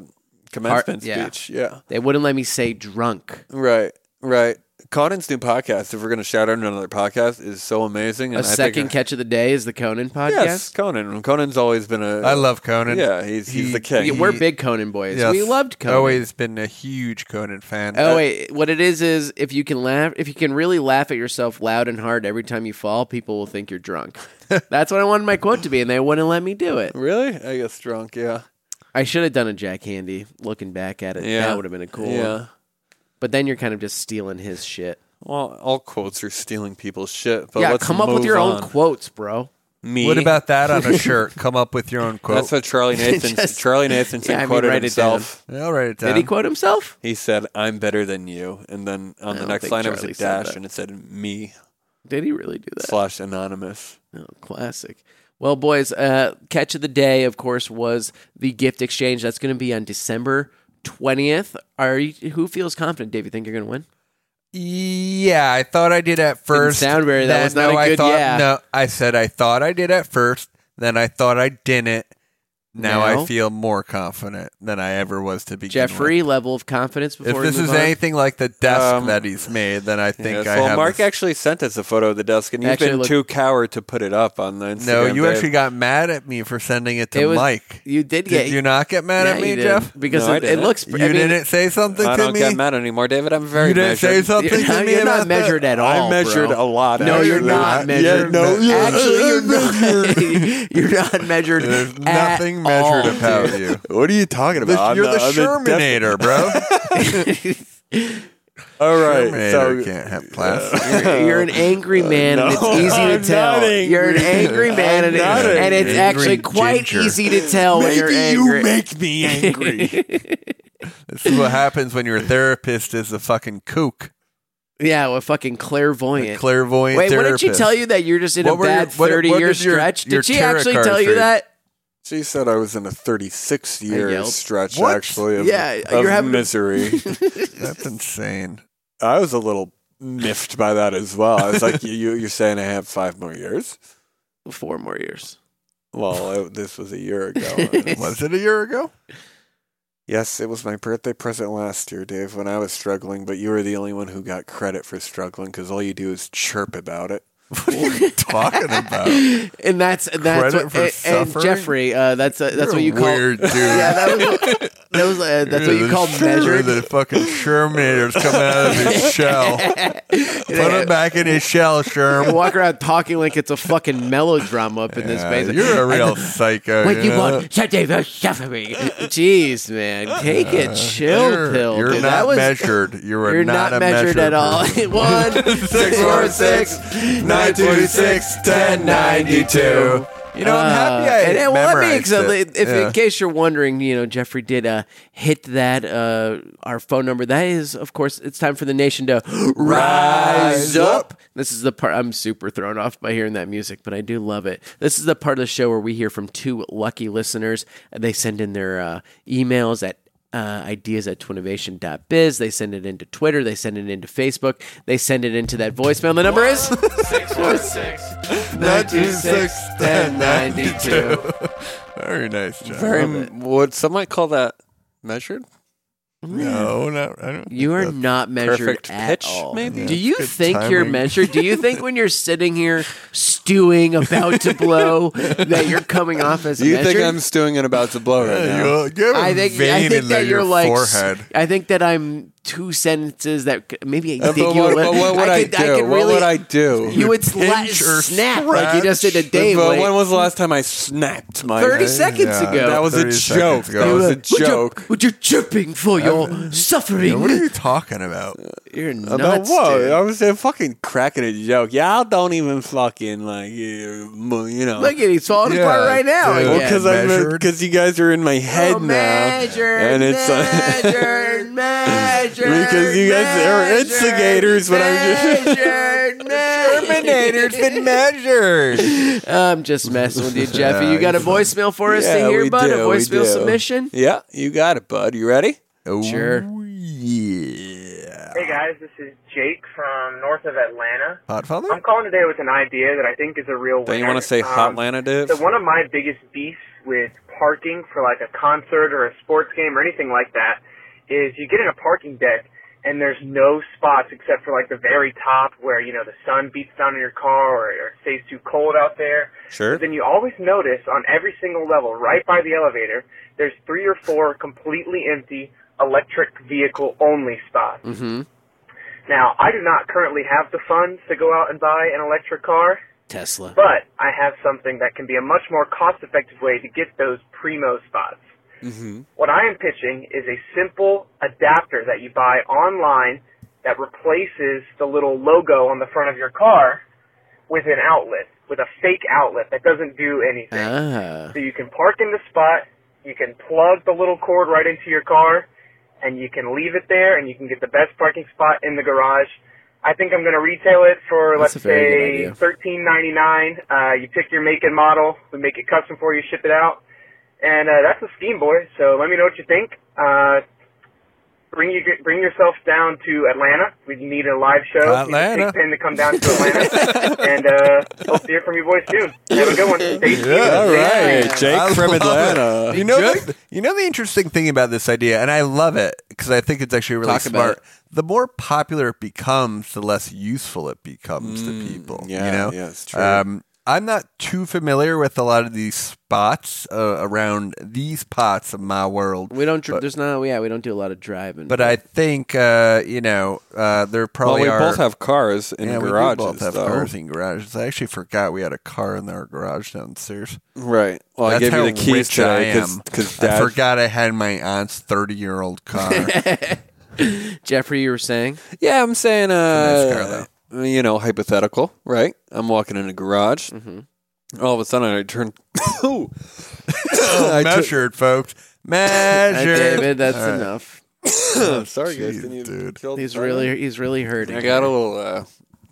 S5: commencement
S3: Har- yeah.
S5: speech. Yeah.
S3: They wouldn't let me say drunk.
S5: Right, right. Conan's new podcast, if we're going to shout out another podcast, is so amazing.
S3: A
S5: And I think-
S3: second catch of the day is the Conan
S5: Yes,
S3: podcast.
S5: Conan. Conan's always been a.
S4: I love Conan.
S5: Yeah, he's, he's
S4: He-
S5: the king.
S3: Yeah, We're big Conan boys.
S4: Yes.
S3: We loved
S5: Oh,
S3: Conan.
S4: Always been a huge Conan fan. Uh,
S3: Oh wait, what it is is if you can laugh, if you can really laugh at yourself loud and hard every time you fall, people will think you're
S5: *laughs*
S3: drunk. That's what I wanted my quote to be, and they wouldn't let me do it.
S5: Really? I guess drunk, yeah.
S3: I should have done a Jack Handy. Looking back at it,
S5: Yeah.
S3: that would have been a cool. one.
S5: Yeah.
S3: But then you're kind of just stealing his shit.
S5: Well, all quotes are stealing people's shit. But
S3: yeah,
S5: let's
S3: come up with
S5: move
S3: your
S5: on.
S3: own quotes, bro.
S5: Me.
S4: What about that
S3: *laughs*
S4: on a shirt? Come up with your own quote.
S5: That's what Charlie Nathan.
S3: Just-
S5: Charlie Nathanson
S3: Yeah, I mean,
S5: quoted
S3: write it
S5: himself.
S4: Yeah, I'll write it down.
S3: Did he quote himself?
S5: He said, "I'm better than you," and then on the
S3: don't
S5: next
S3: think
S5: line it was
S3: Charlie
S5: a
S3: said
S5: dash,
S3: that.
S5: and it said "me"
S3: Did he really do that?
S5: slash anonymous.
S3: Oh, classic. Well, boys, uh, catch of the day, of course, was the gift exchange. That's going to be on December twentieth. Are you, who feels confident, Dave? You think you're going to win?
S4: Yeah, I thought I did at 1st
S3: sound very- that
S4: Then,
S3: was not
S4: no,
S3: a
S4: I
S3: good
S4: thought,
S3: yeah.
S4: No, I said I thought I did at first. Then I thought I didn't. Now
S3: No.
S4: I feel more confident than I ever was to begin
S3: Jeffrey,
S4: with.
S3: level of confidence
S4: If
S3: before
S4: this
S3: we move
S4: is
S3: on?
S4: anything like the desk
S5: Um,
S4: that he's made, then I think
S5: Yes.
S4: I
S5: well,
S4: have.
S5: Mark
S4: a-
S5: actually sent us a photo of the desk, and you've
S3: Actually,
S5: been
S3: look-
S5: too coward to put it up on the Instagram.
S4: no, you
S5: babe.
S4: actually got mad at me for sending it to
S3: It was-
S4: Mike.
S3: you did get-
S4: Did you not get mad
S3: Yeah,
S4: at
S3: you
S4: me,
S3: did.
S4: Jeff?
S3: Because
S5: No, I
S3: it, it
S5: didn't.
S3: looks.
S4: You
S3: I mean,
S4: didn't say something
S5: I
S4: to
S5: don't
S4: me.
S5: get mad anymore, David. I'm very.
S4: you didn't say
S5: measured.
S4: something
S3: *laughs* You're
S4: to
S3: not,
S4: me.
S3: you're
S4: about
S3: not
S4: that?
S3: measured at all.
S5: I measured
S3: bro.
S5: a lot.
S3: No,
S5: actually.
S3: you're not
S4: Yeah,
S3: measured.
S4: no, you're-
S3: *laughs* actually, you're not. *laughs* you're not measured.
S4: There's
S3: at
S4: nothing measured
S3: all,
S4: about
S5: *laughs*
S4: you.
S5: What are you talking
S4: The-
S5: about? I'm
S4: you're
S5: not-
S4: the
S5: I'm def-
S4: Shermanator, bro.
S5: All *laughs* right,
S4: Shermanator
S5: so
S4: can't have plastic.
S3: You're, you're an angry man, and
S5: Uh, no,
S3: it's easy
S5: I'm
S3: to
S5: not
S3: tell.
S5: angry.
S3: You're an angry man, and, it,
S5: not
S3: and it's
S4: angry.
S3: actually
S4: Angry
S3: quite
S4: ginger.
S3: easy to tell when you're angry.
S5: *laughs* make
S4: *laughs*
S5: me angry.
S4: This is what happens when your therapist is a fucking kook,
S3: yeah, well, fucking clairvoyant.
S4: clairvoyant
S3: Wait, what
S4: therapist.
S3: did she tell you that you're just in
S4: What
S3: a
S4: were your-
S3: bad
S4: what-
S3: 30
S4: what
S3: year
S4: did your-
S3: stretch?
S4: your
S3: did she
S4: tarot
S3: actually
S4: card
S3: tell you
S4: read?
S3: that?
S5: she said I was in a 36 year
S3: yelled.
S5: stretch,
S4: What?
S5: actually. Of,
S3: Yeah,
S5: of
S3: you're having a-
S4: *laughs*
S5: misery.
S4: That's insane.
S5: I was a little miffed by that as well. I was like, you, you, you're saying I have five more years?
S3: Four more years.
S5: Well, I, this was a year ago.
S4: *laughs* Was it a year ago?
S5: yes, it was my birthday present last year, Dave, when I was struggling, but you were the only one who got credit for struggling because all you do is chirp about it.
S4: What
S3: *laughs*
S4: are you talking about?
S3: *gasps* And that's and that's
S4: Credit
S3: what,
S4: for
S3: and, and
S4: suffering?
S3: Jeffrey, uh, that's uh, that's
S4: You're
S3: what you
S4: a
S3: call
S4: weird
S3: *laughs*
S4: dude.
S3: Yeah, that was that was uh, that's what
S4: You're
S3: you
S4: the
S3: call
S4: Sher-
S3: measured.
S4: The fucking Shermanator's coming out
S3: *laughs*
S4: of his shell. Put him back in his shell,
S3: You
S4: Sherm.
S3: walk around talking like it's a fucking melodrama up in this
S4: Yeah,
S3: basement. *laughs*
S4: you're a real psycho.
S3: What you
S4: know?
S3: want? Something for suffering. Jeez, man, take a chill
S4: You're,
S3: pill.
S4: you're
S3: dude. That
S4: not
S3: was-
S4: measured. You
S3: *laughs*
S4: are
S3: You're not,
S4: a
S3: measured at all.
S4: person.
S3: One, *laughs* six, four, six.
S4: 926 1092. You know, I'm happy I
S3: Uh, and, and well, that makes
S4: memorized
S3: a-
S4: it.
S3: If,
S4: Yeah.
S3: in case you're wondering, you know, Jeffrey did uh, hit that uh, our phone number. That is, of course, it's time for the nation to rise up. This is the part I'm super thrown off by hearing that music, but I do love it. This is the part of the show where we hear from two lucky listeners. They send in their uh, emails at uh, ideas at twinnovation.biz. They send it into Twitter. They send it into Facebook. They send it into that voicemail. The number is 646-926-1092.
S4: Very nice, Jeff.
S5: Very, would some might call that measured?
S4: No, not. I don't.
S3: You are not measured
S5: perfect
S3: at
S5: pitch,
S3: all.
S5: maybe?
S3: Do you
S4: Good
S3: think you're
S4: timing.
S3: measured? Do you think when you're sitting here stewing about to
S5: *laughs*
S3: blow that you're coming off as
S5: Do you
S3: measured?
S5: think I'm stewing and about to blow right
S4: Yeah,
S5: now?
S4: you- you have a
S3: I think
S4: vein
S3: I think
S4: in
S3: that
S4: the-
S3: you're
S4: your
S3: like s- *laughs*
S4: forehead.
S3: I think that I'm two sentences that c- maybe I
S5: Uh,
S3: think
S5: But
S3: you
S5: what,
S3: would-
S5: but what would I,
S3: could-
S5: do?
S3: could
S5: what
S3: really-
S5: would I do?
S3: You would sla-
S4: pinch or
S3: snap like you just did a
S4: scratch?
S3: day.
S5: *laughs* but
S3: like,
S5: when was the last time I snapped my?
S3: 30 seconds
S4: Yeah,
S3: ago.
S5: That was a
S4: 30 seconds
S5: joke.
S4: ago.
S5: That was a
S3: Would you-
S5: joke.
S3: Would you chirping for your suffering?
S4: Yeah, what are you talking about?
S3: You're nuts,
S5: About what?
S3: dude.
S5: I was uh, fucking cracking a joke. Y'all don't even fucking like you you know.
S3: Look at he's falling
S4: Yeah,
S3: apart right now.
S4: dude.
S3: again.
S5: well, because I'm
S4: Measured.
S5: because you guys are in my head
S3: Oh,
S5: now,
S3: measured,
S5: and it's uh,
S3: *laughs*
S5: *laughs*
S3: measured, measured,
S5: because you guys are
S3: measured,
S5: instigators, but I'm just.
S3: measured, measured.
S4: Terminator's been measured.
S3: *laughs* I'm just messing with you, Jeffy. You got a voicemail for us to
S5: Yeah,
S3: hear,
S5: we
S3: bud? a
S5: do, we
S3: voicemail
S5: do.
S3: submission?
S5: Yeah, you got it, bud. You ready?
S3: Sure.
S4: Oh, yeah.
S6: Hey guys, this is Jake from north of Atlanta.
S4: Hot
S6: I'm
S4: father?
S6: calling today with an idea that I think is a real winner.
S5: Don't you want to say
S6: Um,
S5: Hotlanta, Dave?
S6: So one of my biggest beefs with parking for like a concert or a sports game or anything like that is you get in a parking deck and there's no spots except for like the very top where you know the sun beats down on your car or, or it stays too cold out there.
S5: Sure.
S6: But then you always notice on every single level, right by the elevator, there's three or four completely empty electric vehicle only spots.
S3: Mm-hmm.
S6: Now, I do not currently have the funds to go out and buy an electric car,
S3: Tesla.
S6: but I have something that can be a much more cost effective way to get those primo spots. What I am pitching is a simple adapter that you buy online that replaces the little logo on the front of your car with an outlet, with a fake outlet that doesn't do anything.
S3: Ah.
S6: So you can park in the spot, you can plug the little cord right into your car, and you can leave it there, and you can get the best parking spot in the garage. I think I'm going to retail it for
S3: That's a
S6: let's
S3: very good
S6: say
S3: idea.
S6: 13.99. Uh, you pick your make and model, we make it custom for you, ship it out, and uh, that's a scheme, boy. So let me know what you think. Uh, bring you bring yourself down to Atlanta. We need a live show.
S4: Atlanta.
S6: Need a pig pen to come down to
S3: *laughs*
S6: Atlanta, and uh, hope to hear from you boys soon. Have a good one. Stay tuned.
S4: Yeah,
S5: All right,
S3: Yeah.
S5: Jake
S4: I
S5: from
S4: love
S5: Atlanta.
S4: it. You know, the, you know the interesting thing about this idea, and I love it because I think it's actually really
S5: Talk
S4: smart.
S5: about it.
S4: The more popular it becomes, the less useful it becomes to people.
S5: Mm, yeah,
S4: you know,
S5: yeah, it's true.
S4: Um, I'm not too familiar with a lot of these spots uh, around these parts of my world,
S3: We don't. Dr- there's no. Yeah, we don't do a lot of driving.
S4: but I think uh, you know uh, there
S5: Well,
S4: probably
S5: we
S4: are.
S5: both have cars in
S4: yeah,
S5: garages,
S4: we do both have
S5: though.
S4: cars in garages. I actually forgot we had a car in our garage downstairs.
S5: Right. Well, I
S4: That's
S5: gave
S4: how
S5: you the keys
S4: rich
S5: today
S4: I
S5: because
S4: am. I
S5: Dad.
S4: forgot I had my aunt's
S3: *laughs*
S4: thirty-year-old car.
S3: Jeffrey, you were
S5: *laughs*
S3: saying
S5: Yeah, I'm saying, uh,
S4: car,
S5: you know, hypothetical, right? I'm walking in a garage.
S4: Mm-hmm.
S5: All of a sudden, I turn. *coughs* Ooh.
S4: Oh,
S5: *laughs* I tur-
S4: measured, folks.
S3: Uh,
S4: Measured.
S3: David. That's enough.
S5: Oh, Sorry, guys.
S4: Jeez,
S5: Didn't even
S4: dude.
S5: feel
S3: He's
S5: that.
S3: really. He's really hurting.
S5: I got a little uh,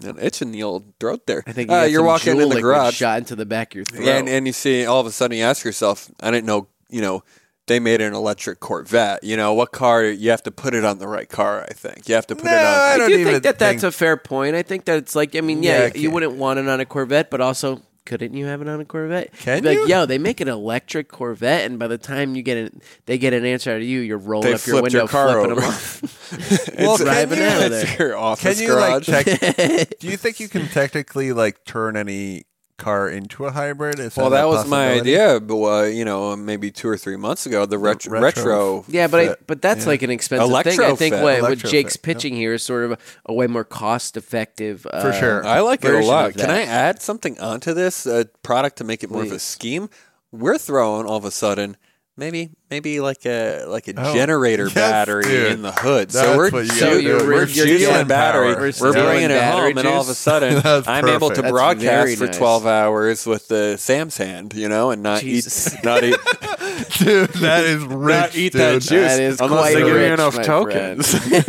S5: an itch in the old throat there.
S3: I think you
S5: uh,
S3: got
S5: you're
S3: some Juul
S5: walking in the
S3: liquid
S5: garage.
S3: Shot into the back of your throat.
S5: Yeah, and, and you see, all of a sudden, you ask yourself, I didn't know, you know, they made an electric Corvette. You know, what car? You have to put it on the right car, I think. You have to put
S4: No,
S5: it on.
S4: I
S5: *laughs*
S3: I,
S4: don't
S3: do
S4: even
S3: think that that's
S4: think-
S3: a fair point. I think that it's like, I mean, yeah,
S4: Yeah, I
S3: you
S4: can't-
S3: wouldn't want it on a Corvette, but also, couldn't you have it on a Corvette?
S4: Can
S3: Be like,
S4: you?
S3: yo, they make an electric Corvette, and by the time you get an, they get an answer out of you, you're rolling
S5: They
S3: up your
S5: flipped
S3: window,
S5: your car
S3: flipping
S5: over.
S3: them off. *laughs*
S4: Well,
S5: It's-
S4: can
S3: driving
S4: you,
S3: out of
S5: it's
S3: there.
S5: your office
S4: *laughs* Can you like
S3: *laughs*
S5: garage.
S4: tech, Do you think you can technically like turn any car into a hybrid? Is
S5: well,
S4: a
S5: that was my
S4: possibility?
S5: idea, but uh, you know, maybe two or three months ago, the ret-
S4: retro-
S5: retro.
S3: Yeah, but I, but that's like an expensive thing. I think
S5: Electrofit.
S3: what, what
S4: Electrofit,
S3: Jake's
S4: yeah.
S3: pitching here is sort of a, a way more cost effective. Uh,
S4: sure.
S5: I like it a
S3: version
S5: lot.
S3: of
S5: Can
S3: that.
S5: I add something onto this uh, product to make it more of a
S3: Please.
S5: scheme? We're throwing all of a sudden. Maybe, maybe like a like a
S4: Oh.
S5: generator
S4: Yes,
S5: battery
S4: dude.
S5: in the hood.
S4: That's
S5: so we're
S4: what you
S5: so
S3: gotta do.
S5: you're,
S3: We're
S5: we're
S3: stealing
S5: stealing
S4: power.
S5: battery.
S4: We're
S5: We're,
S3: stealing
S5: bringing it
S3: battery
S5: home, and all of a
S3: juice.
S5: sudden,
S4: *laughs* That's
S5: *laughs* I'm able
S4: perfect.
S5: to
S3: That's very
S5: broadcast for
S3: nice.
S5: twelve hours with the Sam's hand, you know, and not
S3: Jesus. *laughs*
S5: eat *laughs* not eat
S4: *laughs* dude. That is rich.
S5: not eat
S4: dude.
S5: that juice.
S3: That is
S5: unless
S3: quite
S5: they give you
S3: rich,
S5: enough
S3: my
S5: tokens.
S4: *laughs*
S3: friend. *laughs*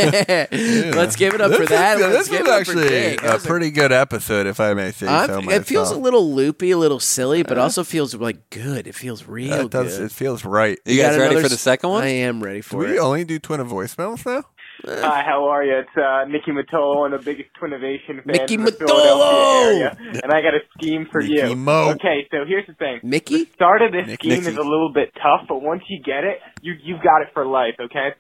S3: Let's give it up
S4: This
S3: for
S4: is-
S3: that.
S4: This
S3: Let's
S4: is
S3: give it up for
S4: actually
S3: Jake. That
S4: a
S3: was a
S4: pretty good episode, if I may say
S3: I'm-
S4: so myself.
S3: it feels a little loopy, a little silly, but also feels like good. It feels real
S4: It, does,
S3: good.
S4: it feels right.
S5: You guys
S3: got
S5: ready
S3: another
S5: for the
S3: s-
S5: second
S3: I
S5: one?
S3: am ready
S4: Do
S3: for
S4: we
S3: it.
S4: only do twin of voicemails now?
S6: Hi, how are you? It's uh, Mickey Matolo, and the biggest Twinnovation fan
S3: Mickey
S6: in the
S3: Matolo!
S6: Philadelphia area. And I got a scheme for
S4: Mickey
S6: you.
S4: Mo.
S6: Okay, so here's the thing.
S3: Mickey?
S6: The start of this
S4: Nick-
S6: scheme
S4: Nicky.
S6: is a little bit tough, but once you get it, you you've got it for life. Okay.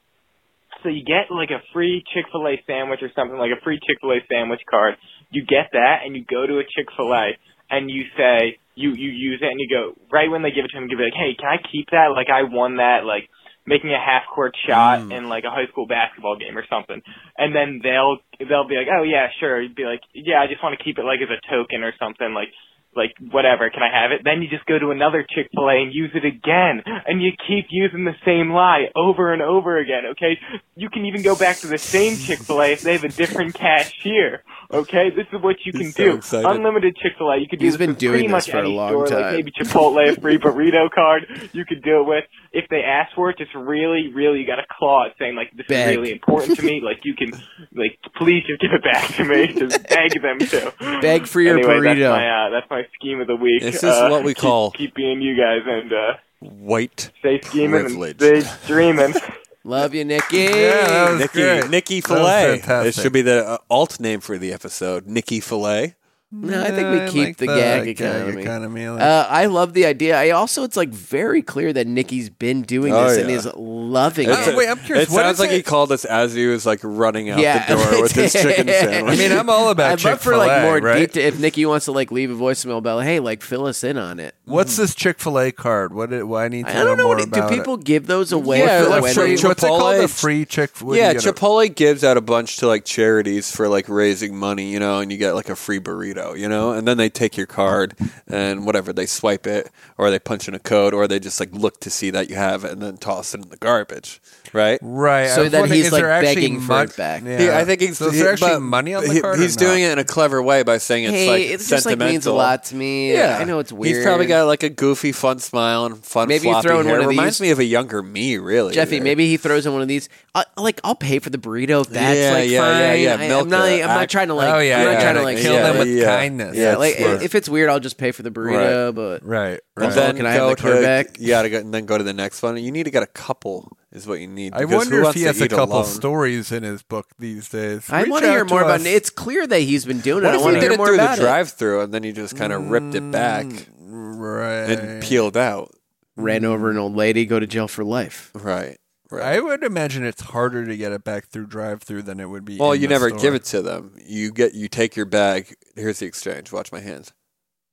S7: so you get like a free Chick Fil A sandwich or something, like a free Chick Fil A sandwich card. You get that, and you go to a Chick Fil A, and you say you you use it, and you go right when they give it to him, you be like, hey, can I keep that? Like I won that, like making a half court shot in like a high school basketball game or something, and then they'll they'll be like, oh yeah, sure. You'd be like, yeah, I just want to keep it like as a token or something, like. Like whatever, can I have it? Then you just go to another Chick Fil A and use it again, and you keep using the same lie over and over again. Okay, you can even go back to the same Chick Fil A if they have a different cashier. Okay, this is what you can
S5: so
S7: do.
S5: excited.
S7: Unlimited Chick Fil A, you could do
S3: He's
S7: this
S3: been
S7: with
S3: doing
S7: pretty
S3: this
S7: much
S3: for a
S7: any
S3: long
S7: store,
S3: time.
S7: Like maybe Chipotle, a free burrito card. You could do it with if they ask for it. Just really, really, you got to claw it, saying like this
S3: Beg.
S7: is really important to
S3: *laughs*
S7: me. Like you can, like please just give it back to me. Just beg them to
S3: Beg for your
S7: anyway,
S3: burrito.
S7: That's my, uh, that's my scheme of the week.
S5: This is
S7: Uh,
S5: what we
S7: keep-
S5: call-
S7: keep being you guys and uh,
S5: White
S7: stay scheming
S5: Privilege.
S7: and stay dreaming.
S5: *laughs*
S3: Love you, Nikki.
S4: Yeah, that was
S5: Nikki
S4: great.
S5: Nikki
S4: That was
S5: Fillet. It
S4: fantastic.
S5: should be the uh, alt name for the episode. Nikki Fillet.
S3: No, I think we
S4: Yeah, I
S3: keep
S4: like
S3: the,
S4: the
S3: gag
S4: gag
S3: economy.
S4: economy, I like-
S3: uh, I love the idea. I also, it's like very clear that Nikki's been doing
S5: Oh,
S3: this and
S5: yeah.
S3: is loving
S4: It's
S3: it.
S4: a- Oh, wait, I'm curious,
S5: It
S4: what
S5: sounds
S4: is
S5: like he
S4: it?
S5: called us as he was like running out
S3: Yeah,
S5: the door with
S3: *laughs*
S4: *laughs*
S5: his chicken
S4: I
S5: sandwich.
S4: mean, *laughs* I'm all about
S3: I'd love for like
S4: Chick-fil-A,
S3: more
S4: right?
S3: detail. If Nikki wants to like leave a voicemail about, hey, like fill us in on it.
S4: What's this Chick Fil A card? What? It, well, I need to
S3: I don't know
S4: more
S3: what it, do
S4: about
S3: people give those away
S5: Yeah,
S3: for
S5: like
S3: when
S5: free
S3: they-
S5: Chick-
S4: What's it called?
S5: Chipotle?
S4: A free Chick. what do
S5: yeah,
S4: you get?
S5: Chipotle gives out a bunch to like charities for like raising money, you know, and you get like a free burrito, you know, and then they take your card and whatever they swipe it or they punch in a code or they just like look to see that you have it and then toss it in the garbage, right?
S4: Right.
S3: So
S4: I was
S3: that
S4: wondering,
S3: he's,
S4: is there
S3: like,
S4: actually
S3: begging for
S4: mon-
S3: it back.
S4: Yeah.
S5: He- I think he's
S4: so is
S5: he-
S4: there actually
S5: but
S4: money on the
S5: he-
S4: card.
S5: He's doing it in a clever way by saying it's
S3: hey,
S5: like
S3: it just like
S5: sentimental.
S3: means a lot to me.
S5: Yeah,
S3: I know it's weird.
S5: He's probably got like a goofy, fun smile and fun.
S3: Maybe you
S5: floppy
S3: throw in
S5: hair.
S3: one of
S5: Reminds
S3: these-
S5: me of a younger me, really.
S3: Jeffy,
S5: there.
S3: maybe he throws in one of these. I, like, I'll pay for the burrito. If that's
S5: Yeah,
S3: like
S5: yeah,
S3: fine.
S5: yeah, yeah.
S3: I,
S5: Milk
S3: am not.
S5: it.
S3: I'm not
S5: Act-
S3: trying to like.
S4: oh yeah,
S3: I'm
S4: yeah,
S3: not
S5: yeah,
S3: trying to
S5: yeah,
S3: like
S4: kill
S5: yeah,
S4: them with
S5: yeah.
S4: kindness.
S5: Yeah,
S3: Yeah, like
S5: smart.
S3: if it's weird, I'll just pay for the burrito. But
S4: right,
S5: And
S4: right.
S3: Also,
S5: then
S3: can I have
S5: go
S3: the card
S5: to
S3: back?
S5: you gotta go, and then go to the next one. You need to get a couple, is what you need.
S4: I
S5: because who
S4: wonder if
S5: wants
S4: he
S5: to
S4: has a
S5: eat
S4: couple
S5: alone?
S4: stories in his book these days.
S3: I
S4: Reach
S3: want to
S4: out
S3: hear more about
S4: us.
S3: it. It's clear that he's been doing
S5: What
S3: it.
S5: if
S3: I want
S5: he
S3: to
S5: did
S3: hear
S5: it
S3: more
S5: through the
S3: about it.
S5: drive-through and then he just kind of ripped it back
S4: Mm, Right.
S5: and peeled out?
S3: Ran over an old lady, go to jail for
S5: *laughs*
S3: life.
S5: Right. Right.
S4: I would imagine it's harder to get it back through drive-through than it would be.
S5: well,
S4: in
S5: you
S4: the
S5: never
S4: store.
S5: give it to them. You get you take your bag. Here's the exchange. Watch my hands.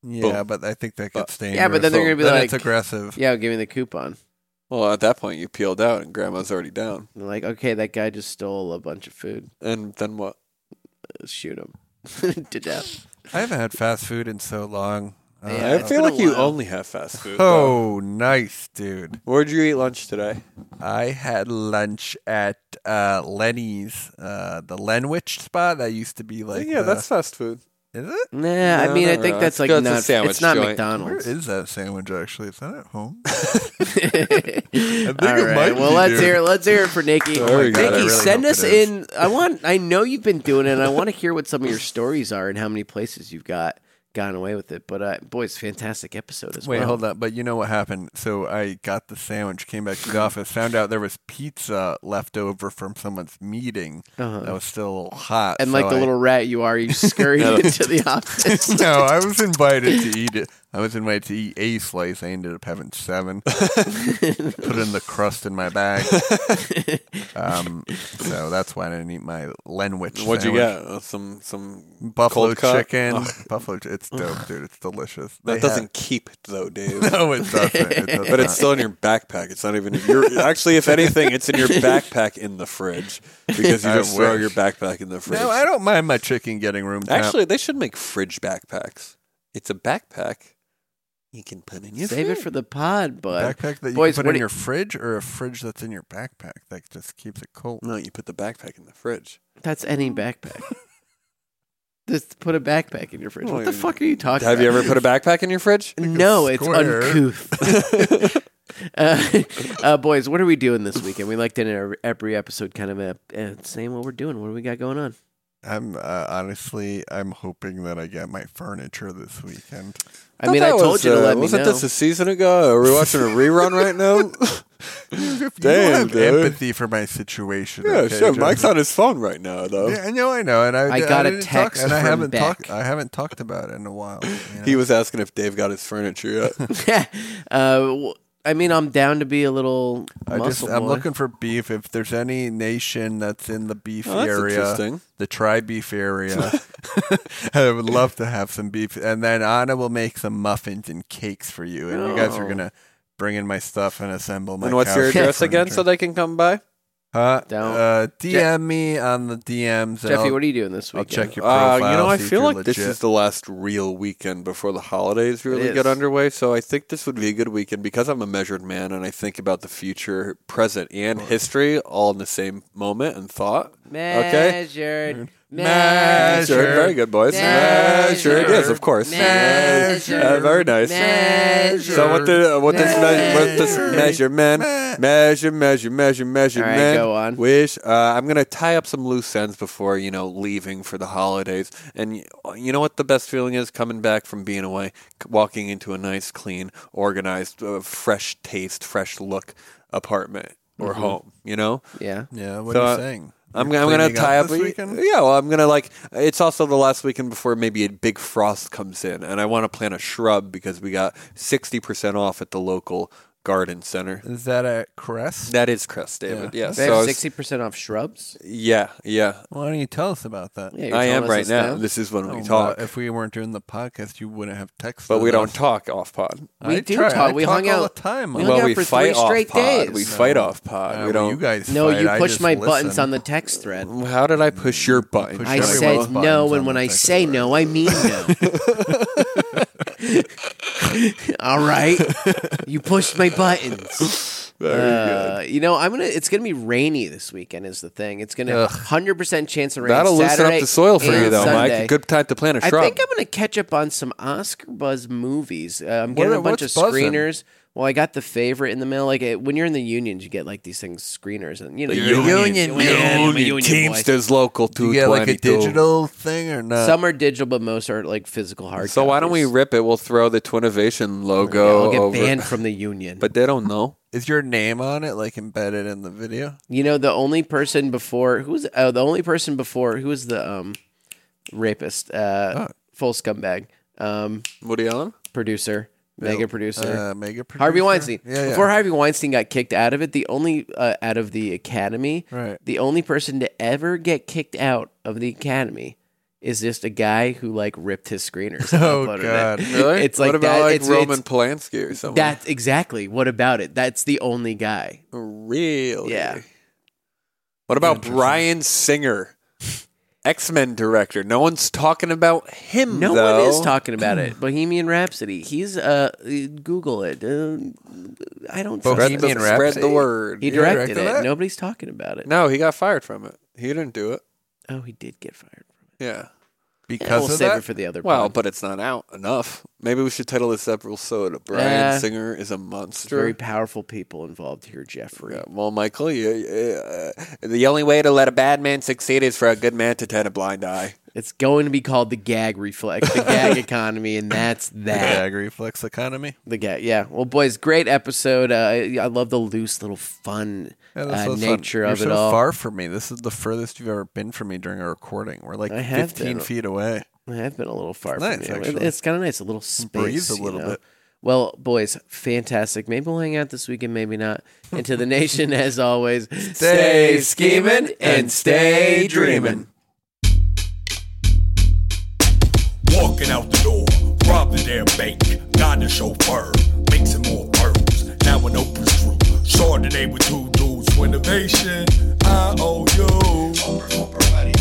S4: Yeah,
S5: Boom.
S4: but I think that gets dangerous.
S3: Yeah, but then they're gonna be
S4: Then
S3: like-
S4: it's aggressive.
S3: Yeah, give me the coupon.
S5: Well, at that point you peeled out and grandma's already down.
S3: And like, okay, that guy just stole a bunch of food.
S5: And then what?
S3: Let's shoot him *laughs* to death.
S4: I haven't had fast food in so long. Uh,
S3: Yeah,
S5: I
S3: it's
S5: feel
S3: been a
S5: like you
S3: while.
S5: only have fast
S4: *laughs*
S5: food. though.
S4: oh, nice, dude.
S5: Where'd you eat lunch today?
S4: I had lunch at uh, Lenny's, uh, the Lenwich spot that used to be like.
S5: yeah,
S4: the-
S5: that's fast food.
S4: Is it?
S3: Nah, I
S5: No,
S3: mean, I
S5: no,
S3: think
S5: no,
S3: that's
S5: it's
S3: like
S5: good. It's a
S3: not.
S5: sandwich
S3: It's not
S5: joint.
S4: Where
S3: McDonald's.
S4: is that sandwich actually? Is that at home?
S3: All
S4: it might
S3: right.
S4: be,
S3: Well, let's
S4: dude.
S3: hear. Let's hear it for Nikki.
S5: There we
S3: Nikki,
S5: go. I really
S3: send
S4: hope
S3: us
S4: it is.
S3: in. I want. I know you've been doing it. and I want to hear what some of your stories are and how many places you've got gotten away with it. But uh, boy, it's a fantastic episode as
S4: Wait,
S3: well.
S4: hold on. But you know what happened? So I got the sandwich, came back to the office, found out there was pizza left over from someone's meeting
S5: Uh-huh.
S4: that was still hot.
S3: And
S4: so
S3: like the
S4: I- *laughs*
S3: little rat you are, you scurried into the office.
S4: No, I was invited to eat it. I was invited to eat a slice. I ended up having
S5: *laughs*
S4: seven. Put in the crust in my bag. Um, so that's why I didn't eat my Lenwich.
S5: What'd
S4: sandwich.
S5: you get? Uh, Some some
S4: Buffalo
S5: cold cut?
S4: chicken.
S5: Oh,
S4: Buffalo. chi- It's dope, dude. It's delicious. They
S5: that
S4: had-
S5: doesn't keep though, Dave.
S4: *laughs* No, it doesn't. It does
S5: *laughs* But it's
S4: not.
S5: still in your backpack. It's not even. You're, actually, if anything, it's in your backpack in the fridge because you
S4: I
S5: just throw
S4: wish.
S5: your backpack in the fridge.
S4: No, I don't mind my chicken getting room temp.
S5: Actually, they should make fridge backpacks. It's a backpack you can put in your
S3: Save it
S5: fridge.
S3: for the pod, bud.
S4: backpack that you
S3: Boys,
S4: can
S3: what
S4: put in
S3: do-
S4: your fridge or a fridge that's in your backpack that just keeps it cold.
S5: No, you put the backpack in the fridge.
S3: That's any backpack. Just put a backpack in your fridge. What the
S5: Well,
S3: fuck are you talking?
S5: Have you
S3: about?
S5: ever put a backpack in
S3: *laughs*
S5: your fridge? *laughs*
S3: No, it's
S4: square.
S3: uncouth. uh, *laughs* uh, boys, what are we doing this weekend? We like to end every episode kind of uh, uh, saying what we're doing. What do we got going on?
S4: I'm uh, honestly, I'm hoping that I get my furniture this weekend.
S3: I, mean, I
S5: thought that
S3: told
S5: was,
S3: you to
S5: uh,
S3: let me
S5: wasn't
S3: know.
S5: this a season ago? Are we watching a rerun right *laughs* now?
S4: If you
S5: Damn,
S4: have
S5: dude.
S4: empathy for my situation.
S5: yeah,
S4: okay,
S5: sure. Mike's
S4: Joseph?
S5: on his phone right now, though.
S4: Yeah, I know, I know, and I,
S3: I got a
S4: didn't
S3: text
S4: talk, and I
S3: from
S4: haven't talked.
S3: Beck.
S4: I haven't talked about it in a while. you know?
S5: *laughs* Oh,
S3: *laughs*
S5: He was asking if Dave got his furniture yet.
S3: uh, w- I mean, I'm down to be a little
S4: I just
S3: muscle
S4: I'm
S3: boy.
S4: looking for beef. If there's any nation that's in the beef
S5: Oh, that's
S4: area,
S5: interesting. *laughs*
S4: the tri beef area, *laughs* I would love to have some beef. And then Anna will make some muffins and cakes for you, and you guys are
S3: Oh.
S4: gonna bring in my stuff and assemble my.
S5: and what's your
S4: couch
S5: address
S4: *laughs* furniture.
S5: again so they can come by?
S4: Huh?
S3: Down.
S4: Uh, DM me on the DMs. and
S3: Jeffy,
S4: I'll-
S3: what are you doing this
S4: I'll
S3: weekend?
S4: check your
S5: Uh,
S4: profile.
S5: you know, I
S4: see if
S5: feel
S4: you're
S5: like this
S4: legit.
S5: is the last real weekend before the holidays really
S3: is.
S5: get underway. So I think this would be a good weekend because I'm a measured man and I think about the future, present, and history all in the same moment and thought. Okay.
S3: Measured.
S4: Measured.
S5: Measured. Very good, boys.
S3: Measured.
S5: Measured. Yes, of course.
S3: Measured.
S5: Uh, very nice.
S3: Measured.
S5: So what the what this measure, what this
S4: Measured.
S5: measure man
S4: Me-
S5: measure measure measure measure
S3: All right,
S5: man
S3: go on.
S5: wish uh, I'm gonna tie up some loose ends before you know leaving for the holidays and y- you know what the best feeling is coming back from being away c- walking into a nice clean organized uh, fresh taste fresh look apartment or
S3: Mm-hmm.
S5: home you know
S3: Yeah.
S4: Yeah, what
S5: So,
S4: are
S5: uh,
S4: you saying?
S5: I'm,
S4: You're
S5: I'm gonna
S4: cleaning
S5: tie up.
S4: this weekend.
S5: Yeah, well, I'm gonna like. It's also the last weekend before maybe a big frost comes in, and I want to plant a shrub because we got sixty percent off at the local garden center.
S4: Is that a crest?
S5: That is Chris David. Yeah,
S3: They have
S5: so it's-
S3: sixty percent off shrubs.
S5: Yeah, yeah.
S4: Why don't you tell us about that?
S3: Yeah, you're
S5: I
S3: telling
S5: am
S3: us
S5: right
S3: this
S5: now. This is when
S4: Oh,
S5: we
S4: well,
S5: talk,
S4: if we weren't doing the podcast, you wouldn't have texted.
S5: but we
S4: us.
S5: don't talk off pod.
S3: We
S4: I
S3: do
S4: try.
S3: talk.
S4: I
S3: We
S4: talk
S3: hung
S4: all
S3: out-
S4: the time.
S3: we
S4: on
S3: hung
S5: Well,
S3: out
S5: we
S3: for three
S5: fight off
S3: straight
S5: pod.
S3: days.
S5: We
S3: No.
S5: fight off pod.
S4: Uh,
S5: we
S4: well,
S5: don't.
S4: You guys.
S3: no,
S4: fight.
S3: you
S4: I
S3: pushed
S4: just
S3: my
S4: listen.
S3: buttons on the text thread.
S5: How did I push your button?
S4: pushed
S3: I
S4: Sure,
S3: said
S4: everyone's
S3: no,
S4: buttons
S3: and
S4: on
S3: when
S4: the
S3: I
S4: text
S3: say
S4: thread.
S3: no, I mean no. *laughs* All right, you pushed my buttons. Uh, you know, I'm gonna. It's gonna be rainy this weekend. Is the thing? It's gonna hundred percent chance of rain.
S5: That'll loosen
S3: Saturday
S5: up the soil for
S3: and
S5: you, though,
S3: Sunday.
S5: Mike. Good time to plant a
S3: I
S5: shrub.
S3: think I'm gonna catch up on some Oscar buzz movies. Uh, I'm getting
S4: What-
S3: a bunch of
S4: what's buzzing?
S3: screeners. Well, I got the favorite in the mail. Like it, when you're in the unions, you get like these things screeners, and you know,
S5: The
S3: you're a
S5: union,
S3: I'm a
S5: union,
S3: boy.
S5: Teamsters local
S4: Do you
S5: two
S4: get like
S5: twenty
S4: a
S5: two.
S4: digital thing or not?
S3: Some are digital, but most are like physical hard.
S5: Uh, So why don't we
S3: copies.
S5: rip it? We'll throw the Twinnovation
S3: Yeah,
S5: logo
S3: I'll get
S5: over.
S3: banned from the union.
S5: But they don't know.
S4: Is your name on it, like embedded in the video?
S3: you know, the only person before who was oh, the only person before who was the um rapist,
S5: Oh.
S3: uh, full scumbag, um,
S5: Woody Allen.
S3: producer, mega producer.
S4: Uh, mega producer?
S3: Harvey Weinstein.
S4: Yeah, yeah.
S3: Before Harvey Weinstein got kicked out of it, the only uh, out of the Academy,
S4: Right.
S3: the only person to ever get kicked out of the Academy is just a guy who like ripped his
S5: *laughs*
S3: screeners. and
S4: Oh,
S3: uploaded
S4: God.
S3: it.
S5: Really?
S3: *laughs* It's like
S5: what about
S3: that,
S5: like
S3: it's,
S5: Roman
S3: it's-
S5: Polanski or someone?
S3: that's exactly what about it. That's the only guy.
S5: really.
S3: Yeah.
S5: What about Brian Singer, X Men director? No one's talking about him.
S3: No
S5: Hmm. though.
S3: one is talking about it. Bohemian Rhapsody. He's uh, Google it. Uh, I don't.
S4: Bohemian
S5: Spread
S3: trust
S5: the,
S3: him.
S4: Rhapsody?
S5: spread the word.
S3: He
S5: Yeah.
S3: directed,
S4: directed
S3: it.
S4: that?
S3: Nobody's talking about it.
S5: No, he got fired from it. He didn't do it.
S3: Oh, he did get fired.
S5: Yeah.
S4: because
S3: Yeah, we'll
S4: of
S3: save
S4: that.
S3: it for the other.
S5: Well,
S3: pod.
S5: but it's not out enough. Maybe we should title this episode "Brian
S3: Uh,
S5: Singer is a Monster."
S3: very powerful people involved here, Jeffrey.
S5: Yeah, well, Michael, you, uh, the only way to let a bad man succeed is for a good man to turn a blind eye.
S3: It's going to be called the gag reflex, the
S4: *laughs*
S3: gag economy, and that's that.
S4: Gag reflex economy.
S3: The gag, yeah. Well, boys, great episode. Uh, I, I love the loose, little fun
S4: Yeah, that's
S3: uh,
S4: so fun.
S3: nature of
S4: You're
S3: it
S4: so
S3: all.
S4: Far from me. This is the furthest you've ever been from me during a recording. We're like
S3: I have
S4: 15
S3: been.
S4: feet away.
S3: I have been a little far
S4: It's nice,
S3: from you. It-
S4: actually.
S3: It's kind of nice, a little space.
S4: breathes a
S3: you
S4: little
S3: know?
S4: bit.
S3: Well, boys, fantastic. Maybe we'll hang out this weekend, maybe not. And to the nation, *laughs* as always,
S4: Stay scheming and stay dreaming.
S2: Walking out the door, robbed the damn bank, got the chauffeur, make some more pearls. Now an open screw, Chardonnay with two dudes for innovation. I owe you.